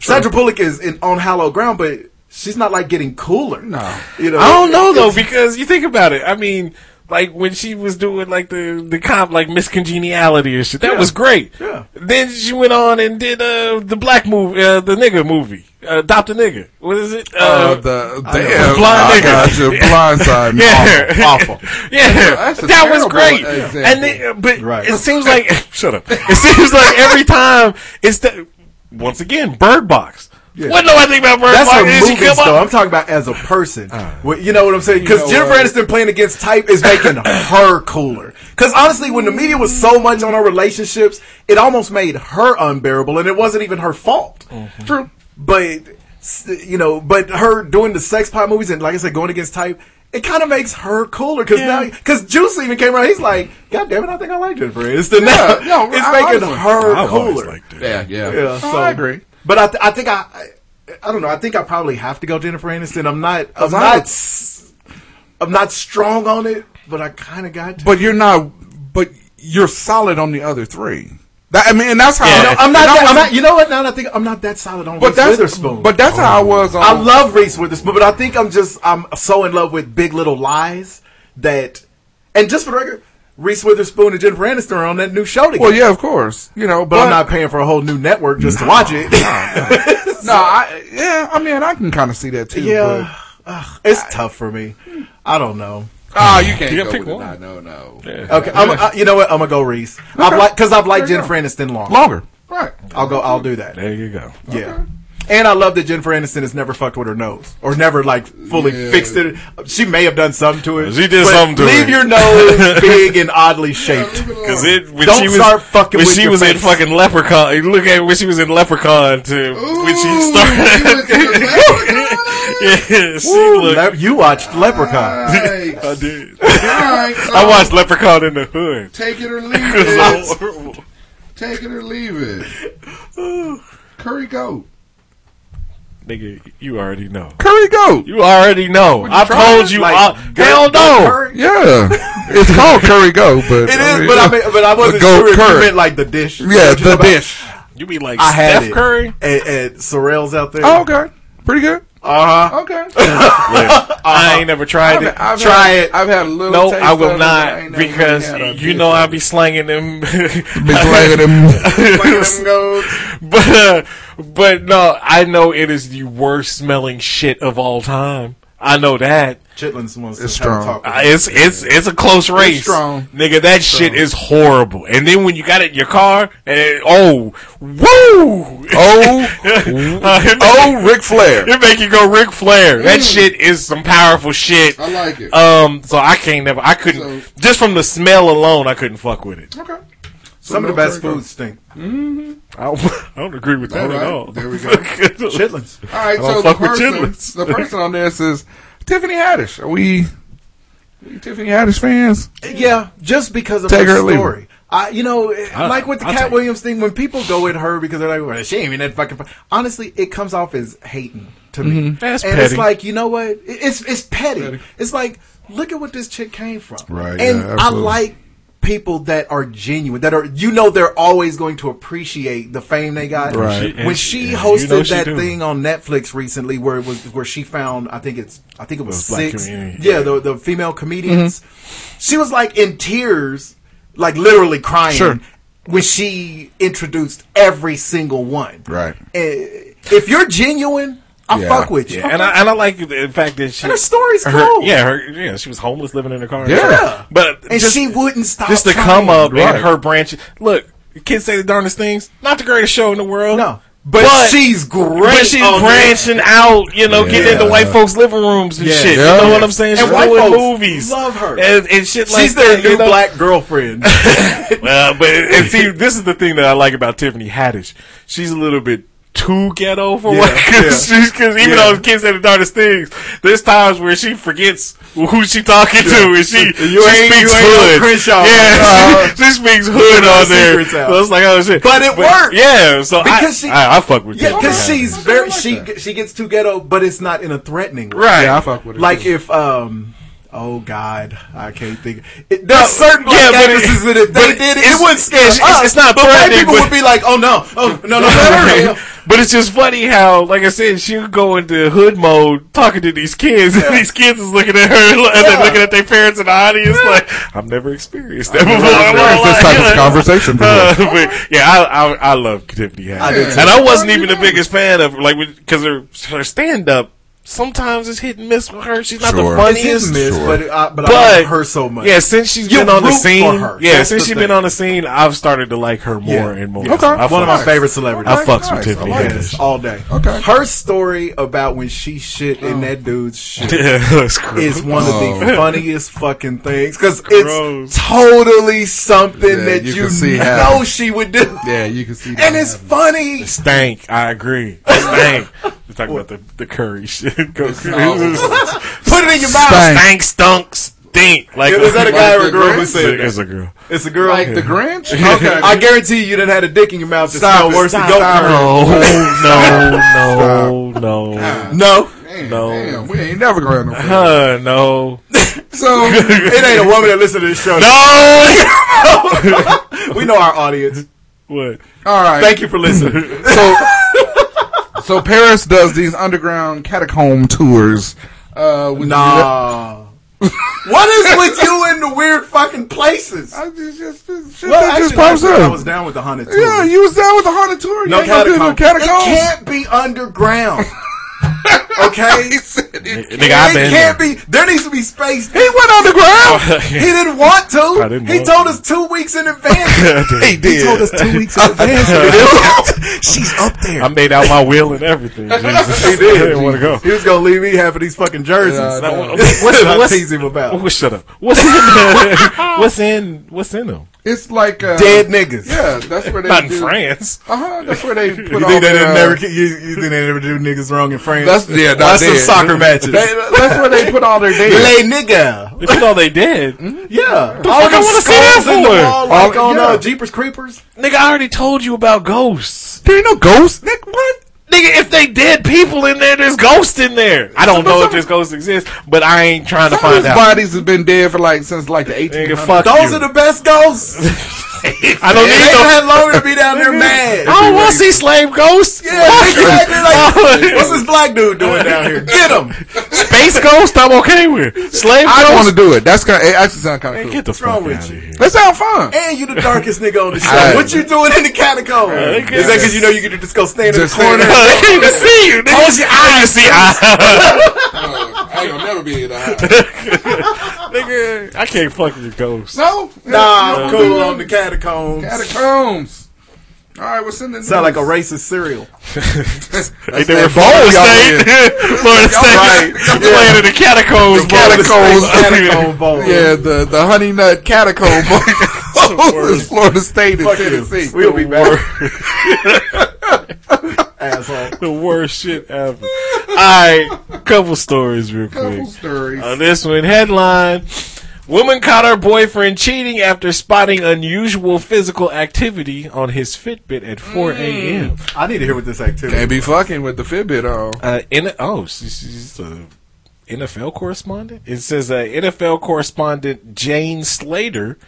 Speaker 10: Sandra Bullock is in on hallowed ground. But she's not like getting cooler.
Speaker 9: No,
Speaker 10: you know.
Speaker 11: I don't know though because you think about it. I mean, like when she was doing like the the comp like Miss Congeniality and shit, that
Speaker 10: Yeah.
Speaker 11: was great.
Speaker 10: Yeah.
Speaker 11: Then she went on and did uh the black movie, uh, the nigga movie, uh, Adopt a Nigga. What is it? Uh,
Speaker 9: Uh, the damn,
Speaker 11: Blind
Speaker 9: I
Speaker 11: Nigga.
Speaker 9: got you. Blind side,
Speaker 11: Yeah.
Speaker 9: awful, awful.
Speaker 11: Yeah,
Speaker 9: That's a- that's a
Speaker 11: that was
Speaker 9: terrible
Speaker 11: great.
Speaker 9: example.
Speaker 11: And then, uh, but
Speaker 9: Right.
Speaker 11: it seems like shut up. It seems like every time it's the once again Bird Box. What know I think about Bird
Speaker 10: That's
Speaker 11: Box?
Speaker 10: her
Speaker 11: Did she
Speaker 10: movie
Speaker 11: come up-
Speaker 10: though. I'm talking about as a person. Well, you know what I'm saying? Because
Speaker 9: Uh. know
Speaker 10: Jennifer
Speaker 9: what?
Speaker 10: Aniston playing against type is making her cooler. Because honestly, when the media was so much on her relationships, it almost made her unbearable, and it wasn't even her fault.
Speaker 9: Mm-hmm.
Speaker 10: True, but s- you know, but her doing the sex pot movies and like I said, going against type. It kind of makes her cooler because now, because Juice even came around. He's like, "God damn it, I think I like Jennifer Aniston now."
Speaker 9: Yeah, no,
Speaker 10: it's
Speaker 9: I
Speaker 10: making
Speaker 9: always-
Speaker 10: her
Speaker 9: I've always
Speaker 10: cooler.
Speaker 9: liked it. Yeah, yeah.
Speaker 10: yeah.
Speaker 9: No, I agree.
Speaker 10: But I, th- I think I, I- I don't know. I think I probably have to go Jennifer Aniston. I'm not. I'm
Speaker 9: As I
Speaker 10: not. s- I'm not strong on it, but I kind of got. To.
Speaker 9: But you're not. But you're solid on the other three. That, I mean, and that's how.
Speaker 10: No, I'm
Speaker 9: and
Speaker 10: not.
Speaker 9: I
Speaker 10: That, I'm
Speaker 9: was-
Speaker 10: not. You know what? Now that I think I'm not that solid on
Speaker 9: But
Speaker 10: Reese
Speaker 9: that's-
Speaker 10: Witherspoon.
Speaker 9: but that's how I was um, on-
Speaker 10: I love Reese Witherspoon, but I think I'm just. I'm so in love with Big Little Lies that, and just for the record, Reese Witherspoon and Jennifer Aniston are on that new show together.
Speaker 9: Well, yeah, of course. You know,
Speaker 10: but, I'm not paying for a whole new network just to watch it.
Speaker 9: No, I, yeah, I mean, I can kind of see that too.
Speaker 10: yeah, Ugh, it's tough for me. I don't know.
Speaker 9: But, oh, you can't
Speaker 11: You gotta
Speaker 9: go
Speaker 11: pick
Speaker 9: with it.
Speaker 11: one.
Speaker 9: I know, no.
Speaker 10: Okay, I'm, I, you know what? I'm gonna go Reese. I've like because I've liked Jennifer Aniston long.
Speaker 9: Longer. Right.
Speaker 10: I'll go. I'll do that.
Speaker 11: There you go.
Speaker 10: Yeah. And I love that Jennifer Aniston has never fucked with her nose or never like fully
Speaker 9: Yeah.
Speaker 10: fixed it. She may have done something to it.
Speaker 11: She did
Speaker 10: but
Speaker 11: something to
Speaker 10: leave
Speaker 11: it.
Speaker 10: your nose big and oddly shaped.
Speaker 11: Cause it when
Speaker 10: Don't
Speaker 11: she was
Speaker 10: start fucking
Speaker 11: when
Speaker 10: with
Speaker 11: she
Speaker 10: your
Speaker 11: was in
Speaker 10: face.
Speaker 11: fucking Leprechaun. you Look at when she was in Leprechaun too. when she started, yeah, she looked.
Speaker 10: Le- you watched Leprechaun.
Speaker 11: I did.
Speaker 15: right,
Speaker 11: I watched Leprechaun in the Hood.
Speaker 15: Take it or leave
Speaker 11: It
Speaker 15: it.
Speaker 11: was horrible.
Speaker 15: Take it or leave it. Curry goat.
Speaker 11: Nigga, you already know.
Speaker 9: Curry goat.
Speaker 11: You already know. I told you.
Speaker 10: Like,
Speaker 11: I,
Speaker 10: goat-
Speaker 11: hell
Speaker 10: goat
Speaker 11: no.
Speaker 10: curry?
Speaker 9: Yeah. it's called curry goat, but.
Speaker 10: It is, but I mean, but I wasn't
Speaker 9: Go
Speaker 10: sure if you
Speaker 9: curry.
Speaker 10: meant like the dish.
Speaker 9: Yeah,
Speaker 10: What you know
Speaker 9: the
Speaker 10: about-
Speaker 9: dish.
Speaker 11: You be like
Speaker 10: I had
Speaker 11: Steph
Speaker 10: it
Speaker 11: Curry.
Speaker 10: at, at Sorrell's out there.
Speaker 9: Oh, okay. Pretty good.
Speaker 10: Uh huh.
Speaker 9: Okay.
Speaker 11: I ain't never tried it.
Speaker 9: Uh-huh. I've
Speaker 11: Try
Speaker 9: had,
Speaker 11: it.
Speaker 9: I've had a little
Speaker 11: No,
Speaker 9: taste
Speaker 11: I
Speaker 9: of
Speaker 11: will
Speaker 9: it, but I
Speaker 11: not
Speaker 9: ain't never
Speaker 11: because
Speaker 9: really had a
Speaker 11: you
Speaker 9: dish
Speaker 11: know
Speaker 9: of
Speaker 11: I
Speaker 9: it.
Speaker 11: be slanging them.
Speaker 9: Be slanging them-
Speaker 11: Yes. but uh, but no, I know it is the worst smelling shit of all time. I know that.
Speaker 10: Chitlins wants
Speaker 9: It's
Speaker 10: to have a
Speaker 9: strong.
Speaker 10: talk.
Speaker 11: Uh, it's it's it's a close race,
Speaker 9: strong.
Speaker 11: nigga. That shit is horrible. And then when you got it in your car, and it, oh, woo,
Speaker 9: Oh, oh, Ric Flair.
Speaker 11: it make you go Ric Flair. That shit is some powerful shit.
Speaker 15: I like it.
Speaker 11: Um, so I can't never, I couldn't,
Speaker 15: So-
Speaker 11: just from the smell alone, I couldn't fuck with it.
Speaker 9: Okay.
Speaker 10: Some of the
Speaker 15: no
Speaker 10: best
Speaker 15: curry goat.
Speaker 10: foods stink.
Speaker 11: I don't, I don't agree with that
Speaker 15: All
Speaker 11: at
Speaker 15: right,
Speaker 11: all.
Speaker 15: there we go.
Speaker 10: Chitlins.
Speaker 15: All right,
Speaker 9: I
Speaker 15: so the
Speaker 9: don't fuck with
Speaker 15: person,
Speaker 9: chitlins. the person on this is Tiffany Haddish. Are we, we Tiffany Haddish fans?
Speaker 10: Yeah, just because of
Speaker 9: Take her
Speaker 10: her
Speaker 9: or leave her.
Speaker 10: story. I, you know, like with the
Speaker 11: Ah, I'll take
Speaker 10: Cat
Speaker 11: it.
Speaker 10: Williams thing, when people go at her because they're like, well, she ain't even that fucking. fu-" Honestly, it comes off as hating to me.
Speaker 9: Mm-hmm.
Speaker 11: That's
Speaker 10: and
Speaker 11: petty.
Speaker 10: it's like, you know what? It- It's it's petty. It's like, look at what this chick came from.
Speaker 9: Right,
Speaker 10: And
Speaker 9: yeah,
Speaker 10: I
Speaker 9: absolutely.
Speaker 10: like people that are genuine, that are, you know, they're always going to appreciate the fame they got.
Speaker 9: Right.
Speaker 10: When she
Speaker 11: And
Speaker 10: hosted
Speaker 11: you know she
Speaker 10: that
Speaker 11: do.
Speaker 10: thing on Netflix recently where it was, where she found, I think it's, I think it was
Speaker 11: black
Speaker 10: six.
Speaker 11: community.
Speaker 10: Yeah, the, the female comedians she was like in tears, like literally crying
Speaker 9: Sure.
Speaker 10: when she introduced every single one.
Speaker 9: Right.
Speaker 10: Eh, If you're genuine, I
Speaker 9: Yeah.
Speaker 10: fuck with you.
Speaker 11: Yeah, and I, and I like the fact that she,
Speaker 10: And her story's
Speaker 11: her,
Speaker 10: cool.
Speaker 11: yeah, her, yeah, she was homeless living in a car.
Speaker 9: Yeah.
Speaker 11: But
Speaker 10: and
Speaker 11: just-
Speaker 10: she wouldn't stop.
Speaker 11: just to
Speaker 10: trying.
Speaker 11: come up
Speaker 9: Right.
Speaker 11: and her branch. Look, kids say the darndest things. Not the greatest show in the world.
Speaker 10: No. But she's great
Speaker 11: But she's
Speaker 10: on
Speaker 11: branching out, you know, getting into
Speaker 9: Yeah.
Speaker 11: white folks' living rooms and
Speaker 10: Yeah.
Speaker 11: shit.
Speaker 9: Yeah.
Speaker 11: You know what I'm saying?
Speaker 10: And
Speaker 11: She's
Speaker 10: white
Speaker 11: doing
Speaker 10: folks
Speaker 11: movies.
Speaker 10: love her.
Speaker 11: And, and shit like
Speaker 10: She's their
Speaker 11: that,
Speaker 10: new
Speaker 11: you know?
Speaker 10: black girlfriend.
Speaker 11: Well, but and see, this is the thing that I like about Tiffany Haddish. She's a little bit too ghetto for
Speaker 10: Yeah,
Speaker 11: what because
Speaker 10: yeah.
Speaker 11: even
Speaker 10: Yeah.
Speaker 11: though the kids say the darndest things, there's times where she forgets who she talking to and she
Speaker 10: You
Speaker 11: she
Speaker 10: ain't-
Speaker 11: speaks
Speaker 10: you ain't no
Speaker 11: hood.
Speaker 10: Crenshaw.
Speaker 11: yeah,
Speaker 10: Uh,
Speaker 11: she, she speaks hood
Speaker 10: our
Speaker 11: on there.
Speaker 10: secrets out.
Speaker 11: So it's like oh shit,
Speaker 10: But it worked.
Speaker 11: Yeah, so
Speaker 10: Because
Speaker 11: I,
Speaker 10: she-
Speaker 11: I, I fuck with
Speaker 10: yeah,
Speaker 11: Tiffany
Speaker 10: because
Speaker 11: Haddish.
Speaker 10: she's very she she gets too ghetto, but it's not in a threatening way.
Speaker 11: right.
Speaker 9: Yeah, I fuck with it.
Speaker 10: Like
Speaker 9: too.
Speaker 10: if um Oh God, I can't think. It, there's certain black
Speaker 11: but it-
Speaker 10: actresses that if they
Speaker 11: but
Speaker 10: did it,
Speaker 11: it wouldn't-
Speaker 10: scare
Speaker 11: it's- it's- it's not
Speaker 10: But white
Speaker 11: threatening,
Speaker 10: people
Speaker 11: but-
Speaker 10: would be like, "Oh no, oh no, no, no, no, no, no.
Speaker 11: But it's just funny how, like I said, she would go into hood mode talking to these kids, and these kids is looking at her, and they're looking at their parents in the audience, like, I've never experienced that
Speaker 12: I've never
Speaker 11: before.
Speaker 12: experienced this type of conversation before.
Speaker 11: Uh, but, yeah, I, I, I love Tiffany
Speaker 12: I do
Speaker 11: Haddish.
Speaker 12: too.
Speaker 11: And I wasn't even the biggest fan of, like, because her, her stand up sometimes is hit and miss with her. She's not
Speaker 12: Sure.
Speaker 11: the funniest.
Speaker 12: It's hit and miss, Sure.
Speaker 10: but, uh, but I love her so much.
Speaker 11: Yeah, since she's
Speaker 10: You
Speaker 11: been on the
Speaker 10: root for
Speaker 11: scene,
Speaker 10: her.
Speaker 11: yeah,
Speaker 10: That's
Speaker 11: since
Speaker 10: the
Speaker 11: she's
Speaker 10: thing.
Speaker 11: been on the scene, I've started to like her more and more.
Speaker 10: Yeah. Okay.
Speaker 11: I
Speaker 10: One of
Speaker 11: fucks-
Speaker 10: my favorite celebrities.
Speaker 11: I fucks with Tiffany Haddish.
Speaker 10: Yes, all day. Okay. Her story about when she shit in that dude's shit
Speaker 11: Yeah, that's gross.
Speaker 10: is one of the
Speaker 11: Oh.
Speaker 10: funniest fucking things because
Speaker 11: Gross.
Speaker 10: it's totally something that
Speaker 11: you
Speaker 10: you,
Speaker 11: can see
Speaker 10: know
Speaker 11: how-
Speaker 10: she would do.
Speaker 11: Yeah, you can see
Speaker 10: and it's funny.
Speaker 11: Stank. I agree. Stank. We're talking about the, the curry shit. Go-
Speaker 10: Put it in your mouth.
Speaker 11: Stank, stunk, stink. Like
Speaker 10: Yeah, was that a guy or a girl who
Speaker 11: It's
Speaker 10: said
Speaker 11: a-
Speaker 10: that?
Speaker 11: It's a girl.
Speaker 10: It's a girl.
Speaker 11: Like the
Speaker 10: Grinch?
Speaker 11: Okay.
Speaker 10: I guarantee you, you done had a dick in your mouth that smelled worse than goat
Speaker 11: No, no, no, no,
Speaker 10: no,
Speaker 11: no.
Speaker 16: We ain't never going to.
Speaker 11: Uh, no.
Speaker 16: So
Speaker 10: it ain't a woman that listens to this show.
Speaker 11: No!
Speaker 10: we know our audience.
Speaker 11: What?
Speaker 16: All right.
Speaker 10: Thank you for listening.
Speaker 16: so so Paris does these underground catacomb tours. Uh, with
Speaker 10: Nah. what is with you in the weird fucking places? I
Speaker 16: just, just,
Speaker 10: well,
Speaker 16: that
Speaker 10: actually,
Speaker 16: just
Speaker 10: last
Speaker 16: pops
Speaker 10: year
Speaker 16: up.
Speaker 10: I was down with the haunted tour.
Speaker 16: Yeah, you was down with the haunted tour. You
Speaker 10: no
Speaker 16: ain't gonna do
Speaker 10: catacomb.
Speaker 16: no catacombs.
Speaker 10: It can't be underground. okay,
Speaker 11: Nigga, I've been there.
Speaker 10: it can't be. There needs to be space. He
Speaker 16: went underground.
Speaker 10: he didn't want to.
Speaker 11: I didn't
Speaker 10: he
Speaker 11: want
Speaker 10: told us two weeks in advance.
Speaker 11: he did.
Speaker 10: told us two weeks in advance. She's up there.
Speaker 11: I made out my will and everything. Jesus.
Speaker 10: He did.
Speaker 11: I didn't want to go.
Speaker 10: He was gonna leave me half of these fucking jerseys.
Speaker 11: Yeah, I know.
Speaker 10: That's
Speaker 11: What's-
Speaker 10: what I
Speaker 11: what's-
Speaker 10: tease him about.
Speaker 11: Oh, shut up. What's in? what's in? What's in them?
Speaker 16: It's like uh,
Speaker 10: Dead niggas.
Speaker 16: Yeah, that's where they
Speaker 11: Not in
Speaker 16: do-
Speaker 11: France.
Speaker 16: Uh-huh, that's where they put
Speaker 10: You
Speaker 16: all
Speaker 10: think
Speaker 16: their,
Speaker 10: they didn't
Speaker 16: uh,
Speaker 10: never? You, you think they never do niggas wrong in France?
Speaker 16: That's yeah.
Speaker 10: Watch some
Speaker 16: dead.
Speaker 10: soccer matches.
Speaker 16: They- that's where they put all their
Speaker 10: Lay
Speaker 16: dead.
Speaker 10: nigga.
Speaker 11: If you know they did,
Speaker 10: Yeah.
Speaker 11: The fuck I
Speaker 10: them
Speaker 11: wanna see that
Speaker 10: skulls in the
Speaker 11: for?
Speaker 10: wall, like
Speaker 16: All-
Speaker 10: on
Speaker 16: yeah.
Speaker 10: uh, Jeepers Creepers.
Speaker 11: nigga, I already told you about ghosts.
Speaker 16: There ain't no ghosts, Nick. What?
Speaker 11: Nigga, if they dead people in there, there's ghosts in there. I don't know if this ghost exists, but I ain't trying to
Speaker 16: Some of
Speaker 11: find
Speaker 16: his
Speaker 11: out.
Speaker 16: bodies have been dead for like since like the 1800s.
Speaker 11: Nigga, fuck
Speaker 10: Those
Speaker 11: you.
Speaker 10: are the best ghosts.
Speaker 11: I don't
Speaker 10: they
Speaker 11: need
Speaker 10: don't
Speaker 11: no.
Speaker 10: have long to be down there mad.
Speaker 11: I don't want to see slave ghosts.
Speaker 10: Yeah, exactly. Like, what's this black dude doing down here? Get him.
Speaker 11: Space ghost, I'm okay with. Slave
Speaker 16: I don't want to
Speaker 11: ghost.
Speaker 16: do it. That's kind. It actually sounds kind of cool.
Speaker 11: Get the fuck
Speaker 10: wrong
Speaker 11: out
Speaker 10: with
Speaker 11: of
Speaker 10: you?
Speaker 11: here.
Speaker 16: That sound fun.
Speaker 10: And you the darkest nigga on the show.
Speaker 16: Right.
Speaker 10: What you doing in the catacomb?
Speaker 11: Right.
Speaker 10: Is that because you know you can just go stand
Speaker 16: Just
Speaker 10: in the corner?
Speaker 16: stand
Speaker 11: They can't even see you. Nigga. Close your eyes. See, I,
Speaker 16: I ain't gonna never be in
Speaker 11: nigga, I can't fuck with your ghost.
Speaker 16: No,
Speaker 10: Nah, I'm cool on the catacombs.
Speaker 16: Catacombs. All right, what's in the
Speaker 10: Sound like
Speaker 16: news?
Speaker 10: a racist cereal.
Speaker 11: Ain't they were
Speaker 16: that bowl
Speaker 11: Florida
Speaker 16: y'all
Speaker 11: State. Florida
Speaker 16: Y'all
Speaker 11: State
Speaker 16: right.
Speaker 11: playing in the catacombs. bowl.
Speaker 16: catacombs.
Speaker 10: Catacomb bowl.
Speaker 16: Yeah, the the honey nut catacomb bowl is Florida State and
Speaker 10: Fuck you.
Speaker 16: Tennessee.
Speaker 10: We'll be back. Asshole.
Speaker 11: the worst shit ever. All right, couple stories real quick.
Speaker 16: stories.
Speaker 11: Uh, this one headline: Woman caught her boyfriend cheating after spotting unusual physical activity on his Fitbit at 4 a.m.
Speaker 10: I need to hear what this activity.
Speaker 16: Can't be fucking with the Fitbit on.
Speaker 11: Uh, in oh, she's, she's a NFL correspondent. It says uh, NFL correspondent Jane Slater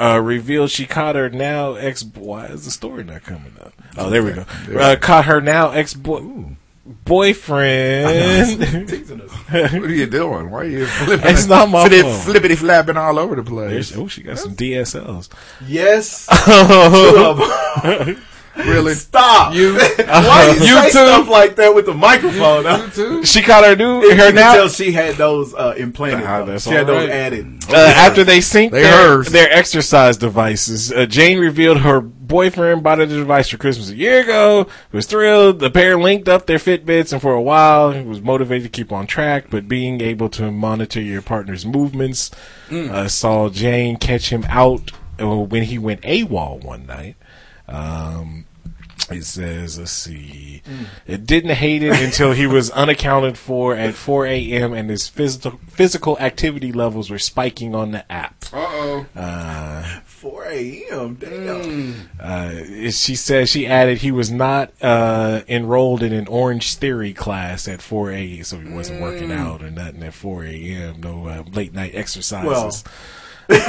Speaker 11: uh, revealed she caught her now ex. Why is the story not coming up? Oh, there we go. Uh, caught her now ex boy boyfriend.
Speaker 16: What are you doing? Why are you flipping?
Speaker 11: It's not my
Speaker 16: flippity,
Speaker 11: fault.
Speaker 16: flippity flapping all over the place.
Speaker 11: There's- oh, she got some DSLs.
Speaker 10: Yes.
Speaker 16: Really?
Speaker 10: Stop.
Speaker 16: You,
Speaker 10: Why do you
Speaker 16: You
Speaker 10: say
Speaker 16: too.
Speaker 10: stuff like that with the microphone?
Speaker 16: you too.
Speaker 11: she caught her new
Speaker 10: You
Speaker 11: her
Speaker 10: can
Speaker 11: now.
Speaker 10: tell she had those uh, implanted.
Speaker 11: Ah,
Speaker 10: though.
Speaker 11: that's
Speaker 10: she had
Speaker 11: all
Speaker 10: those
Speaker 11: right.
Speaker 10: added.
Speaker 11: Uh, after they synced
Speaker 16: They
Speaker 11: their,
Speaker 16: hers.
Speaker 11: their exercise devices, uh, Jane revealed her boyfriend bought her the device for Christmas a year ago. Was thrilled. The pair linked up their Fitbits, and for a while, was motivated to keep on track. But being able to monitor your partner's movements
Speaker 16: Mm.
Speaker 11: uh, saw Jane catch him out uh, when he went AWOL one night. Um, it says, let's see.
Speaker 16: Mm.
Speaker 11: It didn't hate it until he was unaccounted for at 4 a.m. and his physical physical activity levels were spiking on the app.
Speaker 16: Uh oh.
Speaker 10: 4
Speaker 17: a.m.
Speaker 11: Mm.
Speaker 17: Damn.
Speaker 11: Uh, she said she added he was not uh, enrolled in an Orange Theory class at 4 a.m., so he wasn't working out or nothing at 4 a.m. No uh, late night exercises.
Speaker 10: Well.
Speaker 11: yeah,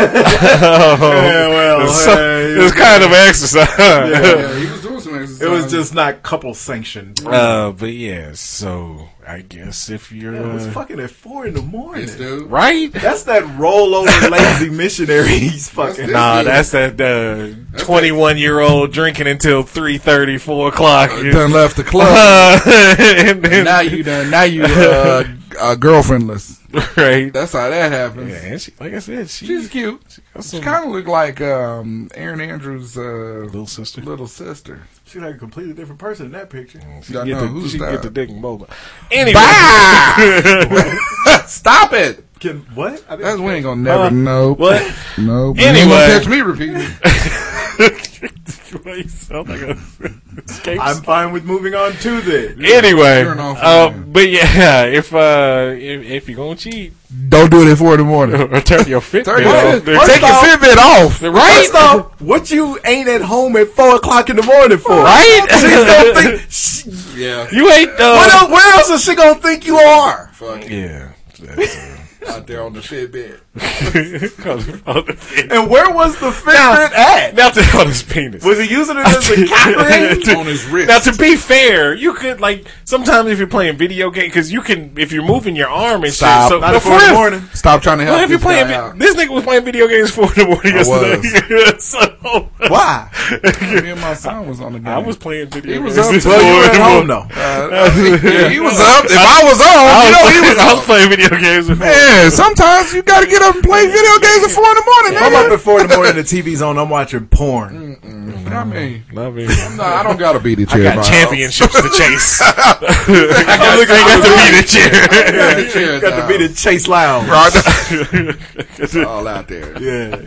Speaker 10: well, hey,
Speaker 11: it was kind of an exercise.
Speaker 10: he was doing some exercise. It was just not couple sanctioned.
Speaker 11: Uh, but yeah, so I guess if you're
Speaker 10: Yeah, it was
Speaker 11: uh,
Speaker 10: fucking at four in the morning.
Speaker 11: right,
Speaker 10: That's that rollover lazy missionary he's fucking.
Speaker 11: nah, that's that uh, twenty-one year old drinking until 3.30, 4 o'clock.
Speaker 10: Uh,
Speaker 9: done left the club.
Speaker 11: and then-
Speaker 9: now you done. Now you uh, uh, girlfriendless.
Speaker 11: right?
Speaker 9: That's how that happens.
Speaker 11: Yeah, and she, like I said, she,
Speaker 9: She's cute. She
Speaker 11: some-
Speaker 9: kind of looked like um, Aaron Andrews' uh,
Speaker 11: little sister.
Speaker 9: little sister.
Speaker 10: She's like a completely different person in that picture.
Speaker 11: She
Speaker 9: I
Speaker 11: can get
Speaker 9: know,
Speaker 11: the,
Speaker 9: who's
Speaker 11: she can
Speaker 9: that?
Speaker 11: get the dick and boba. Anyway,
Speaker 9: Stop it.
Speaker 10: Can what? I
Speaker 9: That's
Speaker 10: think
Speaker 9: we ain't gonna never
Speaker 11: Huh?
Speaker 9: know.
Speaker 11: What?
Speaker 9: No. but you
Speaker 11: Anyway.
Speaker 9: ain't gonna catch me repeating.
Speaker 11: You sound like a escape
Speaker 10: I'm fine with moving on to this.
Speaker 11: anyway,
Speaker 9: Turn off
Speaker 11: uh,
Speaker 9: the-
Speaker 11: but yeah, if uh, if, if you're gonna cheat,
Speaker 9: Don't do it at four in the morning.
Speaker 11: or turn your Fitbit
Speaker 9: Turn your
Speaker 11: off.
Speaker 9: Fitbit-
Speaker 11: They're
Speaker 9: Take
Speaker 11: taking
Speaker 9: your
Speaker 11: Fitbit,
Speaker 9: Fitbit off.
Speaker 11: right?
Speaker 10: First off, what you ain't at home at four o'clock in the morning for? She's gonna
Speaker 11: Right?
Speaker 10: think. She,
Speaker 9: Yeah.
Speaker 11: you ain't.
Speaker 10: what
Speaker 11: Uh,
Speaker 10: else, where else is she gonna think you are?
Speaker 9: Fuck it.
Speaker 11: yeah. That's, uh,
Speaker 9: Out there on the Fitbit.
Speaker 10: And where was the Fitbit at?
Speaker 11: Now to on his penis.
Speaker 10: Was he using it as a cock ring?
Speaker 9: on his wrist.
Speaker 11: Now, to be fair, you could like sometimes if you're playing video game because you can if you're moving your arm and
Speaker 9: Stop.
Speaker 11: shit. So
Speaker 10: Not
Speaker 11: no,
Speaker 10: at
Speaker 11: for
Speaker 10: four in the
Speaker 11: real.
Speaker 10: morning.
Speaker 9: Stop trying to help
Speaker 11: Well, if
Speaker 9: this
Speaker 11: you're playing,
Speaker 9: guy
Speaker 11: vi-
Speaker 9: out.
Speaker 11: this nigga was playing video games four in the morning
Speaker 9: I
Speaker 11: yesterday. so
Speaker 10: Why?
Speaker 9: Me and my son was on the game.
Speaker 11: I was playing video
Speaker 9: He was
Speaker 11: games.
Speaker 9: up
Speaker 11: this
Speaker 9: till
Speaker 10: Well, you
Speaker 11: morning.
Speaker 10: were at home though.
Speaker 9: Yeah, he was up. If I was on,
Speaker 11: I
Speaker 9: you
Speaker 11: was,
Speaker 9: know he was
Speaker 11: I
Speaker 9: up.
Speaker 11: was playing video games before.
Speaker 9: Yeah, sometimes you gotta get up and play video games at four in the morning,
Speaker 10: I'm
Speaker 9: nigga.
Speaker 10: up at four in the morning. The TV's on. I'm watching porn.
Speaker 9: But I mean,
Speaker 11: I mean,
Speaker 9: no, I don't gotta beat the
Speaker 11: I
Speaker 9: chair.
Speaker 11: got championships to chase. I got, I got to beat a
Speaker 9: Mm.
Speaker 11: chair.
Speaker 10: Got to be the Chase Lounge.
Speaker 9: all out there.
Speaker 10: Yeah,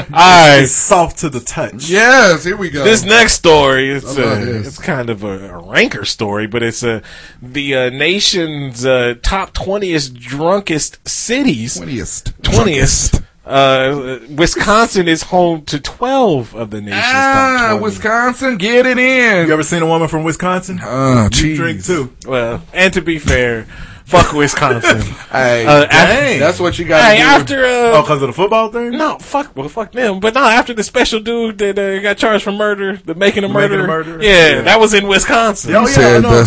Speaker 11: All right.
Speaker 10: it's soft to the touch.
Speaker 9: Yes, here we go.
Speaker 11: This next story, it's
Speaker 9: I love
Speaker 11: uh,
Speaker 9: Oh. this.
Speaker 11: it's kind of a, a ranker story, but it's uh, the uh, nation's uh, top twentieth drunkest cities.
Speaker 9: 20th.
Speaker 11: Twentieth. Uh, Wisconsin is home to twelve of the nation's
Speaker 9: Ah,
Speaker 11: top 20.
Speaker 9: Wisconsin, get it in.
Speaker 10: You ever seen a woman from Wisconsin?
Speaker 9: Ah,
Speaker 10: You drink
Speaker 9: jeez.
Speaker 10: too.
Speaker 11: Well, and to be fair, fuck Wisconsin.
Speaker 9: Hey,
Speaker 11: Uh,
Speaker 9: dang. that's what you got to
Speaker 11: hey,
Speaker 9: do.
Speaker 11: after uh,
Speaker 10: Oh, because of the football thing.
Speaker 11: no, fuck, well, fuck them. But no, after the special dude that uh, got charged for murder, the making a
Speaker 10: Making a
Speaker 11: murderer,
Speaker 10: Murderer.
Speaker 11: Yeah,
Speaker 10: Yeah.
Speaker 11: that was in Wisconsin.
Speaker 10: Yo,
Speaker 9: he
Speaker 10: yeah,
Speaker 9: said
Speaker 10: I know.
Speaker 9: the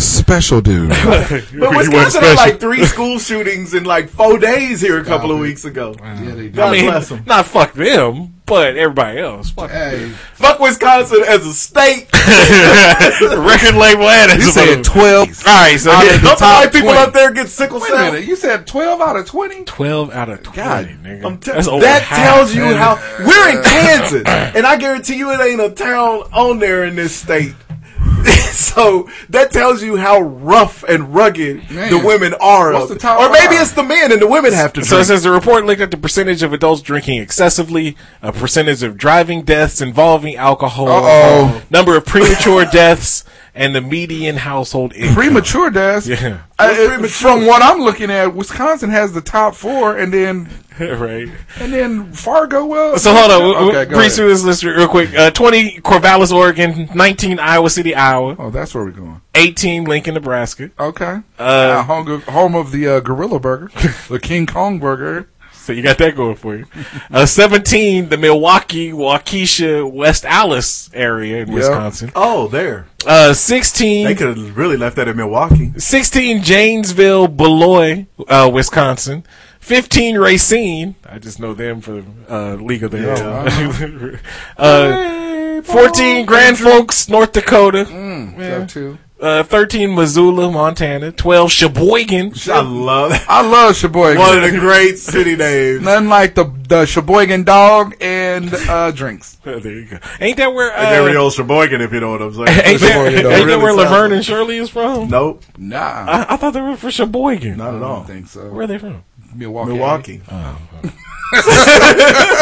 Speaker 9: special dude.
Speaker 10: But
Speaker 11: You weren't
Speaker 10: Wisconsin had
Speaker 11: special.
Speaker 10: like three school shootings in like four days here a couple of weeks ago. God
Speaker 11: I mean,
Speaker 10: bless them.
Speaker 11: not fuck them, but everybody else. Fuck
Speaker 9: hey,
Speaker 10: Fuck Wisconsin as a state.
Speaker 11: record label ad.
Speaker 9: you said 12.
Speaker 11: All right, so
Speaker 10: Don't
Speaker 11: here-
Speaker 10: the
Speaker 9: top
Speaker 10: white people
Speaker 9: 20.
Speaker 10: out there get sickle
Speaker 9: Wait a
Speaker 10: cell.
Speaker 9: minute, you said 12 out of 20?
Speaker 11: twelve out of 20
Speaker 10: God,
Speaker 11: nigga.
Speaker 10: I'm te-
Speaker 11: That's over
Speaker 10: that
Speaker 11: half.
Speaker 10: tells you how we're in Kansas, and I guarantee you it ain't a town on there in this state. so that tells you how rough and rugged
Speaker 9: Man.
Speaker 10: the women are.
Speaker 9: What's
Speaker 10: up-
Speaker 9: the top
Speaker 10: or maybe
Speaker 9: five?
Speaker 10: it's the men and the women have to.
Speaker 11: So it
Speaker 10: drink.
Speaker 11: says the report looked at the percentage of adults drinking excessively, a percentage of driving deaths involving alcohol,
Speaker 9: Uh-oh.
Speaker 11: number of premature deaths, and the median household income.
Speaker 9: Premature does.
Speaker 11: Yeah.
Speaker 9: Uh, uh, from what I'm looking at, Wisconsin has the top four, and then
Speaker 11: right.
Speaker 9: and then Fargo. Well,
Speaker 11: So hold on, we'll,
Speaker 9: okay,
Speaker 11: we'll
Speaker 9: go
Speaker 11: breeze
Speaker 9: ahead.
Speaker 11: through this list real quick. Uh, Twenty Corvallis, Oregon; nineteen Iowa City, Iowa;
Speaker 9: Oh, that's where we're going.
Speaker 11: eighteen Lincoln, Nebraska.
Speaker 9: Okay,
Speaker 11: Uh,
Speaker 9: Uh, home, of, home of the uh, Gorilla Burger, the King Kong Burger.
Speaker 11: So you got that going for you. Uh, 17, the Milwaukee, Waukesha, West Allis area in Wisconsin.
Speaker 10: oh, there
Speaker 11: Uh,
Speaker 10: they
Speaker 11: 16,
Speaker 10: could have really left that in Milwaukee.
Speaker 11: 16 Janesville, Beloit, uh, Wisconsin. 15 Racine. I just know them for uh, League of Their Own. uh, 14 Grand Forks, North Dakota.
Speaker 9: So too.
Speaker 11: Uh, 13 Missoula, Montana. 12 Sheboygan.
Speaker 10: I love that.
Speaker 9: I love Sheboygan.
Speaker 10: one of the great city names.
Speaker 9: Nothing like the the Sheboygan dog and uh, drinks.
Speaker 11: Uh, there you go. Ain't that where uh,
Speaker 10: Gary old Sheboygan, if you know what I'm saying.
Speaker 11: ain't that, ain't
Speaker 9: Sheboygan, though.
Speaker 11: that
Speaker 10: Really
Speaker 11: where
Speaker 10: sounds
Speaker 11: Laverne
Speaker 10: like-
Speaker 11: and Shirley is from?
Speaker 10: Nope,
Speaker 9: Nah,
Speaker 11: I, I thought they were from Sheboygan.
Speaker 10: not at
Speaker 9: I don't
Speaker 10: all.
Speaker 9: think so.
Speaker 11: Where are they from?
Speaker 9: Milwaukee.
Speaker 10: Milwaukee.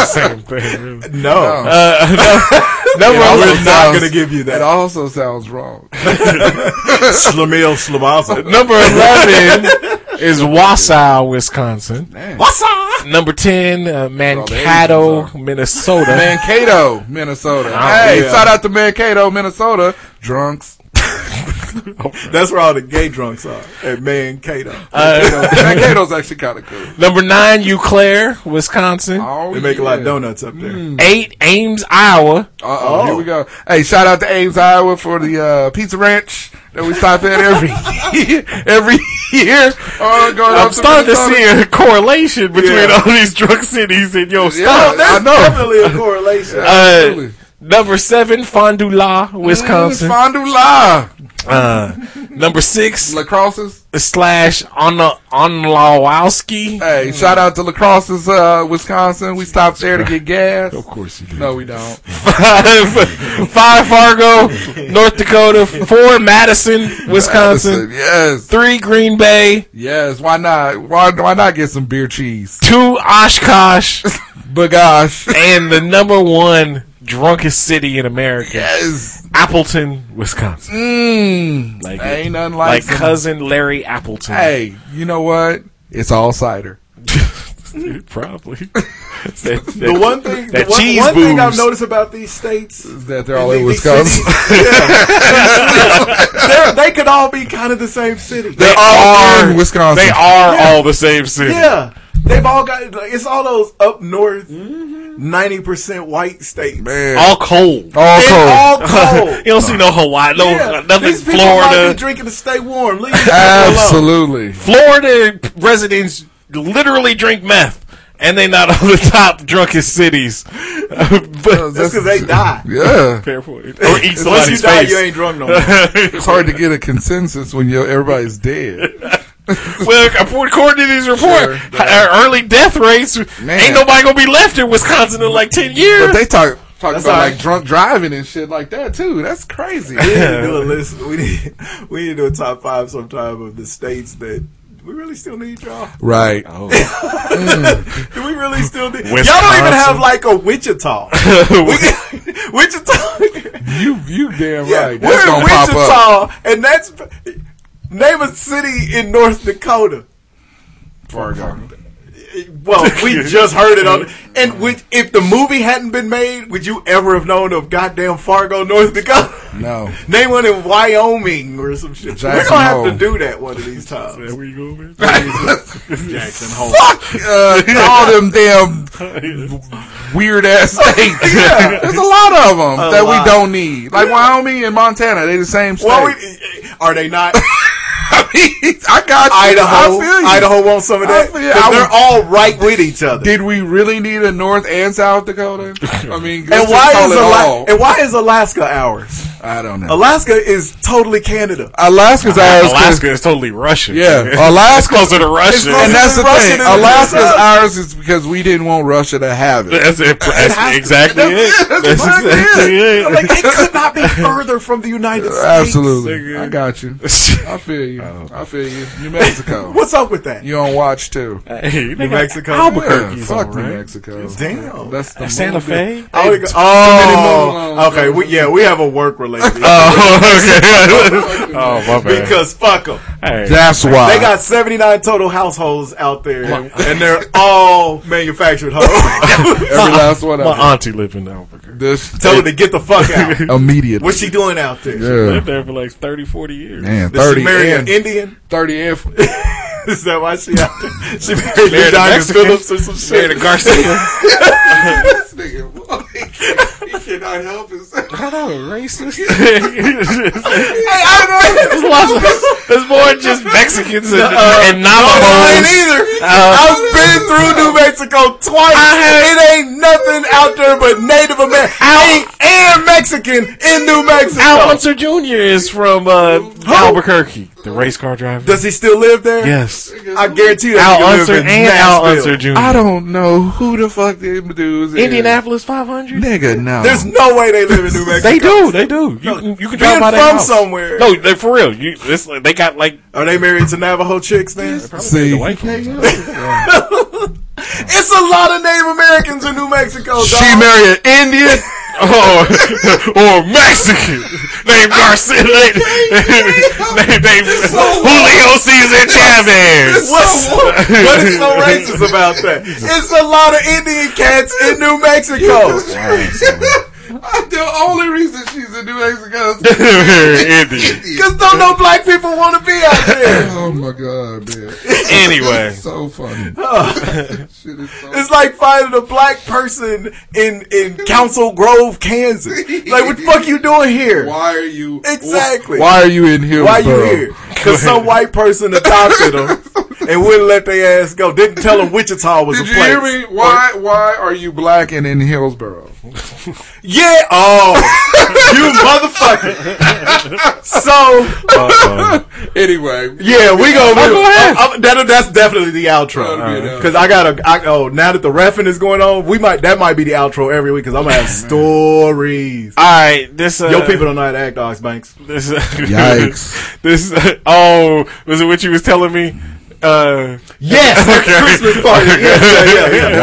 Speaker 11: Same thing. really.
Speaker 10: Uh, No,
Speaker 11: Uh,
Speaker 9: That
Speaker 10: I
Speaker 9: also
Speaker 10: was not
Speaker 9: sounds-
Speaker 10: going to give you
Speaker 9: That
Speaker 10: that.
Speaker 9: also sounds wrong.
Speaker 10: Shlemiel Shlemazel.
Speaker 11: Number eleven is Wausau, Wisconsin.
Speaker 9: Wausau.
Speaker 11: Number ten, uh,
Speaker 9: Asians
Speaker 11: Mankato, Minnesota.
Speaker 9: Mankato, Minnesota.
Speaker 11: Oh,
Speaker 9: hey,
Speaker 11: yeah.
Speaker 9: shout out to Mankato, Minnesota. Drunks.
Speaker 10: That's where all the gay drunks are at Mankato.
Speaker 11: Uh,
Speaker 9: Mankato- Mankato's actually kind of cool.
Speaker 11: Number nine, Eau Claire, Wisconsin.
Speaker 9: Oh,
Speaker 10: They make a lot of
Speaker 9: yeah.
Speaker 10: donuts up there.
Speaker 11: Eight, Ames, Iowa.
Speaker 9: Uh oh, here we go. Hey, shout out to Ames, Iowa for the uh, pizza ranch that we stop at every every year. Oh, going up
Speaker 11: I'm starting to
Speaker 9: Minnesota.
Speaker 11: see a correlation between
Speaker 9: Yeah.
Speaker 11: all these drug cities in your
Speaker 9: Yeah,
Speaker 11: stomach.
Speaker 9: I know.
Speaker 10: Definitely a correlation.
Speaker 11: Uh, number seven, Fond du Lac, Wisconsin.
Speaker 9: Mm, Fond du Lac.
Speaker 11: Uh, number six
Speaker 9: Lacrosses.
Speaker 11: slash on the on Lawowski.
Speaker 9: Hey, shout out to Lacrosses, uh, Wisconsin. We stopped there to get gas.
Speaker 18: Of course you do.
Speaker 9: No, we don't.
Speaker 11: Five, five Fargo, North Dakota. Four Madison, Wisconsin.
Speaker 9: Madison, Yes,
Speaker 11: Three Green Bay.
Speaker 9: yes. Why not? Why why not get some beer cheese?
Speaker 11: Two Oshkosh,
Speaker 9: Bagosh.
Speaker 11: and the number one drunkest city in America,
Speaker 9: Yes.
Speaker 11: Appleton, Wisconsin.
Speaker 9: Mm.
Speaker 11: Like it.
Speaker 9: Ain't nothing
Speaker 11: Like
Speaker 9: like, some-
Speaker 11: cousin Larry Appleton.
Speaker 9: Hey, you know what? It's all cider.
Speaker 11: Dude, probably.
Speaker 10: the one thing, the
Speaker 11: that
Speaker 10: one,
Speaker 11: cheese
Speaker 10: one thing I've
Speaker 11: booze.
Speaker 10: noticed about these states,
Speaker 9: Is That they're all
Speaker 10: these-
Speaker 9: in
Speaker 10: these
Speaker 9: Wisconsin.
Speaker 10: cities, yeah. They're- they could all be kind of the same city.
Speaker 11: They
Speaker 9: all in Wisconsin.
Speaker 11: They are all the same city.
Speaker 10: Yeah, they've all got. Like, it's all those up north,
Speaker 11: Mm-hmm.
Speaker 10: 90 percent white states.
Speaker 9: Man.
Speaker 11: All cold.
Speaker 9: All
Speaker 10: They're
Speaker 9: cold.
Speaker 10: all
Speaker 11: you
Speaker 10: cold.
Speaker 11: don't see no Hawaii, no
Speaker 10: Yeah.
Speaker 11: nothing.
Speaker 10: These people might
Speaker 11: Florida,
Speaker 10: be drinking to stay warm. Leave them alone.
Speaker 9: Absolutely.
Speaker 11: Florida residents literally drink meth, and they not on the top drunkest cities. but
Speaker 10: That's because they die.
Speaker 9: Yeah.
Speaker 11: fair point. Or eat
Speaker 10: Once you
Speaker 11: somebody's
Speaker 10: die,
Speaker 11: face.
Speaker 10: you ain't drunk no more.
Speaker 9: It's hard to get a consensus when you everybody's dead.
Speaker 11: well, according to this report,
Speaker 9: Sure, yeah.
Speaker 11: our early death rates
Speaker 9: Man.
Speaker 11: ain't nobody gonna be left in Wisconsin in like ten years.
Speaker 9: But they talk talk
Speaker 10: That's
Speaker 9: about
Speaker 10: all right.
Speaker 9: like drunk driving and shit like that too. That's crazy.
Speaker 10: We need to do a list. We need, we need to do a top five sometime of the states that we really still need y'all.
Speaker 9: right.
Speaker 10: Do we really still need y'all? Don't
Speaker 11: Wisconsin.
Speaker 10: even have like a Wichita. we, Wichita.
Speaker 9: You you damn
Speaker 10: Yeah,
Speaker 9: right. That's
Speaker 10: we're
Speaker 9: gonna
Speaker 10: in
Speaker 9: pop up.
Speaker 10: Wichita, and that's name a city in North Dakota.
Speaker 9: Fargo.
Speaker 10: Well, we just heard it on. And which, if the movie hadn't been made, would you ever have known of goddamn Fargo, North Dakota?
Speaker 9: No.
Speaker 10: Name one in Wyoming or some shit. We're
Speaker 9: Jackson
Speaker 10: gonna have
Speaker 9: Hole.
Speaker 10: to do that one of these times.
Speaker 11: we go, man.
Speaker 10: Jackson Hole.
Speaker 9: Uh, all them damn weird ass states.
Speaker 10: Yeah.
Speaker 9: There's a lot of them that
Speaker 10: lot.
Speaker 9: we don't need. Like Wyoming and Montana, they the same state.
Speaker 10: Well, we, are they not?
Speaker 9: I got you.
Speaker 10: Idaho.
Speaker 9: I feel you.
Speaker 10: Idaho wants some of
Speaker 9: I
Speaker 10: that.
Speaker 9: feel you.
Speaker 10: 'Cause
Speaker 9: I
Speaker 10: they're
Speaker 9: would-
Speaker 10: all right with each other.
Speaker 9: Did we really need a North and South Dakota? I mean,
Speaker 10: and why is Ala-
Speaker 9: all.
Speaker 10: and why is Alaska ours?
Speaker 9: I don't know.
Speaker 10: Alaska is totally Canada.
Speaker 9: Alaska's ours. 'cause-
Speaker 11: Alaska is totally Russian.
Speaker 9: Yeah, Alaska
Speaker 11: closer to Russia.
Speaker 9: And that's the
Speaker 10: Russia
Speaker 9: thing.
Speaker 10: than it is
Speaker 9: Alaska's
Speaker 10: us.
Speaker 9: ours is because we didn't want Russia to have it.
Speaker 11: That's, it. that's exactly it.
Speaker 9: That's
Speaker 11: That's
Speaker 9: exactly
Speaker 11: exactly it.
Speaker 10: I'm like, they could not be further from the United States.
Speaker 9: Absolutely. I got you. I feel you.
Speaker 11: Oh.
Speaker 9: I feel you. New Mexico.
Speaker 10: What's up with that?
Speaker 9: You on watch too.
Speaker 11: Hey, they got
Speaker 10: Mexico.
Speaker 11: Albuquerque.
Speaker 9: Yeah, fuck
Speaker 11: all
Speaker 9: New
Speaker 11: right.
Speaker 9: Mexico.
Speaker 10: Damn.
Speaker 9: That's the
Speaker 11: Santa
Speaker 9: move.
Speaker 11: Fe.
Speaker 10: I would go,
Speaker 9: Oh.
Speaker 10: oh, okay. We, yeah, we have a work related
Speaker 11: Oh, okay. oh, my bad.
Speaker 10: because fuck them.
Speaker 11: Hey.
Speaker 9: That's why.
Speaker 11: Uh-huh.
Speaker 10: They got 79 total households out there, and they're all manufactured hoes.
Speaker 9: every last one of them.
Speaker 11: my auntie lived in Albuquerque.
Speaker 9: This
Speaker 10: Tell them to get the fuck out.
Speaker 9: immediately.
Speaker 10: What's she doing out there?
Speaker 9: Oh. Yeah.
Speaker 11: Lived there for like 30, 40 years.
Speaker 9: Man,
Speaker 10: Did she
Speaker 9: thirty
Speaker 10: marry an
Speaker 9: and
Speaker 10: Indian?
Speaker 9: thirty and
Speaker 10: Is that why she out there? She married,
Speaker 11: Married a
Speaker 10: Dr.
Speaker 11: Mexican?
Speaker 10: Phillips or some shit.
Speaker 11: Married a Garcia.
Speaker 9: this nigga, boy, he cannot help himself.
Speaker 11: I know, racist. There's
Speaker 9: I know.
Speaker 11: lots of- there's more just Mexicans and, and
Speaker 10: uh, I ain't
Speaker 11: Navajos.
Speaker 10: either.
Speaker 11: Uh,
Speaker 10: I've been through New Mexico twice. It ain't nothing out there but Native American and Mexican in New Mexico.
Speaker 11: Alfonso Jr. is from uh, Albuquerque, the race car driver.
Speaker 10: Does he still live there?
Speaker 11: yes.
Speaker 10: I guarantee you.
Speaker 11: Al
Speaker 10: that
Speaker 11: Unser
Speaker 10: he live in
Speaker 11: and Al
Speaker 10: Nashville.
Speaker 11: Unser Jr.
Speaker 9: I don't know who the fuck them dudes. is.
Speaker 11: Indianapolis 500.
Speaker 9: nigga. No,
Speaker 10: There's no way they live in New Mexico.
Speaker 11: They do, they do. You can you can drive
Speaker 10: Being
Speaker 11: by
Speaker 10: from
Speaker 11: their house.
Speaker 10: somewhere.
Speaker 11: No, they for real. You it's like, they got like
Speaker 10: Are they married to Navajo chicks then?
Speaker 9: see.
Speaker 10: It's a lot of Native Americans in New Mexico, dog.
Speaker 11: Oh,
Speaker 9: She married an Indian.
Speaker 11: or, or Mexican named Garcia, named, named, named Julio Cesar Chavez.
Speaker 10: What's, what is so racist about that? It's a lot of Indian cats in New Mexico.
Speaker 9: the only reason she's in New Mexico
Speaker 11: Indian.
Speaker 10: Because don't no black people want to be out there.
Speaker 9: Oh my god, man!
Speaker 11: Anyway,
Speaker 9: It's so funny. Shit is so
Speaker 10: It's like finding a black person in in Council Grove, Kansas. Like, what the fuck you doing here?
Speaker 9: Why are you
Speaker 10: Exactly.
Speaker 9: Why are you in here?
Speaker 10: Why you here? Because some white person adopted them and wouldn't let their ass go. Didn't tell them Wichita was
Speaker 9: Did
Speaker 10: a
Speaker 9: you
Speaker 10: place.
Speaker 9: hear me? Why? Why are you black and in Hillsboro?
Speaker 10: Yeah. Oh, you motherfucker. so
Speaker 9: anyway,
Speaker 10: yeah, we gonna.
Speaker 9: Oh, go ahead.
Speaker 10: Uh, uh, that- that's definitely the
Speaker 9: That'll be
Speaker 10: outro.
Speaker 9: the
Speaker 10: Because I gotta. I, oh, now that the refing is going on, we might. That might be the outro every week. Because I'm gonna
Speaker 9: Oh,
Speaker 10: have stories.
Speaker 11: all right. This uh,
Speaker 10: Yo, people don't know how to act, Ox Banks.
Speaker 11: This, uh,
Speaker 9: Yikes.
Speaker 11: This oh, was it what you was telling me? Uh,
Speaker 10: Yes, at the Christmas party. Yes, yeah, yeah, yeah.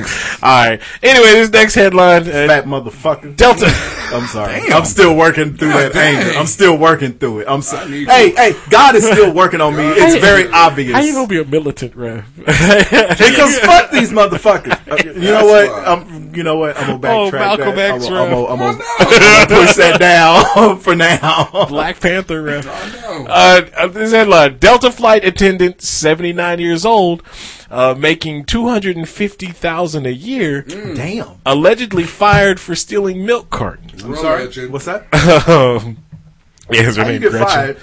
Speaker 9: yikes!
Speaker 11: all right. Anyway, this next headline: uh,
Speaker 10: Fat motherfucker.
Speaker 11: Delta.
Speaker 10: I'm sorry. I'm still working through that anger. I'm still working through it. I'm so-
Speaker 9: need
Speaker 10: Hey, hey, God is still working on me. It's
Speaker 11: Hey,
Speaker 10: very obvious.
Speaker 11: How you gonna be a militant, ref?
Speaker 10: Because fuck these motherfuckers. Uh, You know what?
Speaker 9: That's why.
Speaker 10: I'm, you know what? I'm gonna
Speaker 11: Oh,
Speaker 10: backtrack.
Speaker 11: Malcolm
Speaker 10: that.
Speaker 11: X,
Speaker 10: I'm gonna- I'm
Speaker 11: bro.
Speaker 10: gonna- I'm gonna I'm gonna push that down for now.
Speaker 11: Black Panther ref.
Speaker 9: know.
Speaker 11: Uh, uh, this headline: Delta flight attendant, seventy-nine years old, uh, making two hundred and fifty thousand a year,
Speaker 10: Mm. Damn.
Speaker 11: allegedly fired for stealing milk cartons.
Speaker 9: I'm
Speaker 10: Sorry. What's that?
Speaker 11: Um, yeah, is her
Speaker 10: How you
Speaker 11: name
Speaker 10: get
Speaker 11: Gretchen?
Speaker 10: fired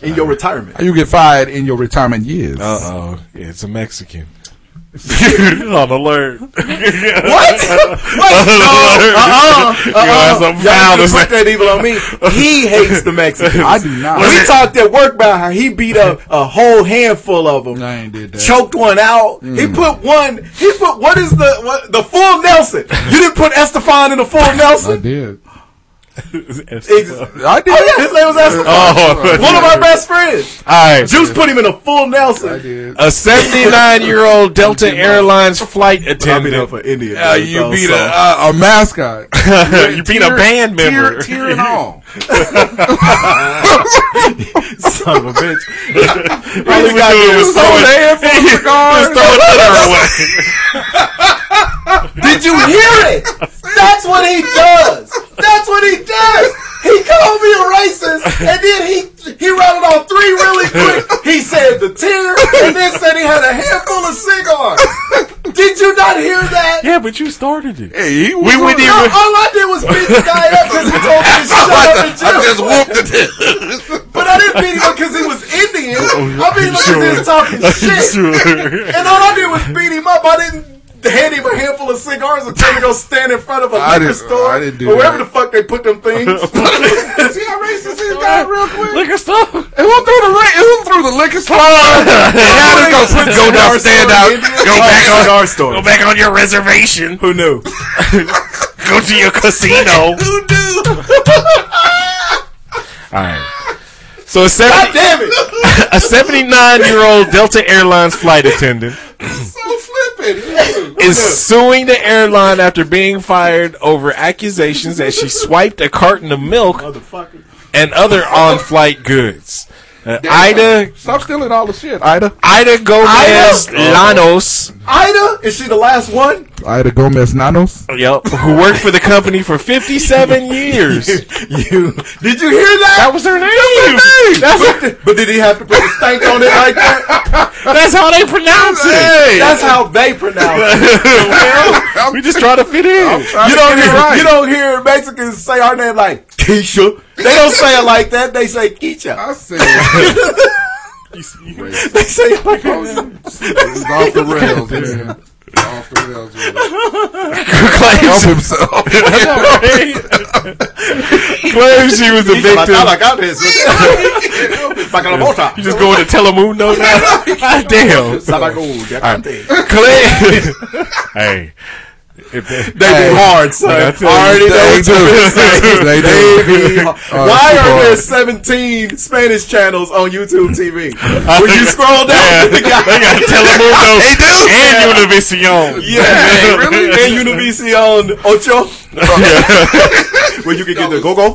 Speaker 10: in your retirement?
Speaker 9: You get fired in your retirement years.
Speaker 11: Uh oh, it's a Mexican. Dude, on alert.
Speaker 10: What? Wait, no. Uh-uh.
Speaker 11: You are
Speaker 10: Uh-uh.
Speaker 11: so
Speaker 10: Y'all need
Speaker 11: foul
Speaker 10: to
Speaker 11: as
Speaker 10: put that evil on me. He hates the Mexicans.
Speaker 9: I do not.
Speaker 10: We talked at work about how he beat up a whole handful of them.
Speaker 9: No, I ain't did that. Mm.
Speaker 10: Choked one out. He put one. He put what is the what, the full Nelson? You didn't put Estefan in the full
Speaker 9: I
Speaker 10: Nelson.
Speaker 9: did.
Speaker 10: Ex-
Speaker 9: I did.
Speaker 10: oh yeah, his name was Estefan.
Speaker 11: Oh,
Speaker 10: one of my best friends.
Speaker 11: all right.
Speaker 10: Juice put him in a full Nelson.
Speaker 9: I did.
Speaker 11: A 79 year old Delta Airlines flight
Speaker 10: I beat
Speaker 11: attendant.
Speaker 10: up an Indian.
Speaker 9: Uh,
Speaker 10: dude,
Speaker 9: you
Speaker 10: though,
Speaker 9: beat
Speaker 10: so-
Speaker 9: a, Uh, a, a mascot.
Speaker 11: you beat a band member.
Speaker 9: Tear, tear and all.
Speaker 10: son of a bitch.
Speaker 11: All he was doing was throwing- he
Speaker 10: Oh
Speaker 11: was throwing litter away.
Speaker 10: Did you hear it? That's what he does. That's what he does. He called me a racist, and then he he rattled off three really quick. He said the tear, and then said he had a handful of cigars. Did you not hear that?
Speaker 11: Yeah, but you started it.
Speaker 9: Hey, he
Speaker 11: We
Speaker 9: was
Speaker 11: wouldn't
Speaker 10: No,
Speaker 11: even.
Speaker 10: all I did was beat the guy up because he told me to shut up and
Speaker 9: I just
Speaker 10: chill.
Speaker 9: whooped it. Oh,
Speaker 10: But I didn't beat him up because he was Indian. I beat him up because he was talking shit.
Speaker 11: Sure.
Speaker 10: And all I did was beat him up. I didn't hand him a handful of cigars and tell him to go stand in front of a
Speaker 9: I
Speaker 10: liquor
Speaker 9: didn't-
Speaker 10: store
Speaker 9: I didn't do
Speaker 10: or wherever
Speaker 9: that.
Speaker 10: the fuck they put them things.
Speaker 9: See how racist he got real quick.
Speaker 11: Look at stuff.
Speaker 9: It went through the ra- it went through the liquor store. yeah, just go, go down, stand out, go back on,
Speaker 10: cigar store.
Speaker 11: Go back on your reservation.
Speaker 10: Who knew?
Speaker 11: Go to your casino.
Speaker 10: Who knew?
Speaker 11: Alright. So a
Speaker 10: God
Speaker 11: 70,
Speaker 10: damn it!
Speaker 11: a 79 year old Delta Airlines flight attendant
Speaker 9: so flipping.
Speaker 11: is suing the airline after being fired over accusations that she swiped a carton of milk
Speaker 10: Motherfucker.
Speaker 11: and other on flight goods. Uh, Ida
Speaker 9: Stop stealing all the shit, Ida.
Speaker 11: Ida Gomez Lanos,
Speaker 10: Ida, is she the last one?
Speaker 9: Ida Gomez Nanos.
Speaker 11: yep, who worked for the company for 57 years.
Speaker 10: You did you hear that?
Speaker 11: That was her name. That's,
Speaker 10: But did he have to put a stank on it like that?
Speaker 11: that's how they pronounce it.
Speaker 10: That's how they pronounce it.
Speaker 11: well, we just try to fit in.
Speaker 10: You don't hear
Speaker 9: right.
Speaker 10: you don't hear Mexicans say our name like Keisha. They don't say it like that. They say Keisha.
Speaker 9: I said it
Speaker 10: They say it like
Speaker 9: was off the rails, man. Off the rails. man. Help
Speaker 11: Claims,
Speaker 9: himself.
Speaker 11: claims she was the victim. You just going to Telemundo now? Damn.
Speaker 10: Sabagold, ya
Speaker 11: All right.
Speaker 10: canté.
Speaker 11: Claim. hey. If they,
Speaker 10: They be hard, son. I already know what you're gonna say.
Speaker 9: They
Speaker 10: They be
Speaker 9: do.
Speaker 10: hard.
Speaker 9: Uh,
Speaker 10: Why
Speaker 9: super
Speaker 10: are there
Speaker 9: hard.
Speaker 10: 17 Spanish channels on YouTube TV? When you scroll down, the guy,
Speaker 11: they got Telemundo they do. and Univision.
Speaker 10: yeah, really? And Univision Ocho, where you can get the go-go.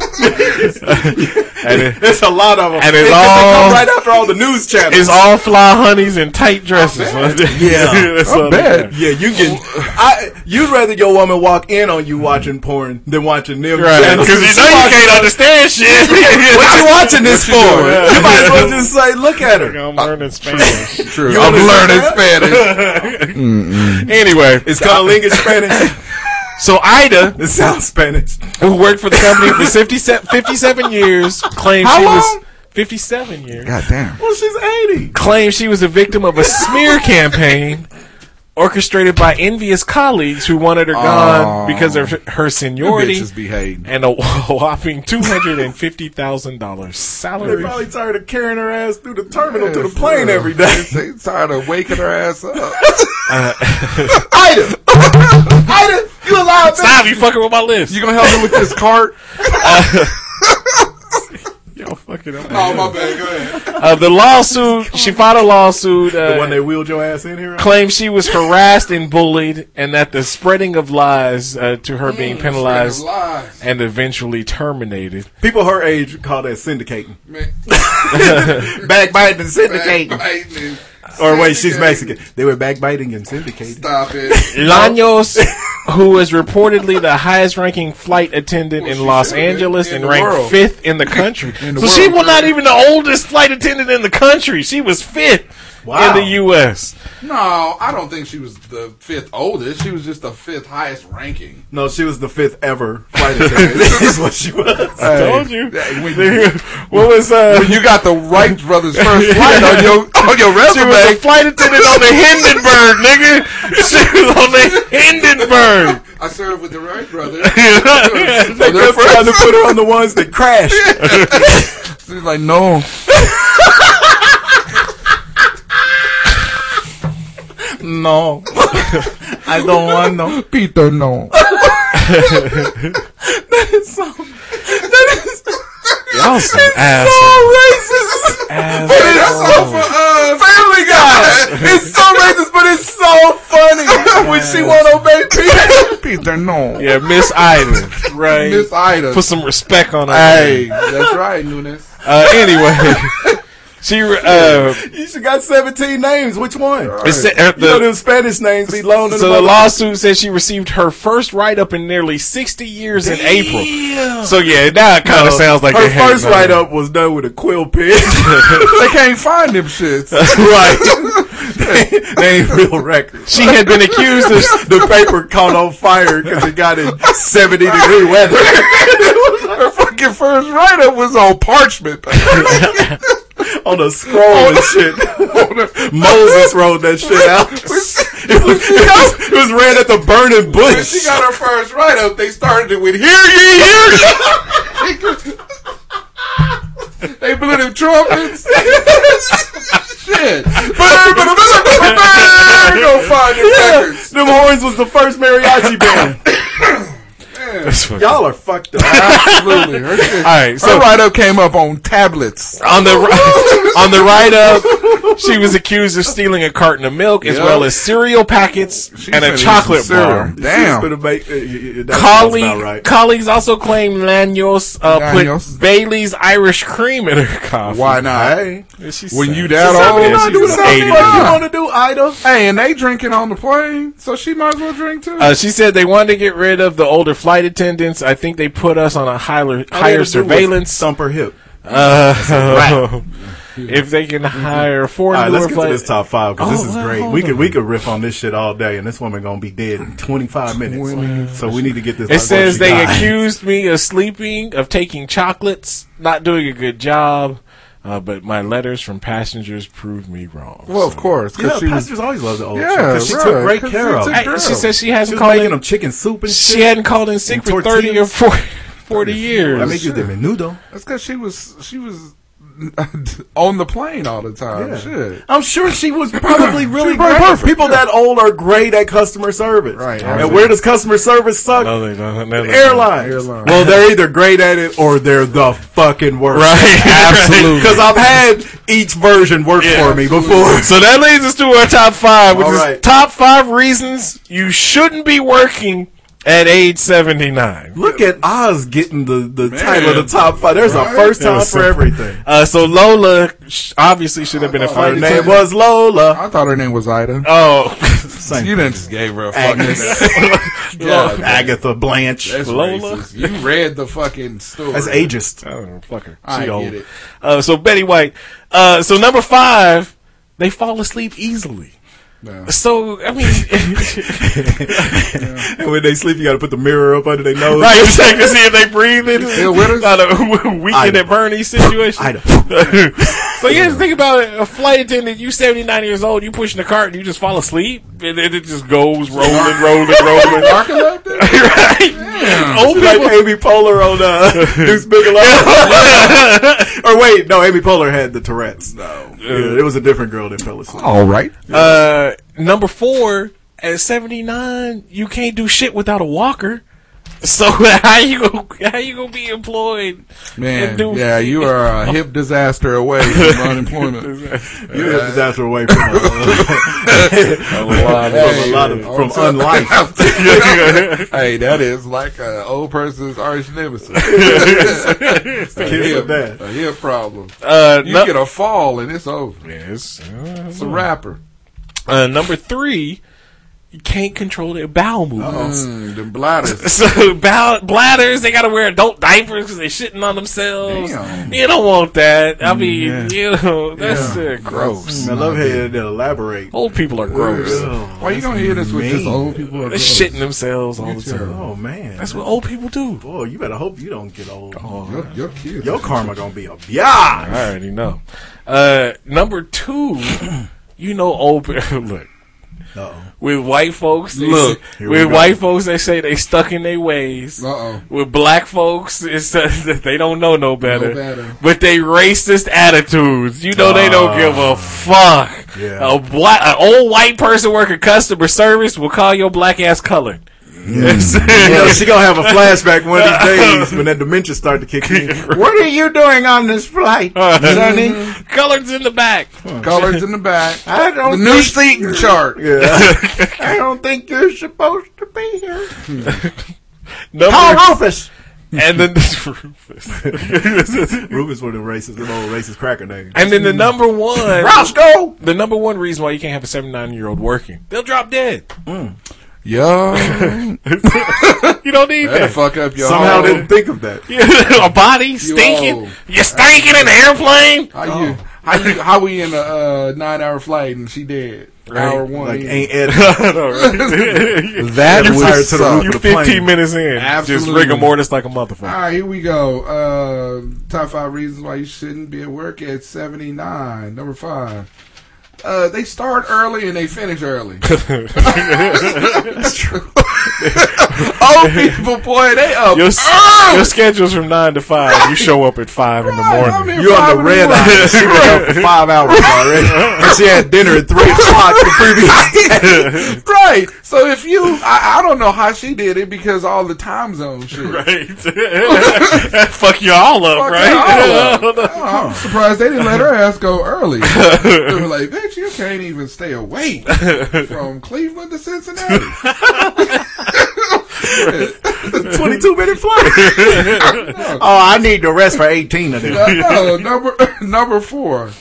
Speaker 11: And it-
Speaker 10: There's a lot of them.
Speaker 11: And it's
Speaker 10: 'cause they
Speaker 11: all-
Speaker 10: come right after all the news channels.
Speaker 11: It's all fly honeys and tight dresses.
Speaker 10: Yeah.
Speaker 11: That's
Speaker 10: I
Speaker 11: all they
Speaker 10: bet.
Speaker 11: got.
Speaker 10: Yeah, you can. I you'd rather your woman walk in on you watching porn than watching them.
Speaker 11: Right,
Speaker 10: channels.
Speaker 11: because you know you can't understand shit.
Speaker 10: What you watching this for?
Speaker 11: What you doing?
Speaker 10: You might as well just say, "Look at her."
Speaker 11: I'm learning Spanish.
Speaker 9: True.
Speaker 10: You
Speaker 9: I'm
Speaker 10: understand
Speaker 9: learning
Speaker 10: that?
Speaker 9: Spanish. Mm-mm.
Speaker 11: anyway,
Speaker 10: It's Conalinga Spanish.
Speaker 11: so Ida,
Speaker 10: It sounds Spanish.
Speaker 11: who worked for the company for 50 se- 57 years, claimed
Speaker 9: How
Speaker 11: she
Speaker 9: long?
Speaker 11: was 57 years.
Speaker 9: God damn.
Speaker 10: Well, she's eighty.
Speaker 11: Claimed she was a victim of a smear campaign orchestrated by envious colleagues who wanted her gone
Speaker 9: Aw.
Speaker 11: because of her- her seniority
Speaker 9: Bitches be hating.
Speaker 11: and a whopping $250,000
Speaker 10: They're
Speaker 11: salary.
Speaker 10: probably tired of carrying her ass through the terminal to the plane every day.
Speaker 9: They tired of waking her ass up.
Speaker 10: Ida, Ida, you allowed that?
Speaker 11: Stop, you fucking with my lips.
Speaker 9: You gonna help me with this cart?
Speaker 11: Yo, fucking up.
Speaker 10: Oh my bad. Go ahead.
Speaker 11: Uh, the lawsuit, she filed a lawsuit. Uh,
Speaker 10: The one that wheeled your ass in here.
Speaker 11: claimed she was harassed and bullied, and that the spreading of lies uh, to her being penalized
Speaker 9: Mm, Lies.
Speaker 11: and eventually terminated.
Speaker 10: People her age call that syndicating.
Speaker 9: Man,
Speaker 10: Backbiting and syndicating.
Speaker 9: backbiting and
Speaker 10: Or wait, she's
Speaker 9: syndicating.
Speaker 10: Mexican. They were backbiting and syndicating.
Speaker 9: Stop it.
Speaker 11: Lanos, who was reportedly the highest-ranking flight attendant
Speaker 9: Well,
Speaker 11: in
Speaker 9: she
Speaker 11: Los
Speaker 9: should have been
Speaker 11: Angeles
Speaker 9: in
Speaker 11: and
Speaker 9: the
Speaker 11: ranked
Speaker 9: world.
Speaker 11: fifth in the country,
Speaker 9: In the
Speaker 11: so she
Speaker 9: world,
Speaker 11: was not
Speaker 9: girl.
Speaker 11: even the oldest flight attendant in the country. She was fifth
Speaker 10: Wow.
Speaker 11: in the U.S.
Speaker 9: No, I don't think she was the fifth oldest. She was just the fifth highest ranking.
Speaker 10: No, she was the fifth ever flight attendant. This is what she was.
Speaker 11: I told you.
Speaker 9: that- when you-
Speaker 11: what was uh?
Speaker 9: When you got the Wright brothers first flight on your on your
Speaker 11: She was a
Speaker 9: resume,
Speaker 11: flight attendant on the Hindenburg, nigga. She was on the Hindenburg.
Speaker 9: I served with the Wright brothers.
Speaker 10: They kept trying to put her on the ones that crashed.
Speaker 9: She's like, no,
Speaker 10: No, I don't want no.
Speaker 9: Peter, no.
Speaker 11: Y'all some ass.
Speaker 10: racist.
Speaker 11: Ass.
Speaker 10: But it's so for uh, Family Guy. It's so racist, but it's so funny when she want to obey people.
Speaker 9: Peter, no.
Speaker 11: Yeah, Miss Ida. Right.
Speaker 9: Miss Ida.
Speaker 11: Put some respect on her.
Speaker 9: Hey, that's right, Nunes.
Speaker 11: Uh, anyway, she uh,
Speaker 10: You should got seventeen names. Which one?
Speaker 11: it said- uh,
Speaker 10: you know
Speaker 11: the,
Speaker 10: them Spanish names be long.
Speaker 11: so the lawsuit says she received her first write up in nearly sixty years in April. So yeah, now it kind of sounds like
Speaker 10: Her
Speaker 11: they had
Speaker 10: first
Speaker 11: nothing.
Speaker 10: write up was done with a quill pen.
Speaker 9: They can't find them shits.
Speaker 10: right. they ain't real records.
Speaker 11: She had been accused of
Speaker 10: The paper caught on fire because it got in 70 degree weather.
Speaker 9: Her fucking first write up was on parchment.
Speaker 10: on a scroll and shit. Moses rolled that shit out. It was, it was, it was ran at the burning
Speaker 9: When
Speaker 10: bush.
Speaker 9: she got her first write up, they started it with "Hear ye, hear ye." they blew them trumpets. Shit! Go find your records.
Speaker 10: Them horns was the first mariachi band. Y'all are fucked up.
Speaker 9: Absolutely. Her, shit-
Speaker 11: All right,
Speaker 9: her
Speaker 11: so
Speaker 9: write up came up on tablets.
Speaker 11: on the ri- on the write up, she was accused of stealing a carton of milk as
Speaker 9: Yep.
Speaker 11: well as cereal packets and
Speaker 9: finna
Speaker 11: a
Speaker 9: eat
Speaker 11: chocolate
Speaker 9: some cereal.
Speaker 11: bar.
Speaker 9: Damn.
Speaker 10: She's gonna make, uh, uh, uh, that sounds about
Speaker 11: Colleague,
Speaker 10: right.
Speaker 11: Colleagues also claim Lanos uh,
Speaker 9: Lanos.
Speaker 11: put Bailey's Irish cream in her coffee.
Speaker 9: Why not?
Speaker 10: Hey,
Speaker 9: When you
Speaker 11: down
Speaker 9: that
Speaker 10: Tell me
Speaker 11: yeah,
Speaker 9: old,
Speaker 10: not
Speaker 11: she's Uh,
Speaker 10: doing
Speaker 11: an
Speaker 10: something
Speaker 11: 80
Speaker 10: like you
Speaker 11: now.
Speaker 10: want to do, Ida.
Speaker 9: hey, and they drinking on the plane, so she might as well drink too.
Speaker 11: Uh, she said they wanted to get rid of the older flight attendants. I think they put us on a higher higher surveillance.
Speaker 10: Stump her hip.
Speaker 11: Uh, if they can hire four
Speaker 10: All right,
Speaker 11: newer
Speaker 10: let's get to
Speaker 11: flight-
Speaker 10: this top five because
Speaker 11: Oh,
Speaker 10: this is
Speaker 11: well,
Speaker 10: great.
Speaker 11: hold
Speaker 10: We could we could riff on this shit all day, and this woman gonna be dead in 25 minutes. So we need to get this.
Speaker 11: It says they
Speaker 10: died.
Speaker 11: accused me of sleeping, of taking chocolates, not doing a good job, uh, but my letters from passengers proved me wrong.
Speaker 9: well, Oh, of course,
Speaker 10: You
Speaker 9: because
Speaker 10: know,
Speaker 9: she was.
Speaker 10: pastors always love the old
Speaker 9: Yeah,
Speaker 10: yeah, because she
Speaker 9: right,
Speaker 10: took great
Speaker 9: 'cause she
Speaker 10: care of.
Speaker 9: took
Speaker 10: them.
Speaker 11: I- she said she
Speaker 10: She
Speaker 11: hasn't
Speaker 10: was
Speaker 11: called
Speaker 10: making
Speaker 11: in.
Speaker 10: them chicken soup and
Speaker 11: She
Speaker 10: shit.
Speaker 11: hadn't called in sick
Speaker 10: And
Speaker 11: for thirty or
Speaker 10: tortillas.
Speaker 11: 40, 40 years.
Speaker 10: I make you the menudo.
Speaker 9: That's because she was she was on the plane all the time.
Speaker 10: Yeah.
Speaker 9: Oh, Shit.
Speaker 10: I'm sure she was probably really
Speaker 9: She's probably
Speaker 10: great.
Speaker 9: perfect,
Speaker 10: People that old are great at customer service.
Speaker 9: Right.
Speaker 10: And where does customer service suck?
Speaker 11: No, they don't. No, they don't.
Speaker 10: Airlines.
Speaker 9: Airlines.
Speaker 10: Well, they're either great at it or they're the fucking worst.
Speaker 11: Right. Absolutely.
Speaker 10: Because I've had each version work for me before.
Speaker 11: So that leads us to our top five, which
Speaker 10: All
Speaker 11: is
Speaker 10: right.
Speaker 11: top five reasons you shouldn't be working at age 79.
Speaker 10: Look at Oz getting the, the title of the top five. There's a first
Speaker 11: That
Speaker 10: time
Speaker 11: was
Speaker 10: for
Speaker 11: simple.
Speaker 10: everything.
Speaker 11: Uh, so Lola sh- obviously should have been a
Speaker 10: Her
Speaker 11: fighter.
Speaker 10: name was Lola.
Speaker 9: I thought her name was Ida.
Speaker 11: Oh,
Speaker 9: you didn't just gave her a fucking
Speaker 10: Agnes.
Speaker 9: Yeah,
Speaker 10: Agatha Blanche.
Speaker 9: That's
Speaker 11: Lola?
Speaker 9: racist. You read the fucking story.
Speaker 10: That's ageist.
Speaker 11: I don't know, fuck her.
Speaker 9: I
Speaker 11: She
Speaker 9: get
Speaker 11: old.
Speaker 9: it.
Speaker 11: Uh, so Betty White. Uh, so number five, they fall asleep easily.
Speaker 9: No.
Speaker 11: So I mean,
Speaker 10: And when they sleep, you got to put the mirror up under their nose.
Speaker 11: right? You check to see if they breathing.
Speaker 9: Still with us?
Speaker 11: Not a weekend
Speaker 10: Ida.
Speaker 11: at Bernie situation.
Speaker 10: Ida.
Speaker 11: so you just think about it. A flight attendant, you seventy nine years old, you pushing the cart, and you just fall asleep, and then it just goes rolling, rolling, rolling.
Speaker 9: Narcoleptic?
Speaker 11: right? Old
Speaker 10: like
Speaker 11: people.
Speaker 10: Amy Poehler on uh, Deuce Bigelow. or wait, no, Amy Poehler had the Tourette's. No, yeah, it was a different girl that fell asleep.
Speaker 9: All right.
Speaker 11: Uh, number four, at 79, you can't do shit without a walker. So how you gonna, how you gonna be employed?
Speaker 9: Man,
Speaker 11: and do-
Speaker 9: yeah, you are a hip disaster away from unemployment.
Speaker 10: You have a disaster away from, uh,
Speaker 11: lot
Speaker 10: from a lot of from unlife.
Speaker 9: hey, that is like an old person's arch nemesis. a,
Speaker 10: Kiss of
Speaker 9: hip,
Speaker 10: that.
Speaker 9: a hip problem.
Speaker 11: Uh,
Speaker 9: You
Speaker 11: nu-
Speaker 9: get a fall and it's over.
Speaker 11: Yes.
Speaker 9: It's a rapper.
Speaker 11: Uh, number three, you can't control their bowel movements.
Speaker 9: Mm, the bladders.
Speaker 11: So bow- bladders, they gotta wear adult diapers because they're shitting on themselves.
Speaker 9: Damn. Mm,
Speaker 11: You don't want that. I mean, you know, that's uh, gross.
Speaker 10: Mm, I love how they elaborate. Oh,
Speaker 11: Old people are gross.
Speaker 9: Why you gonna hear this with just old people?
Speaker 11: They're shitting themselves all the time.
Speaker 10: Oh man,
Speaker 11: That's what old people do.
Speaker 10: boy. You better hope you don't get old.
Speaker 9: You're, you're cute.
Speaker 10: Your karma gonna be a yeah.
Speaker 11: I already know. Uh, number two, you know, old look with white folks. they-
Speaker 9: Look,
Speaker 10: here we
Speaker 11: with
Speaker 10: go.
Speaker 11: white folks, they say they stuck in their ways.
Speaker 9: Uh-oh.
Speaker 11: With black folks, it's uh, they don't know no better.
Speaker 9: better.
Speaker 11: But they racist attitudes. You know, they don't give a fuck.
Speaker 10: Yeah.
Speaker 11: A black, an old white person working customer service will call your black ass colored.
Speaker 10: You know, she gonna have a flashback one of these days when that dementia start to kick in.
Speaker 9: What are you doing on this flight,
Speaker 11: Uh-huh.
Speaker 9: Sonny?
Speaker 11: Coloreds in the back.
Speaker 9: Colors in the back.
Speaker 10: I don't.
Speaker 9: The new seating chart.
Speaker 10: I don't think you're supposed to be here.
Speaker 11: Number,
Speaker 10: Rufus.
Speaker 11: and then Rufus.
Speaker 10: Rufus one of the racist, them old racist cracker niggas.
Speaker 11: and then the number one.
Speaker 10: Roscoe.
Speaker 11: the number one reason why you can't have a 79 year old working. They'll drop dead.
Speaker 9: Yo,
Speaker 11: You don't need
Speaker 9: that'll
Speaker 11: that.
Speaker 9: fuck up your
Speaker 10: Somehow
Speaker 9: whole-
Speaker 10: didn't think of that.
Speaker 11: a body stinking.
Speaker 9: old.
Speaker 11: You're stinking in the airplane.
Speaker 9: How you? How you? How we in a uh, nine-hour flight and she dead? Hour one.
Speaker 10: Like
Speaker 9: in.
Speaker 10: ain't Ed
Speaker 9: that
Speaker 10: You're
Speaker 9: would
Speaker 10: tired to the
Speaker 9: suck.
Speaker 10: root.
Speaker 11: you
Speaker 10: the
Speaker 11: 15
Speaker 10: plane.
Speaker 11: minutes in.
Speaker 9: Absolutely.
Speaker 11: Just rigor mortis like a
Speaker 9: All
Speaker 11: motherfucker.
Speaker 9: right, here we go. Uh, top five reasons why you shouldn't be at work at 79. Number five. Uh, they start early and they finish early.
Speaker 10: That's true.
Speaker 9: Old people, boy, they
Speaker 10: Oh!
Speaker 9: up.
Speaker 11: Your, s- your schedule's from 9 to 5. You show up at 5 in the morning.
Speaker 10: You on the red eye. She been up for five hours already. And she had dinner at three o'clock the previous day.
Speaker 9: right. So if you, I, I don't know how she did it because all the time zone shit.
Speaker 11: Right. Fuck you all up,
Speaker 9: Fuck
Speaker 11: right?
Speaker 9: it all up. I'm surprised they didn't let her ass go early. they were like, bitch, you can't even stay awake from Cleveland to Cincinnati.
Speaker 10: Twenty-two minute flight. oh, I need to rest for eighteen of them.
Speaker 9: no, number number four.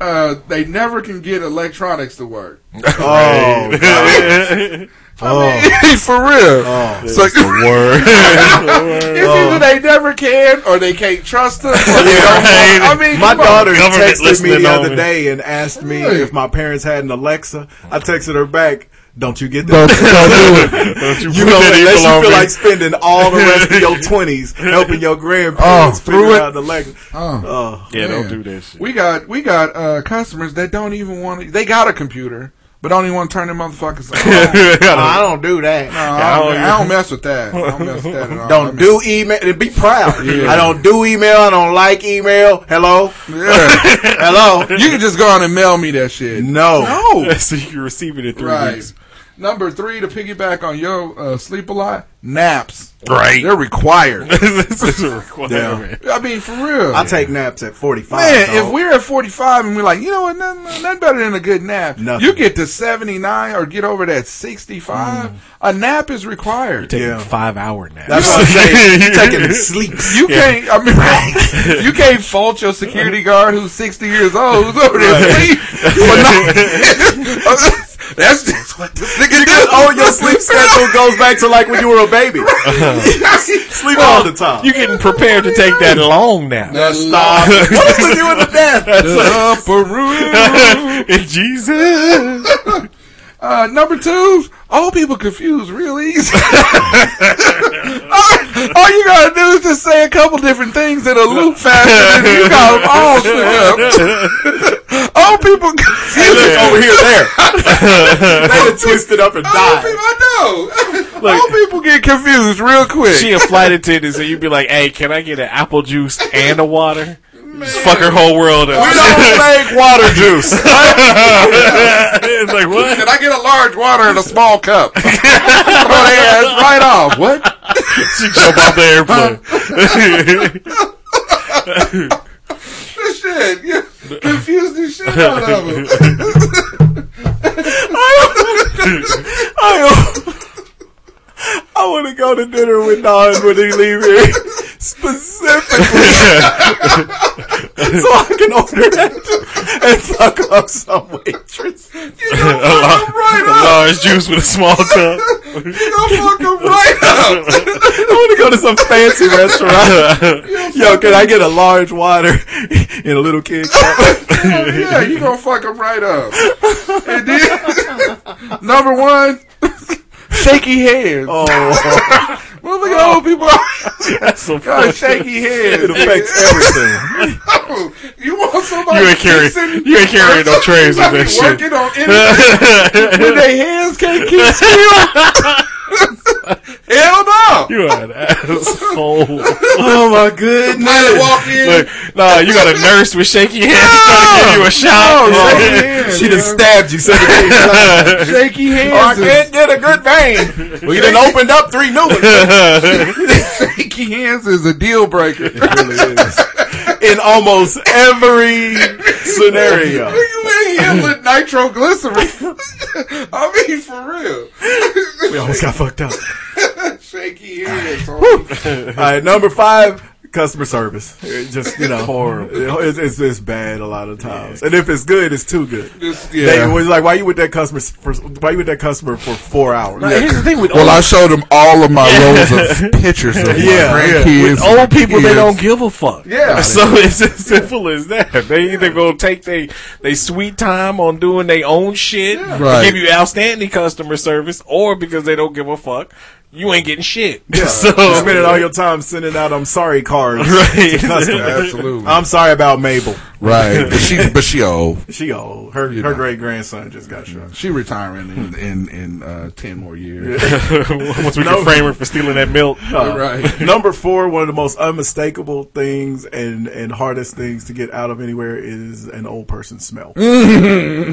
Speaker 9: Uh, they never can get electronics to work.
Speaker 10: Oh,
Speaker 9: For real.
Speaker 10: Oh,
Speaker 9: so it's either they never can, or they can't trust them. Or they don't want- I mean,
Speaker 10: My
Speaker 9: come on.
Speaker 10: daughter
Speaker 11: Government
Speaker 10: texted me
Speaker 11: listening
Speaker 10: the
Speaker 11: on
Speaker 10: other
Speaker 11: me.
Speaker 10: day and asked me
Speaker 9: Really?
Speaker 10: if my parents had an Alexa. I texted her back, "Don't you get
Speaker 9: Don't,
Speaker 10: that?
Speaker 9: don't do it.
Speaker 11: you,
Speaker 10: You
Speaker 11: put
Speaker 10: know,
Speaker 11: that
Speaker 10: unless
Speaker 11: evil
Speaker 10: you
Speaker 11: on
Speaker 10: feel
Speaker 11: me.
Speaker 10: like spending all the rest of your twenties helping your grandparents
Speaker 9: Oh, through
Speaker 10: figure
Speaker 9: it?
Speaker 10: out the Alexa.
Speaker 9: Oh.
Speaker 10: Oh,
Speaker 11: Yeah,
Speaker 9: Man.
Speaker 11: don't do that shit.
Speaker 9: We got we got uh, customers that don't even want. to They got a computer, But don't even want to turn them motherfuckers. Like,
Speaker 10: No, I don't do that.
Speaker 9: No, I, don't, I don't mess with that. I don't mess with that at all.
Speaker 10: Don't
Speaker 9: I mean-
Speaker 10: do email. Be proud.
Speaker 9: Yeah.
Speaker 10: I don't do email. I don't like email. Hello. Hello.
Speaker 9: You can just go on and mail me that shit.
Speaker 10: Oh. No.
Speaker 9: No.
Speaker 11: so you're receiving it three weeks.
Speaker 9: Number three to piggyback on your uh, sleep a lot naps.
Speaker 11: Right.
Speaker 9: they're required.
Speaker 11: this is a requirement.
Speaker 9: I mean, for real.
Speaker 10: I take naps at forty five.
Speaker 9: Man, if we're at 45 and we're like, you know what, nothing, nothing better than a good nap.
Speaker 10: Nothing.
Speaker 9: You get to 79 or get over that
Speaker 10: Mm.
Speaker 9: 65, a nap is required.
Speaker 11: Taking five hour nap.
Speaker 10: That's what I'm saying. You taking sleeps.
Speaker 9: You can't, I mean, you can't fault your security guard who's 60 years old who's over there asleep for not- That's just what this nigga do.
Speaker 10: Oh, your sleep schedule goes back to like when you were a baby. sleep all the time.
Speaker 11: You're getting prepared to take that long nap.
Speaker 10: Stop. what is the deal with the nap?
Speaker 9: Upper room.
Speaker 11: Jesus.
Speaker 9: Uh, number two, old people confused real easy. all, all you gotta do is just say a couple different things in a loop faster than you got them all screwed up. old people confused.
Speaker 11: oh,
Speaker 10: over here, there. they twisted up and
Speaker 9: Old
Speaker 10: died.
Speaker 9: people, I know.
Speaker 11: Look.
Speaker 9: old people get confused real quick.
Speaker 11: she a flight attendant, so you'd be like, "Hey, can I get an apple juice and a water?" Just fuck her whole world up.
Speaker 10: We don't make water juice.
Speaker 11: it's like what?
Speaker 9: Can I get a large water in a small cup? Throw their ass right off. What?
Speaker 11: She jump off the airplane.
Speaker 9: Shit, you confused the shit out of them.
Speaker 10: I want to go to dinner with Don when he leave here, specifically, so I can order that and fuck up some waitress.
Speaker 11: Oh, a large uh, juice with a small cup.
Speaker 9: You gonna fuck them right up.
Speaker 10: I want to go to some fancy restaurant. Yo, can I get a large water and a little kid cup?
Speaker 9: Hell yeah, you gonna fuck them right up. And then, number one, shaky hands.
Speaker 10: Oh,
Speaker 9: Moving old people
Speaker 11: That's so funny.
Speaker 9: got shaky
Speaker 10: it
Speaker 9: hands.
Speaker 10: affects everything.
Speaker 9: Oh, you want somebody
Speaker 11: You ain't carrying.
Speaker 9: fixing-
Speaker 11: You ain't carrying no trays with
Speaker 9: somebody
Speaker 11: that shit.
Speaker 9: working on anything when their hands can't keep still? Hell no!
Speaker 11: You are an asshole.
Speaker 10: Oh my goodness!
Speaker 9: They walk in.
Speaker 11: Look, nah, you got a nurse with shaky hands trying to give you a shot.
Speaker 9: Oh, shaky hands.
Speaker 10: She done stabbed you seventeen times.
Speaker 9: Shaky hands.
Speaker 10: Oh, I
Speaker 9: is-
Speaker 10: can't get a good vein. We done opened up three new ones.
Speaker 9: shaky hands is a deal breaker.
Speaker 10: in almost every scenario.
Speaker 9: Nigga, man, he with nitroglycerin. I mean, for real.
Speaker 10: We almost got fucked up.
Speaker 9: Shaky hands. homie.
Speaker 10: All right, number five, customer service. It just you know, horrible. It's, it's it's bad a lot of times, and if it's good, it's too good.
Speaker 9: Just-
Speaker 10: They was like, why you with that customer? s- For, why you with that customer for four hours?
Speaker 11: Like, Here's the thing with
Speaker 9: Well, I
Speaker 11: old,
Speaker 9: showed him all of my rolls of pictures of my
Speaker 10: Yeah, yeah.
Speaker 9: grandkids.
Speaker 11: with old
Speaker 9: and my
Speaker 11: people, they
Speaker 9: kids.
Speaker 11: don't give a fuck.
Speaker 9: Yeah.
Speaker 11: So it's as simple as that. They either gonna take they they sweet time on doing their own shit, and
Speaker 9: Right.
Speaker 11: give you outstanding customer service, or because they don't give a fuk, you ain't getting shit. so
Speaker 10: You spending all your time sending out I'm sorry cards to
Speaker 11: Right.
Speaker 10: customers.
Speaker 9: Absolutely.
Speaker 10: I'm sorry about Mabel.
Speaker 9: right. But she, but she old.
Speaker 10: She old. Her
Speaker 9: You
Speaker 10: her
Speaker 9: know.
Speaker 10: great grandson just got shot.
Speaker 9: She retiring in in, in uh, ten more years.
Speaker 11: once we can frame her for stealing that milk,
Speaker 9: Right.
Speaker 10: Uh, Number four, one of the most unmistakable things and, and hardest things to get out of anywhere is an old person smell.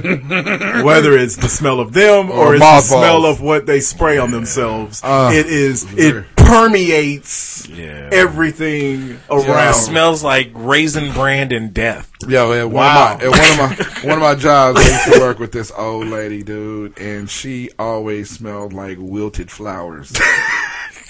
Speaker 10: Whether it's the smell of them or,
Speaker 9: Or
Speaker 10: it's the
Speaker 9: mothballs.
Speaker 10: smell of what they spray on themselves,
Speaker 9: Uh,
Speaker 10: it is it permeates
Speaker 11: Yeah.
Speaker 10: everything around.
Speaker 11: it smells like raisin brand and death.
Speaker 9: Yo, at one
Speaker 10: Wow.
Speaker 9: of my at one of my one of my jobs, I used to work with this old lady, dude, and she always smelled like wilted flowers.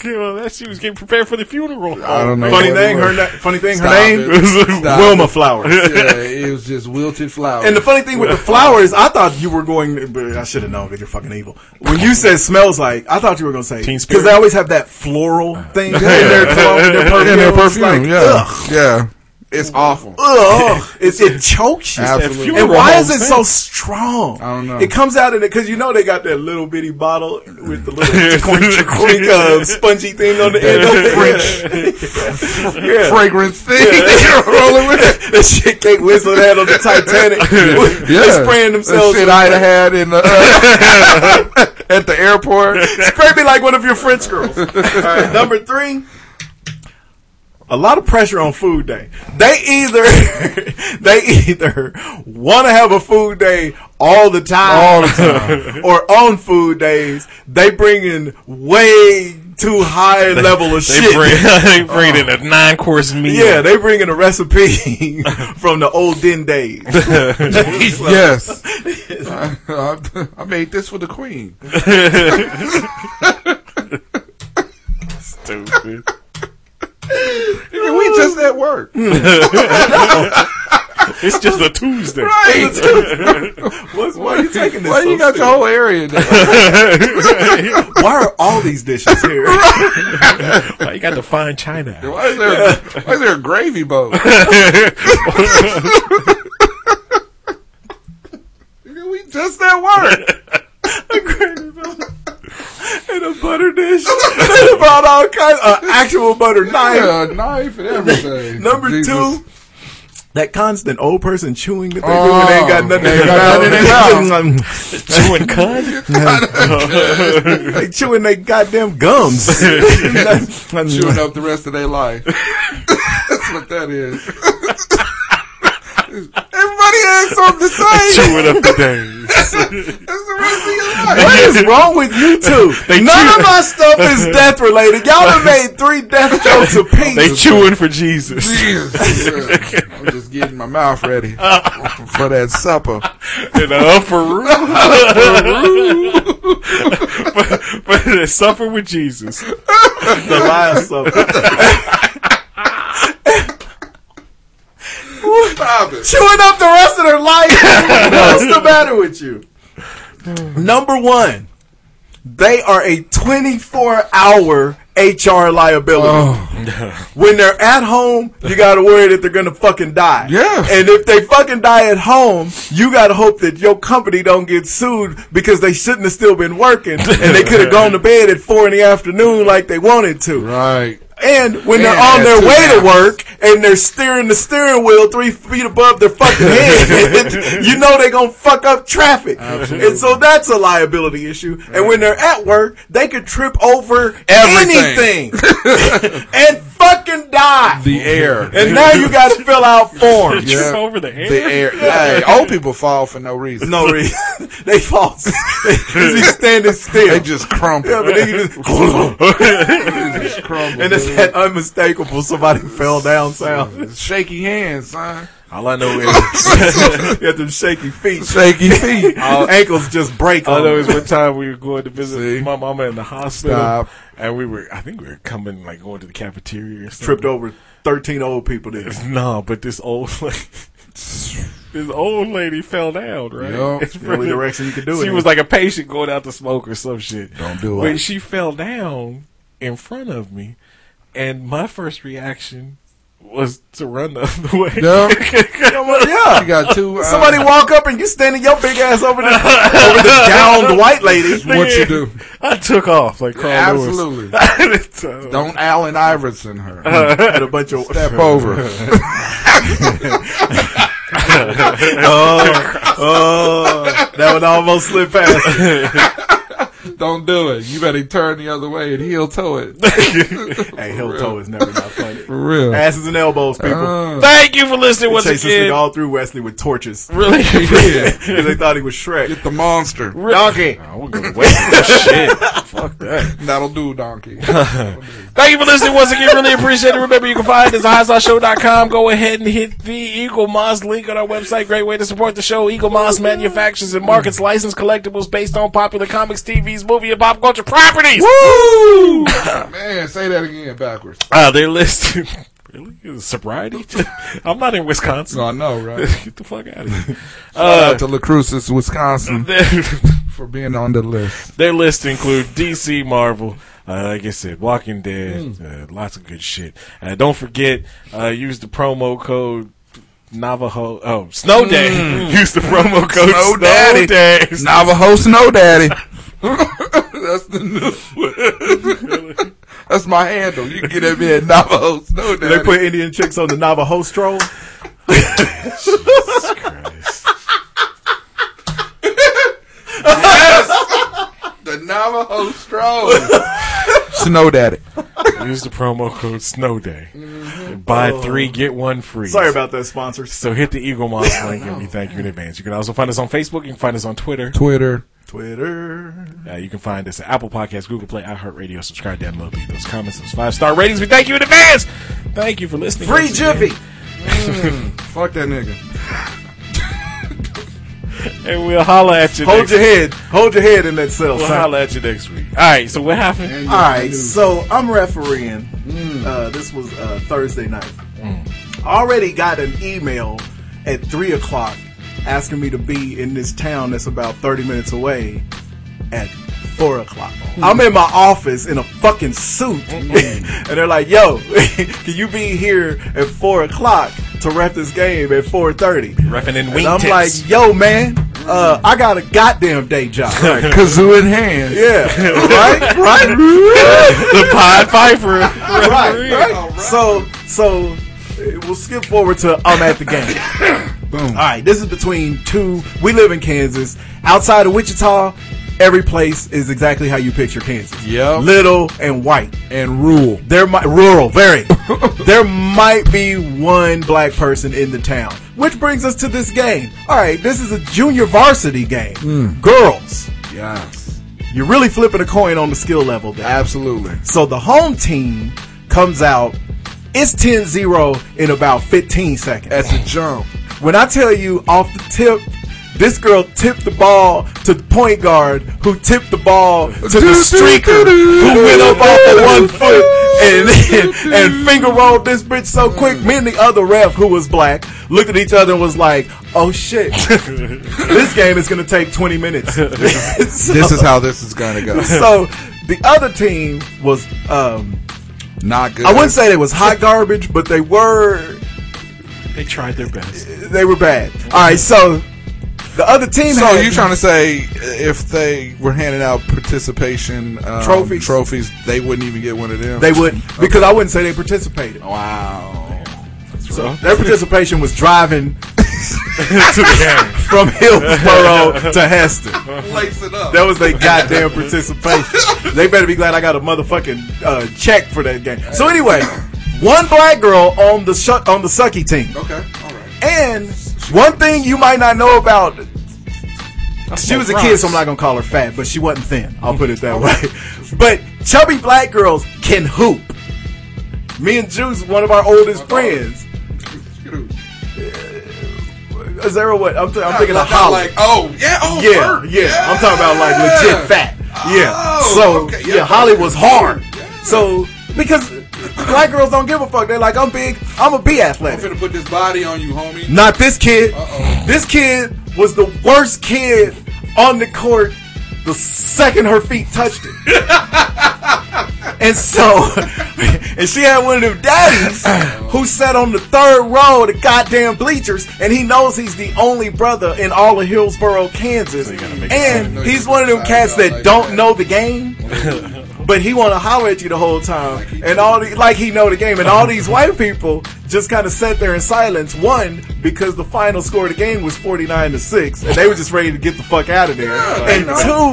Speaker 11: You know, that she was getting prepared for the funeral.
Speaker 9: I don't know.
Speaker 10: Funny
Speaker 9: what it
Speaker 10: thing, her
Speaker 9: was.
Speaker 10: na- funny thing,
Speaker 9: Stop
Speaker 10: her name
Speaker 9: it. Stop
Speaker 10: Wilma
Speaker 9: it.
Speaker 10: Flowers.
Speaker 9: Yeah, it was just wilted flowers.
Speaker 10: And the funny thing with the flowers, I thought you were going. but I should have known because you're fucking evil. When you said smells like, I thought you were going to say
Speaker 11: Teen
Speaker 10: because they
Speaker 11: Spirit.
Speaker 10: always have that floral thing in their cologne, their perfume.
Speaker 9: in their
Speaker 10: It's
Speaker 9: perfume,
Speaker 10: like,
Speaker 9: yeah,
Speaker 10: ugh.
Speaker 9: yeah. It's awful.
Speaker 10: Ugh, it's, it chokes you.
Speaker 9: Absolutely.
Speaker 10: And why is it so strong?
Speaker 9: I don't know.
Speaker 10: It comes out in it because you know they got that little bitty bottle with the little twink, twink, uh, spongy thing on the end of it. French
Speaker 9: fragrance thing that
Speaker 10: you're rolling with. that shit Kate Winslet had on the Titanic. They spraying themselves.
Speaker 9: That shit I'd have had
Speaker 10: with-
Speaker 9: in the, uh, at the airport.
Speaker 10: Spray me like one of your French girls. All right, number three. A lot of pressure on food day. They either they either want to have a food day all the time,
Speaker 9: All the time.
Speaker 10: or on food days they bring in way too high level of
Speaker 11: They
Speaker 10: shit.
Speaker 11: bring, they bring in a nine course meal.
Speaker 10: yeah, they bring in a recipe from the old den days.
Speaker 9: yes. I, I- I made this for the queen.
Speaker 11: Stupid.
Speaker 9: we just at work.
Speaker 10: Mm.
Speaker 11: It's just a Tuesday.
Speaker 10: What's, why are you taking this?
Speaker 9: Why
Speaker 10: so
Speaker 9: you got your
Speaker 10: serious?
Speaker 9: whole area? there?
Speaker 10: Why are all these dishes here?
Speaker 11: Why Oh, you got to find China.
Speaker 9: Why is there, why is there a gravy boat? Nigga, we just at work.
Speaker 10: and a butter dish. they brought all kinds of actual butter knife.
Speaker 9: Yeah, a knife and everything.
Speaker 10: Number
Speaker 9: Jesus.
Speaker 10: two, that constant old person chewing that they do
Speaker 9: Oh,
Speaker 10: when they ain't got nothing.
Speaker 9: ain't got nothing in their
Speaker 11: Chewing cud?
Speaker 10: they chewing their goddamn gums.
Speaker 9: chewing up the rest of their life. That's what that is. Everybody has something to say.
Speaker 11: Chewing up the days.
Speaker 9: That's the rest of your life.
Speaker 10: What is wrong with you two?
Speaker 11: They
Speaker 10: None
Speaker 11: chew-
Speaker 10: of my stuff is death related. Y'all done made three death jokes apiece.
Speaker 11: They chewing for Jesus.
Speaker 9: Jesus. Yeah. I'm just getting my mouth ready for that supper.
Speaker 11: In the upper room. but, but they suffer with Jesus.
Speaker 10: the last supper.
Speaker 9: Stop it.
Speaker 10: chewing up the rest of their life. What's the matter with you? Number one, they are a 24 hour HR liability.
Speaker 9: Oh.
Speaker 10: When they're at home, you gotta worry that they're gonna fucking die.
Speaker 9: Yeah.
Speaker 10: And if they fucking die at home, you gotta hope that your company don't get sued because they shouldn't have still been working and they could have gone to bed at four in the afternoon like they wanted to.
Speaker 9: Right.
Speaker 10: And when they're
Speaker 9: Man,
Speaker 10: on
Speaker 9: that's
Speaker 10: their
Speaker 9: two
Speaker 10: way to
Speaker 9: hours.
Speaker 10: work and they're steering the steering wheel three feet above their fucking head, you know they're gonna fuck up traffic. And so that's a liability issue. And when they're at work, they could trip over
Speaker 9: Everything.
Speaker 10: anything and fucking die.
Speaker 9: The air.
Speaker 10: and now you guys fill out forms.
Speaker 9: Yeah.
Speaker 11: Trip over the hair.
Speaker 9: The air. Hey, old people fall for no reason.
Speaker 10: No reason. they fall. They just standing still.
Speaker 9: They just crumble.
Speaker 10: yeah, but they can just
Speaker 9: They just crumble.
Speaker 10: and it's
Speaker 9: dude.
Speaker 10: that unmistakable somebody fell down sound.
Speaker 9: shaky hands, son.
Speaker 10: All I know is you have them shaky feet.
Speaker 9: Shaky feet.
Speaker 10: Ankles just break.
Speaker 11: I
Speaker 10: on
Speaker 11: know
Speaker 10: them.
Speaker 11: is one time we were going to visit
Speaker 9: See?
Speaker 11: my mama in the hospital,
Speaker 9: Stop.
Speaker 11: and we were I think we were coming like going to the cafeteria or something.
Speaker 10: tripped over thirteen old people. There.
Speaker 11: No, but this old lady, this old lady fell down. Right,
Speaker 9: Yup.
Speaker 11: It's
Speaker 10: The only
Speaker 11: really-
Speaker 10: direction you could do it.
Speaker 11: She
Speaker 10: in.
Speaker 11: was like a patient going out to smoke or some shit.
Speaker 9: Don't do
Speaker 11: But
Speaker 9: it.
Speaker 11: she fell down in front of me, and my first reaction was to run the other way.
Speaker 9: Yeah.
Speaker 10: yeah.
Speaker 9: You got two. Uh,
Speaker 10: Somebody walk up and you standing your big ass over the over the downed white lady.
Speaker 9: What you do?
Speaker 11: I took off like Carl
Speaker 9: Absolutely.
Speaker 11: Lewis. Absolutely.
Speaker 9: Don't Allen Iverson her.
Speaker 10: Had a bunch of
Speaker 9: Step over.
Speaker 10: Oh, oh, that would almost slip past.
Speaker 9: Don't do it. You better turn the other way and heel toe it.
Speaker 10: hey, heel toe is never not funny.
Speaker 9: For real.
Speaker 10: Asses and elbows, people.
Speaker 9: Uh,
Speaker 11: Thank you for listening once
Speaker 10: Chased this nigga
Speaker 11: again.
Speaker 10: all through Wesley with torches
Speaker 11: Really
Speaker 9: yeah.
Speaker 10: because they thought he was Shrek.
Speaker 9: Get the monster.
Speaker 10: Donkey.
Speaker 11: I would go to wait for this shit. Fuck that.
Speaker 9: That'll do, donkey.
Speaker 11: Thank you for listening once again. Really appreciate it. Remember, you can find us at highsideshow.com. Go ahead and hit the Eagle Moss link on our website. Great way to support the show. Eagle Moss manufactures and markets licensed collectibles based on popular comics, TVs, movie, and pop culture properties.
Speaker 9: Woo! Man, say that again backwards.
Speaker 11: Ah, they're listed. really? Is it Sobriety? I'm not in Wisconsin.
Speaker 9: So Oh, I know, right?
Speaker 11: Get the fuck out of here. Uh,
Speaker 9: Shout out to La Cruces, Wisconsin.
Speaker 11: They're-
Speaker 9: for being on the list.
Speaker 11: Their list include DC, Marvel, uh, like I said, Walking Dead,
Speaker 19: Hmm.
Speaker 11: uh, lots of good shit. Uh, don't forget, uh, use the promo code Navajo. Oh, Snow
Speaker 19: Hmm.
Speaker 11: Day.
Speaker 10: Mm.
Speaker 11: Use the promo code Snow, Daddy.
Speaker 9: Navajo Snow Daddy. That's the new one. That's my handle. You get at me at Navajo Snow Daddy.
Speaker 19: They put Indian chicks on the Navajo stroll.
Speaker 9: the Navajo stroll. Snow Daddy.
Speaker 11: Use the promo code Snow Day. Buy three, get one free.
Speaker 19: Mm-hmm. Oh. Sorry about that, sponsor.
Speaker 11: So hit the Eagle Moss link and we thank you in advance. You can also find us on Facebook. You can find us on Twitter.
Speaker 9: Twitter.
Speaker 19: Twitter.
Speaker 11: Uh, you can find us at Apple Podcasts, Google Play, iHeartRadio. Subscribe, download, leave those comments, those five star ratings. We thank you in advance. Thank you for listening.
Speaker 10: Free
Speaker 11: once again.
Speaker 10: Jiffy. Mm.
Speaker 9: Fuck that nigga.
Speaker 11: And we'll holla at you.
Speaker 10: Hold
Speaker 11: next
Speaker 10: your head. Hold your head in that cell.
Speaker 11: We'll
Speaker 10: son.
Speaker 11: holla at you next week. All right. So what happened?
Speaker 10: All right, so I'm refereeing. Uh, this was uh, Thursday night. Already got an email at three o'clock asking me to be in this town that's about thirty minutes away at four o'clock. I'm in my office in a fucking suit, and they're like, "Yo, can you be here at four o'clock to wrap this game at four thirty?
Speaker 11: Reffing in
Speaker 10: And I'm
Speaker 11: wingtips.
Speaker 10: like, "Yo, man, uh, I got a goddamn day job."
Speaker 9: Kazoo in hand.
Speaker 10: Yeah, right, right.
Speaker 11: the Pod Piper.
Speaker 10: right, right. So, so eh, we'll skip forward to I'm at the game.
Speaker 9: Boom.
Speaker 10: All right, this is between two. We live in Kansas. Outside of Wichita, every place is exactly how you picture Kansas.
Speaker 9: Yep.
Speaker 10: Little and white.
Speaker 9: And rule.
Speaker 10: There might rural, very. there might be one black person in the town, which brings us to this game. All right, this is a junior varsity game. Girls,
Speaker 9: Yes.
Speaker 10: you're really flipping a coin on the skill level there.
Speaker 9: Absolutely.
Speaker 10: So the home team comes out. It's 10 0 in about 15 seconds.
Speaker 9: At the jump.
Speaker 10: When I tell you off the tip, this girl tipped the ball to the point guard who tipped the ball to the streaker who went up off of one foot and, and finger rolled this bitch so quick. Me and the other ref who was black looked at each other and was like, oh shit, this game is going to take 20 minutes.
Speaker 9: This is how this is gonna go.
Speaker 10: so the other team was um,
Speaker 9: Not good.
Speaker 10: I wouldn't say they was hot garbage, but they were
Speaker 11: They tried their best.
Speaker 10: they were bad. All right, so the other team.
Speaker 9: So
Speaker 10: had-
Speaker 9: you trying to say if they were handing out participation um,
Speaker 10: Trophies.
Speaker 9: trophies, they wouldn't even get one of them.
Speaker 10: they wouldn't because I wouldn't say they participated.
Speaker 9: Wow.
Speaker 10: So their participation was driving
Speaker 11: to the game.
Speaker 10: from Hillsboro to Heston.
Speaker 9: Lace it up.
Speaker 10: That was their goddamn participation. They better be glad I got a motherfucking uh, check for that game. So anyway, one black girl on the shuck on the sucky team.
Speaker 9: okay. All right.
Speaker 10: And one thing you might not know about she was a kid, so I'm not gonna call her fat, but she wasn't thin. I'll put it that way. But chubby black girls can hoop. Me and Juice, one of our oldest friends. Is there a what? I'm, th- I'm thinking of Holly.
Speaker 9: Like, oh yeah. Oh
Speaker 10: yeah,
Speaker 9: Bert,
Speaker 10: yeah, I'm talking about like legit fat. Yeah.
Speaker 9: Oh,
Speaker 10: so
Speaker 9: okay,
Speaker 10: yeah,
Speaker 9: yeah,
Speaker 10: Holly was hard. So because black girls don't give a fuck. They're like, I'm big. I'm a B athletic.
Speaker 9: I'm finna put this body on you, homie.
Speaker 10: Not this kid.
Speaker 9: Uh-oh.
Speaker 10: This kid was the worst kid on the court the second her feet touched it. and so, and she had one of them daddies who sat on the third row of the goddamn bleachers, and he knows he's the only brother in all of Hillsboro, Kansas. and he's one of them cats that don't know the game. But he want to holler at you the whole time, and all the, like he know the game, and all these white people just kind of sat there in silence. One because the final score of the game was forty nine to six, and they were just ready to get the fuck out of there. and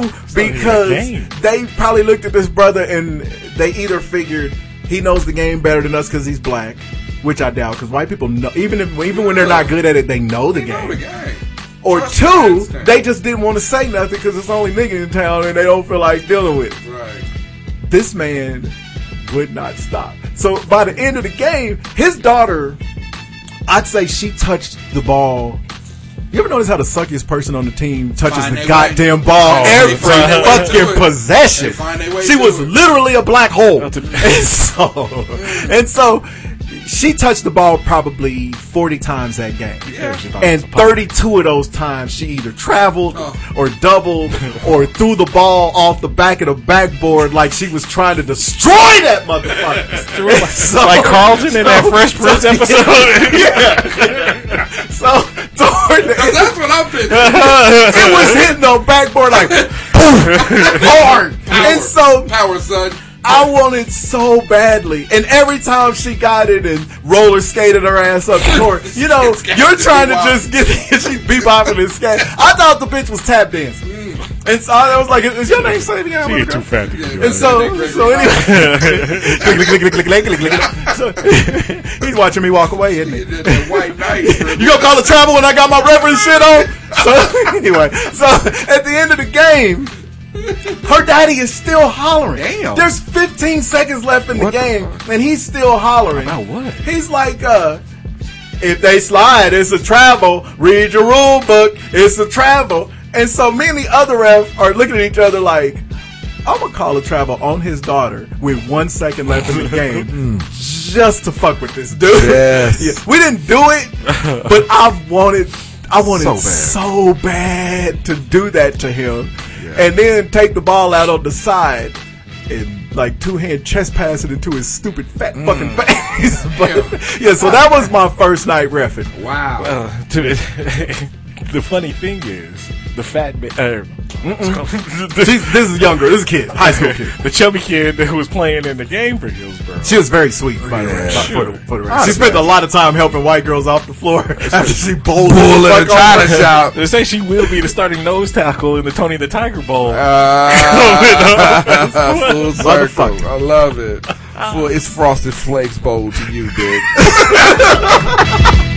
Speaker 10: two because
Speaker 11: game.
Speaker 10: they probably looked at this brother and they either figured he knows the game better than us because he's black, which I doubt because white people know even if even when they're not good at it, they know the game. Or
Speaker 9: That's what I
Speaker 10: two,
Speaker 9: understand.
Speaker 10: they just didn't want to say nothing because it's only nigga in town and they don't feel like dealing with it
Speaker 9: Right.
Speaker 10: this man would not stop. So by the end of the game, his daughter, I'd say she touched the ball. You ever notice how the suckiest person on the team touches
Speaker 9: Find
Speaker 10: the
Speaker 9: their
Speaker 10: goddamn
Speaker 9: way.
Speaker 10: ball
Speaker 9: Oh,
Speaker 10: every
Speaker 9: they find their way to
Speaker 10: fucking
Speaker 9: it.
Speaker 10: possession?
Speaker 9: They find their way
Speaker 10: She
Speaker 9: to
Speaker 10: was
Speaker 9: it.
Speaker 10: literally a black hole. and so, and so, she touched the ball probably 40 times that game.
Speaker 9: Yeah.
Speaker 10: And 32 of those times she either traveled
Speaker 9: Oh.
Speaker 10: or doubled or threw the ball off the back of the backboard like she was trying to destroy that motherfucker. So-
Speaker 11: like Carlton in that
Speaker 10: so-
Speaker 11: Fresh Prince
Speaker 10: so-
Speaker 11: episode.
Speaker 10: Yeah. so toward the end,
Speaker 9: That's what I'm
Speaker 10: it was hitting the backboard like boom, hard. And so
Speaker 9: power, son.
Speaker 10: I wanted so badly. And every time she got it and roller skated her ass up the court, you know, you're trying to just get she bebopping and scat. I thought the bitch was tap dancing. And so I was like, is your name Sadie? She
Speaker 11: ain't too fat to
Speaker 10: And so, so anyway, click, click, click, click, click, click, click, click. So, he's watching me walk away, isn't he?
Speaker 9: White knight.
Speaker 10: You gonna call it travel when I got my reverend shit on? So anyway, so at the end of the game, her daddy is still hollering.
Speaker 9: Damn.
Speaker 10: There's 15 seconds left in
Speaker 9: What
Speaker 10: the
Speaker 9: the
Speaker 10: game, and he's still hollering.
Speaker 11: About what?
Speaker 10: He's like, uh, if they slide, it's a travel. Read your rule book, it's a travel. And so me and the other ref are looking at each other like, I'm gonna call a travel on his daughter with one second left in the game, just to fuck with this dude.
Speaker 9: Yes.
Speaker 10: Yeah, we didn't do it, but I wanted, I wanted
Speaker 9: So bad.
Speaker 10: so bad, to do that to him,
Speaker 9: Yeah.
Speaker 10: and then take the ball out on the side and like two hand chest pass it into his stupid fat fucking face. But, yeah, so that was my first night refing.
Speaker 9: Wow.
Speaker 11: Uh, to the, the funny thing is, the fat man. Uh,
Speaker 10: She's, this is younger. This is a kid, high school kid.
Speaker 11: the chubby kid that was playing in the game for Hillsborough.
Speaker 10: She was very sweet, by the way.
Speaker 11: Yeah,
Speaker 10: by-
Speaker 11: sure.
Speaker 10: For the, for the record. She spent a lot of time helping white girls off the floor after she bowled
Speaker 9: Bull in
Speaker 10: the
Speaker 9: a
Speaker 10: fuck
Speaker 9: china shop.
Speaker 11: They say she will be the starting nose tackle in the Tony the Tiger Bowl.
Speaker 9: Uh, Ah, full circle. I love it. Full, it's Frosted Flakes Bowl to you, big.
Speaker 10: over.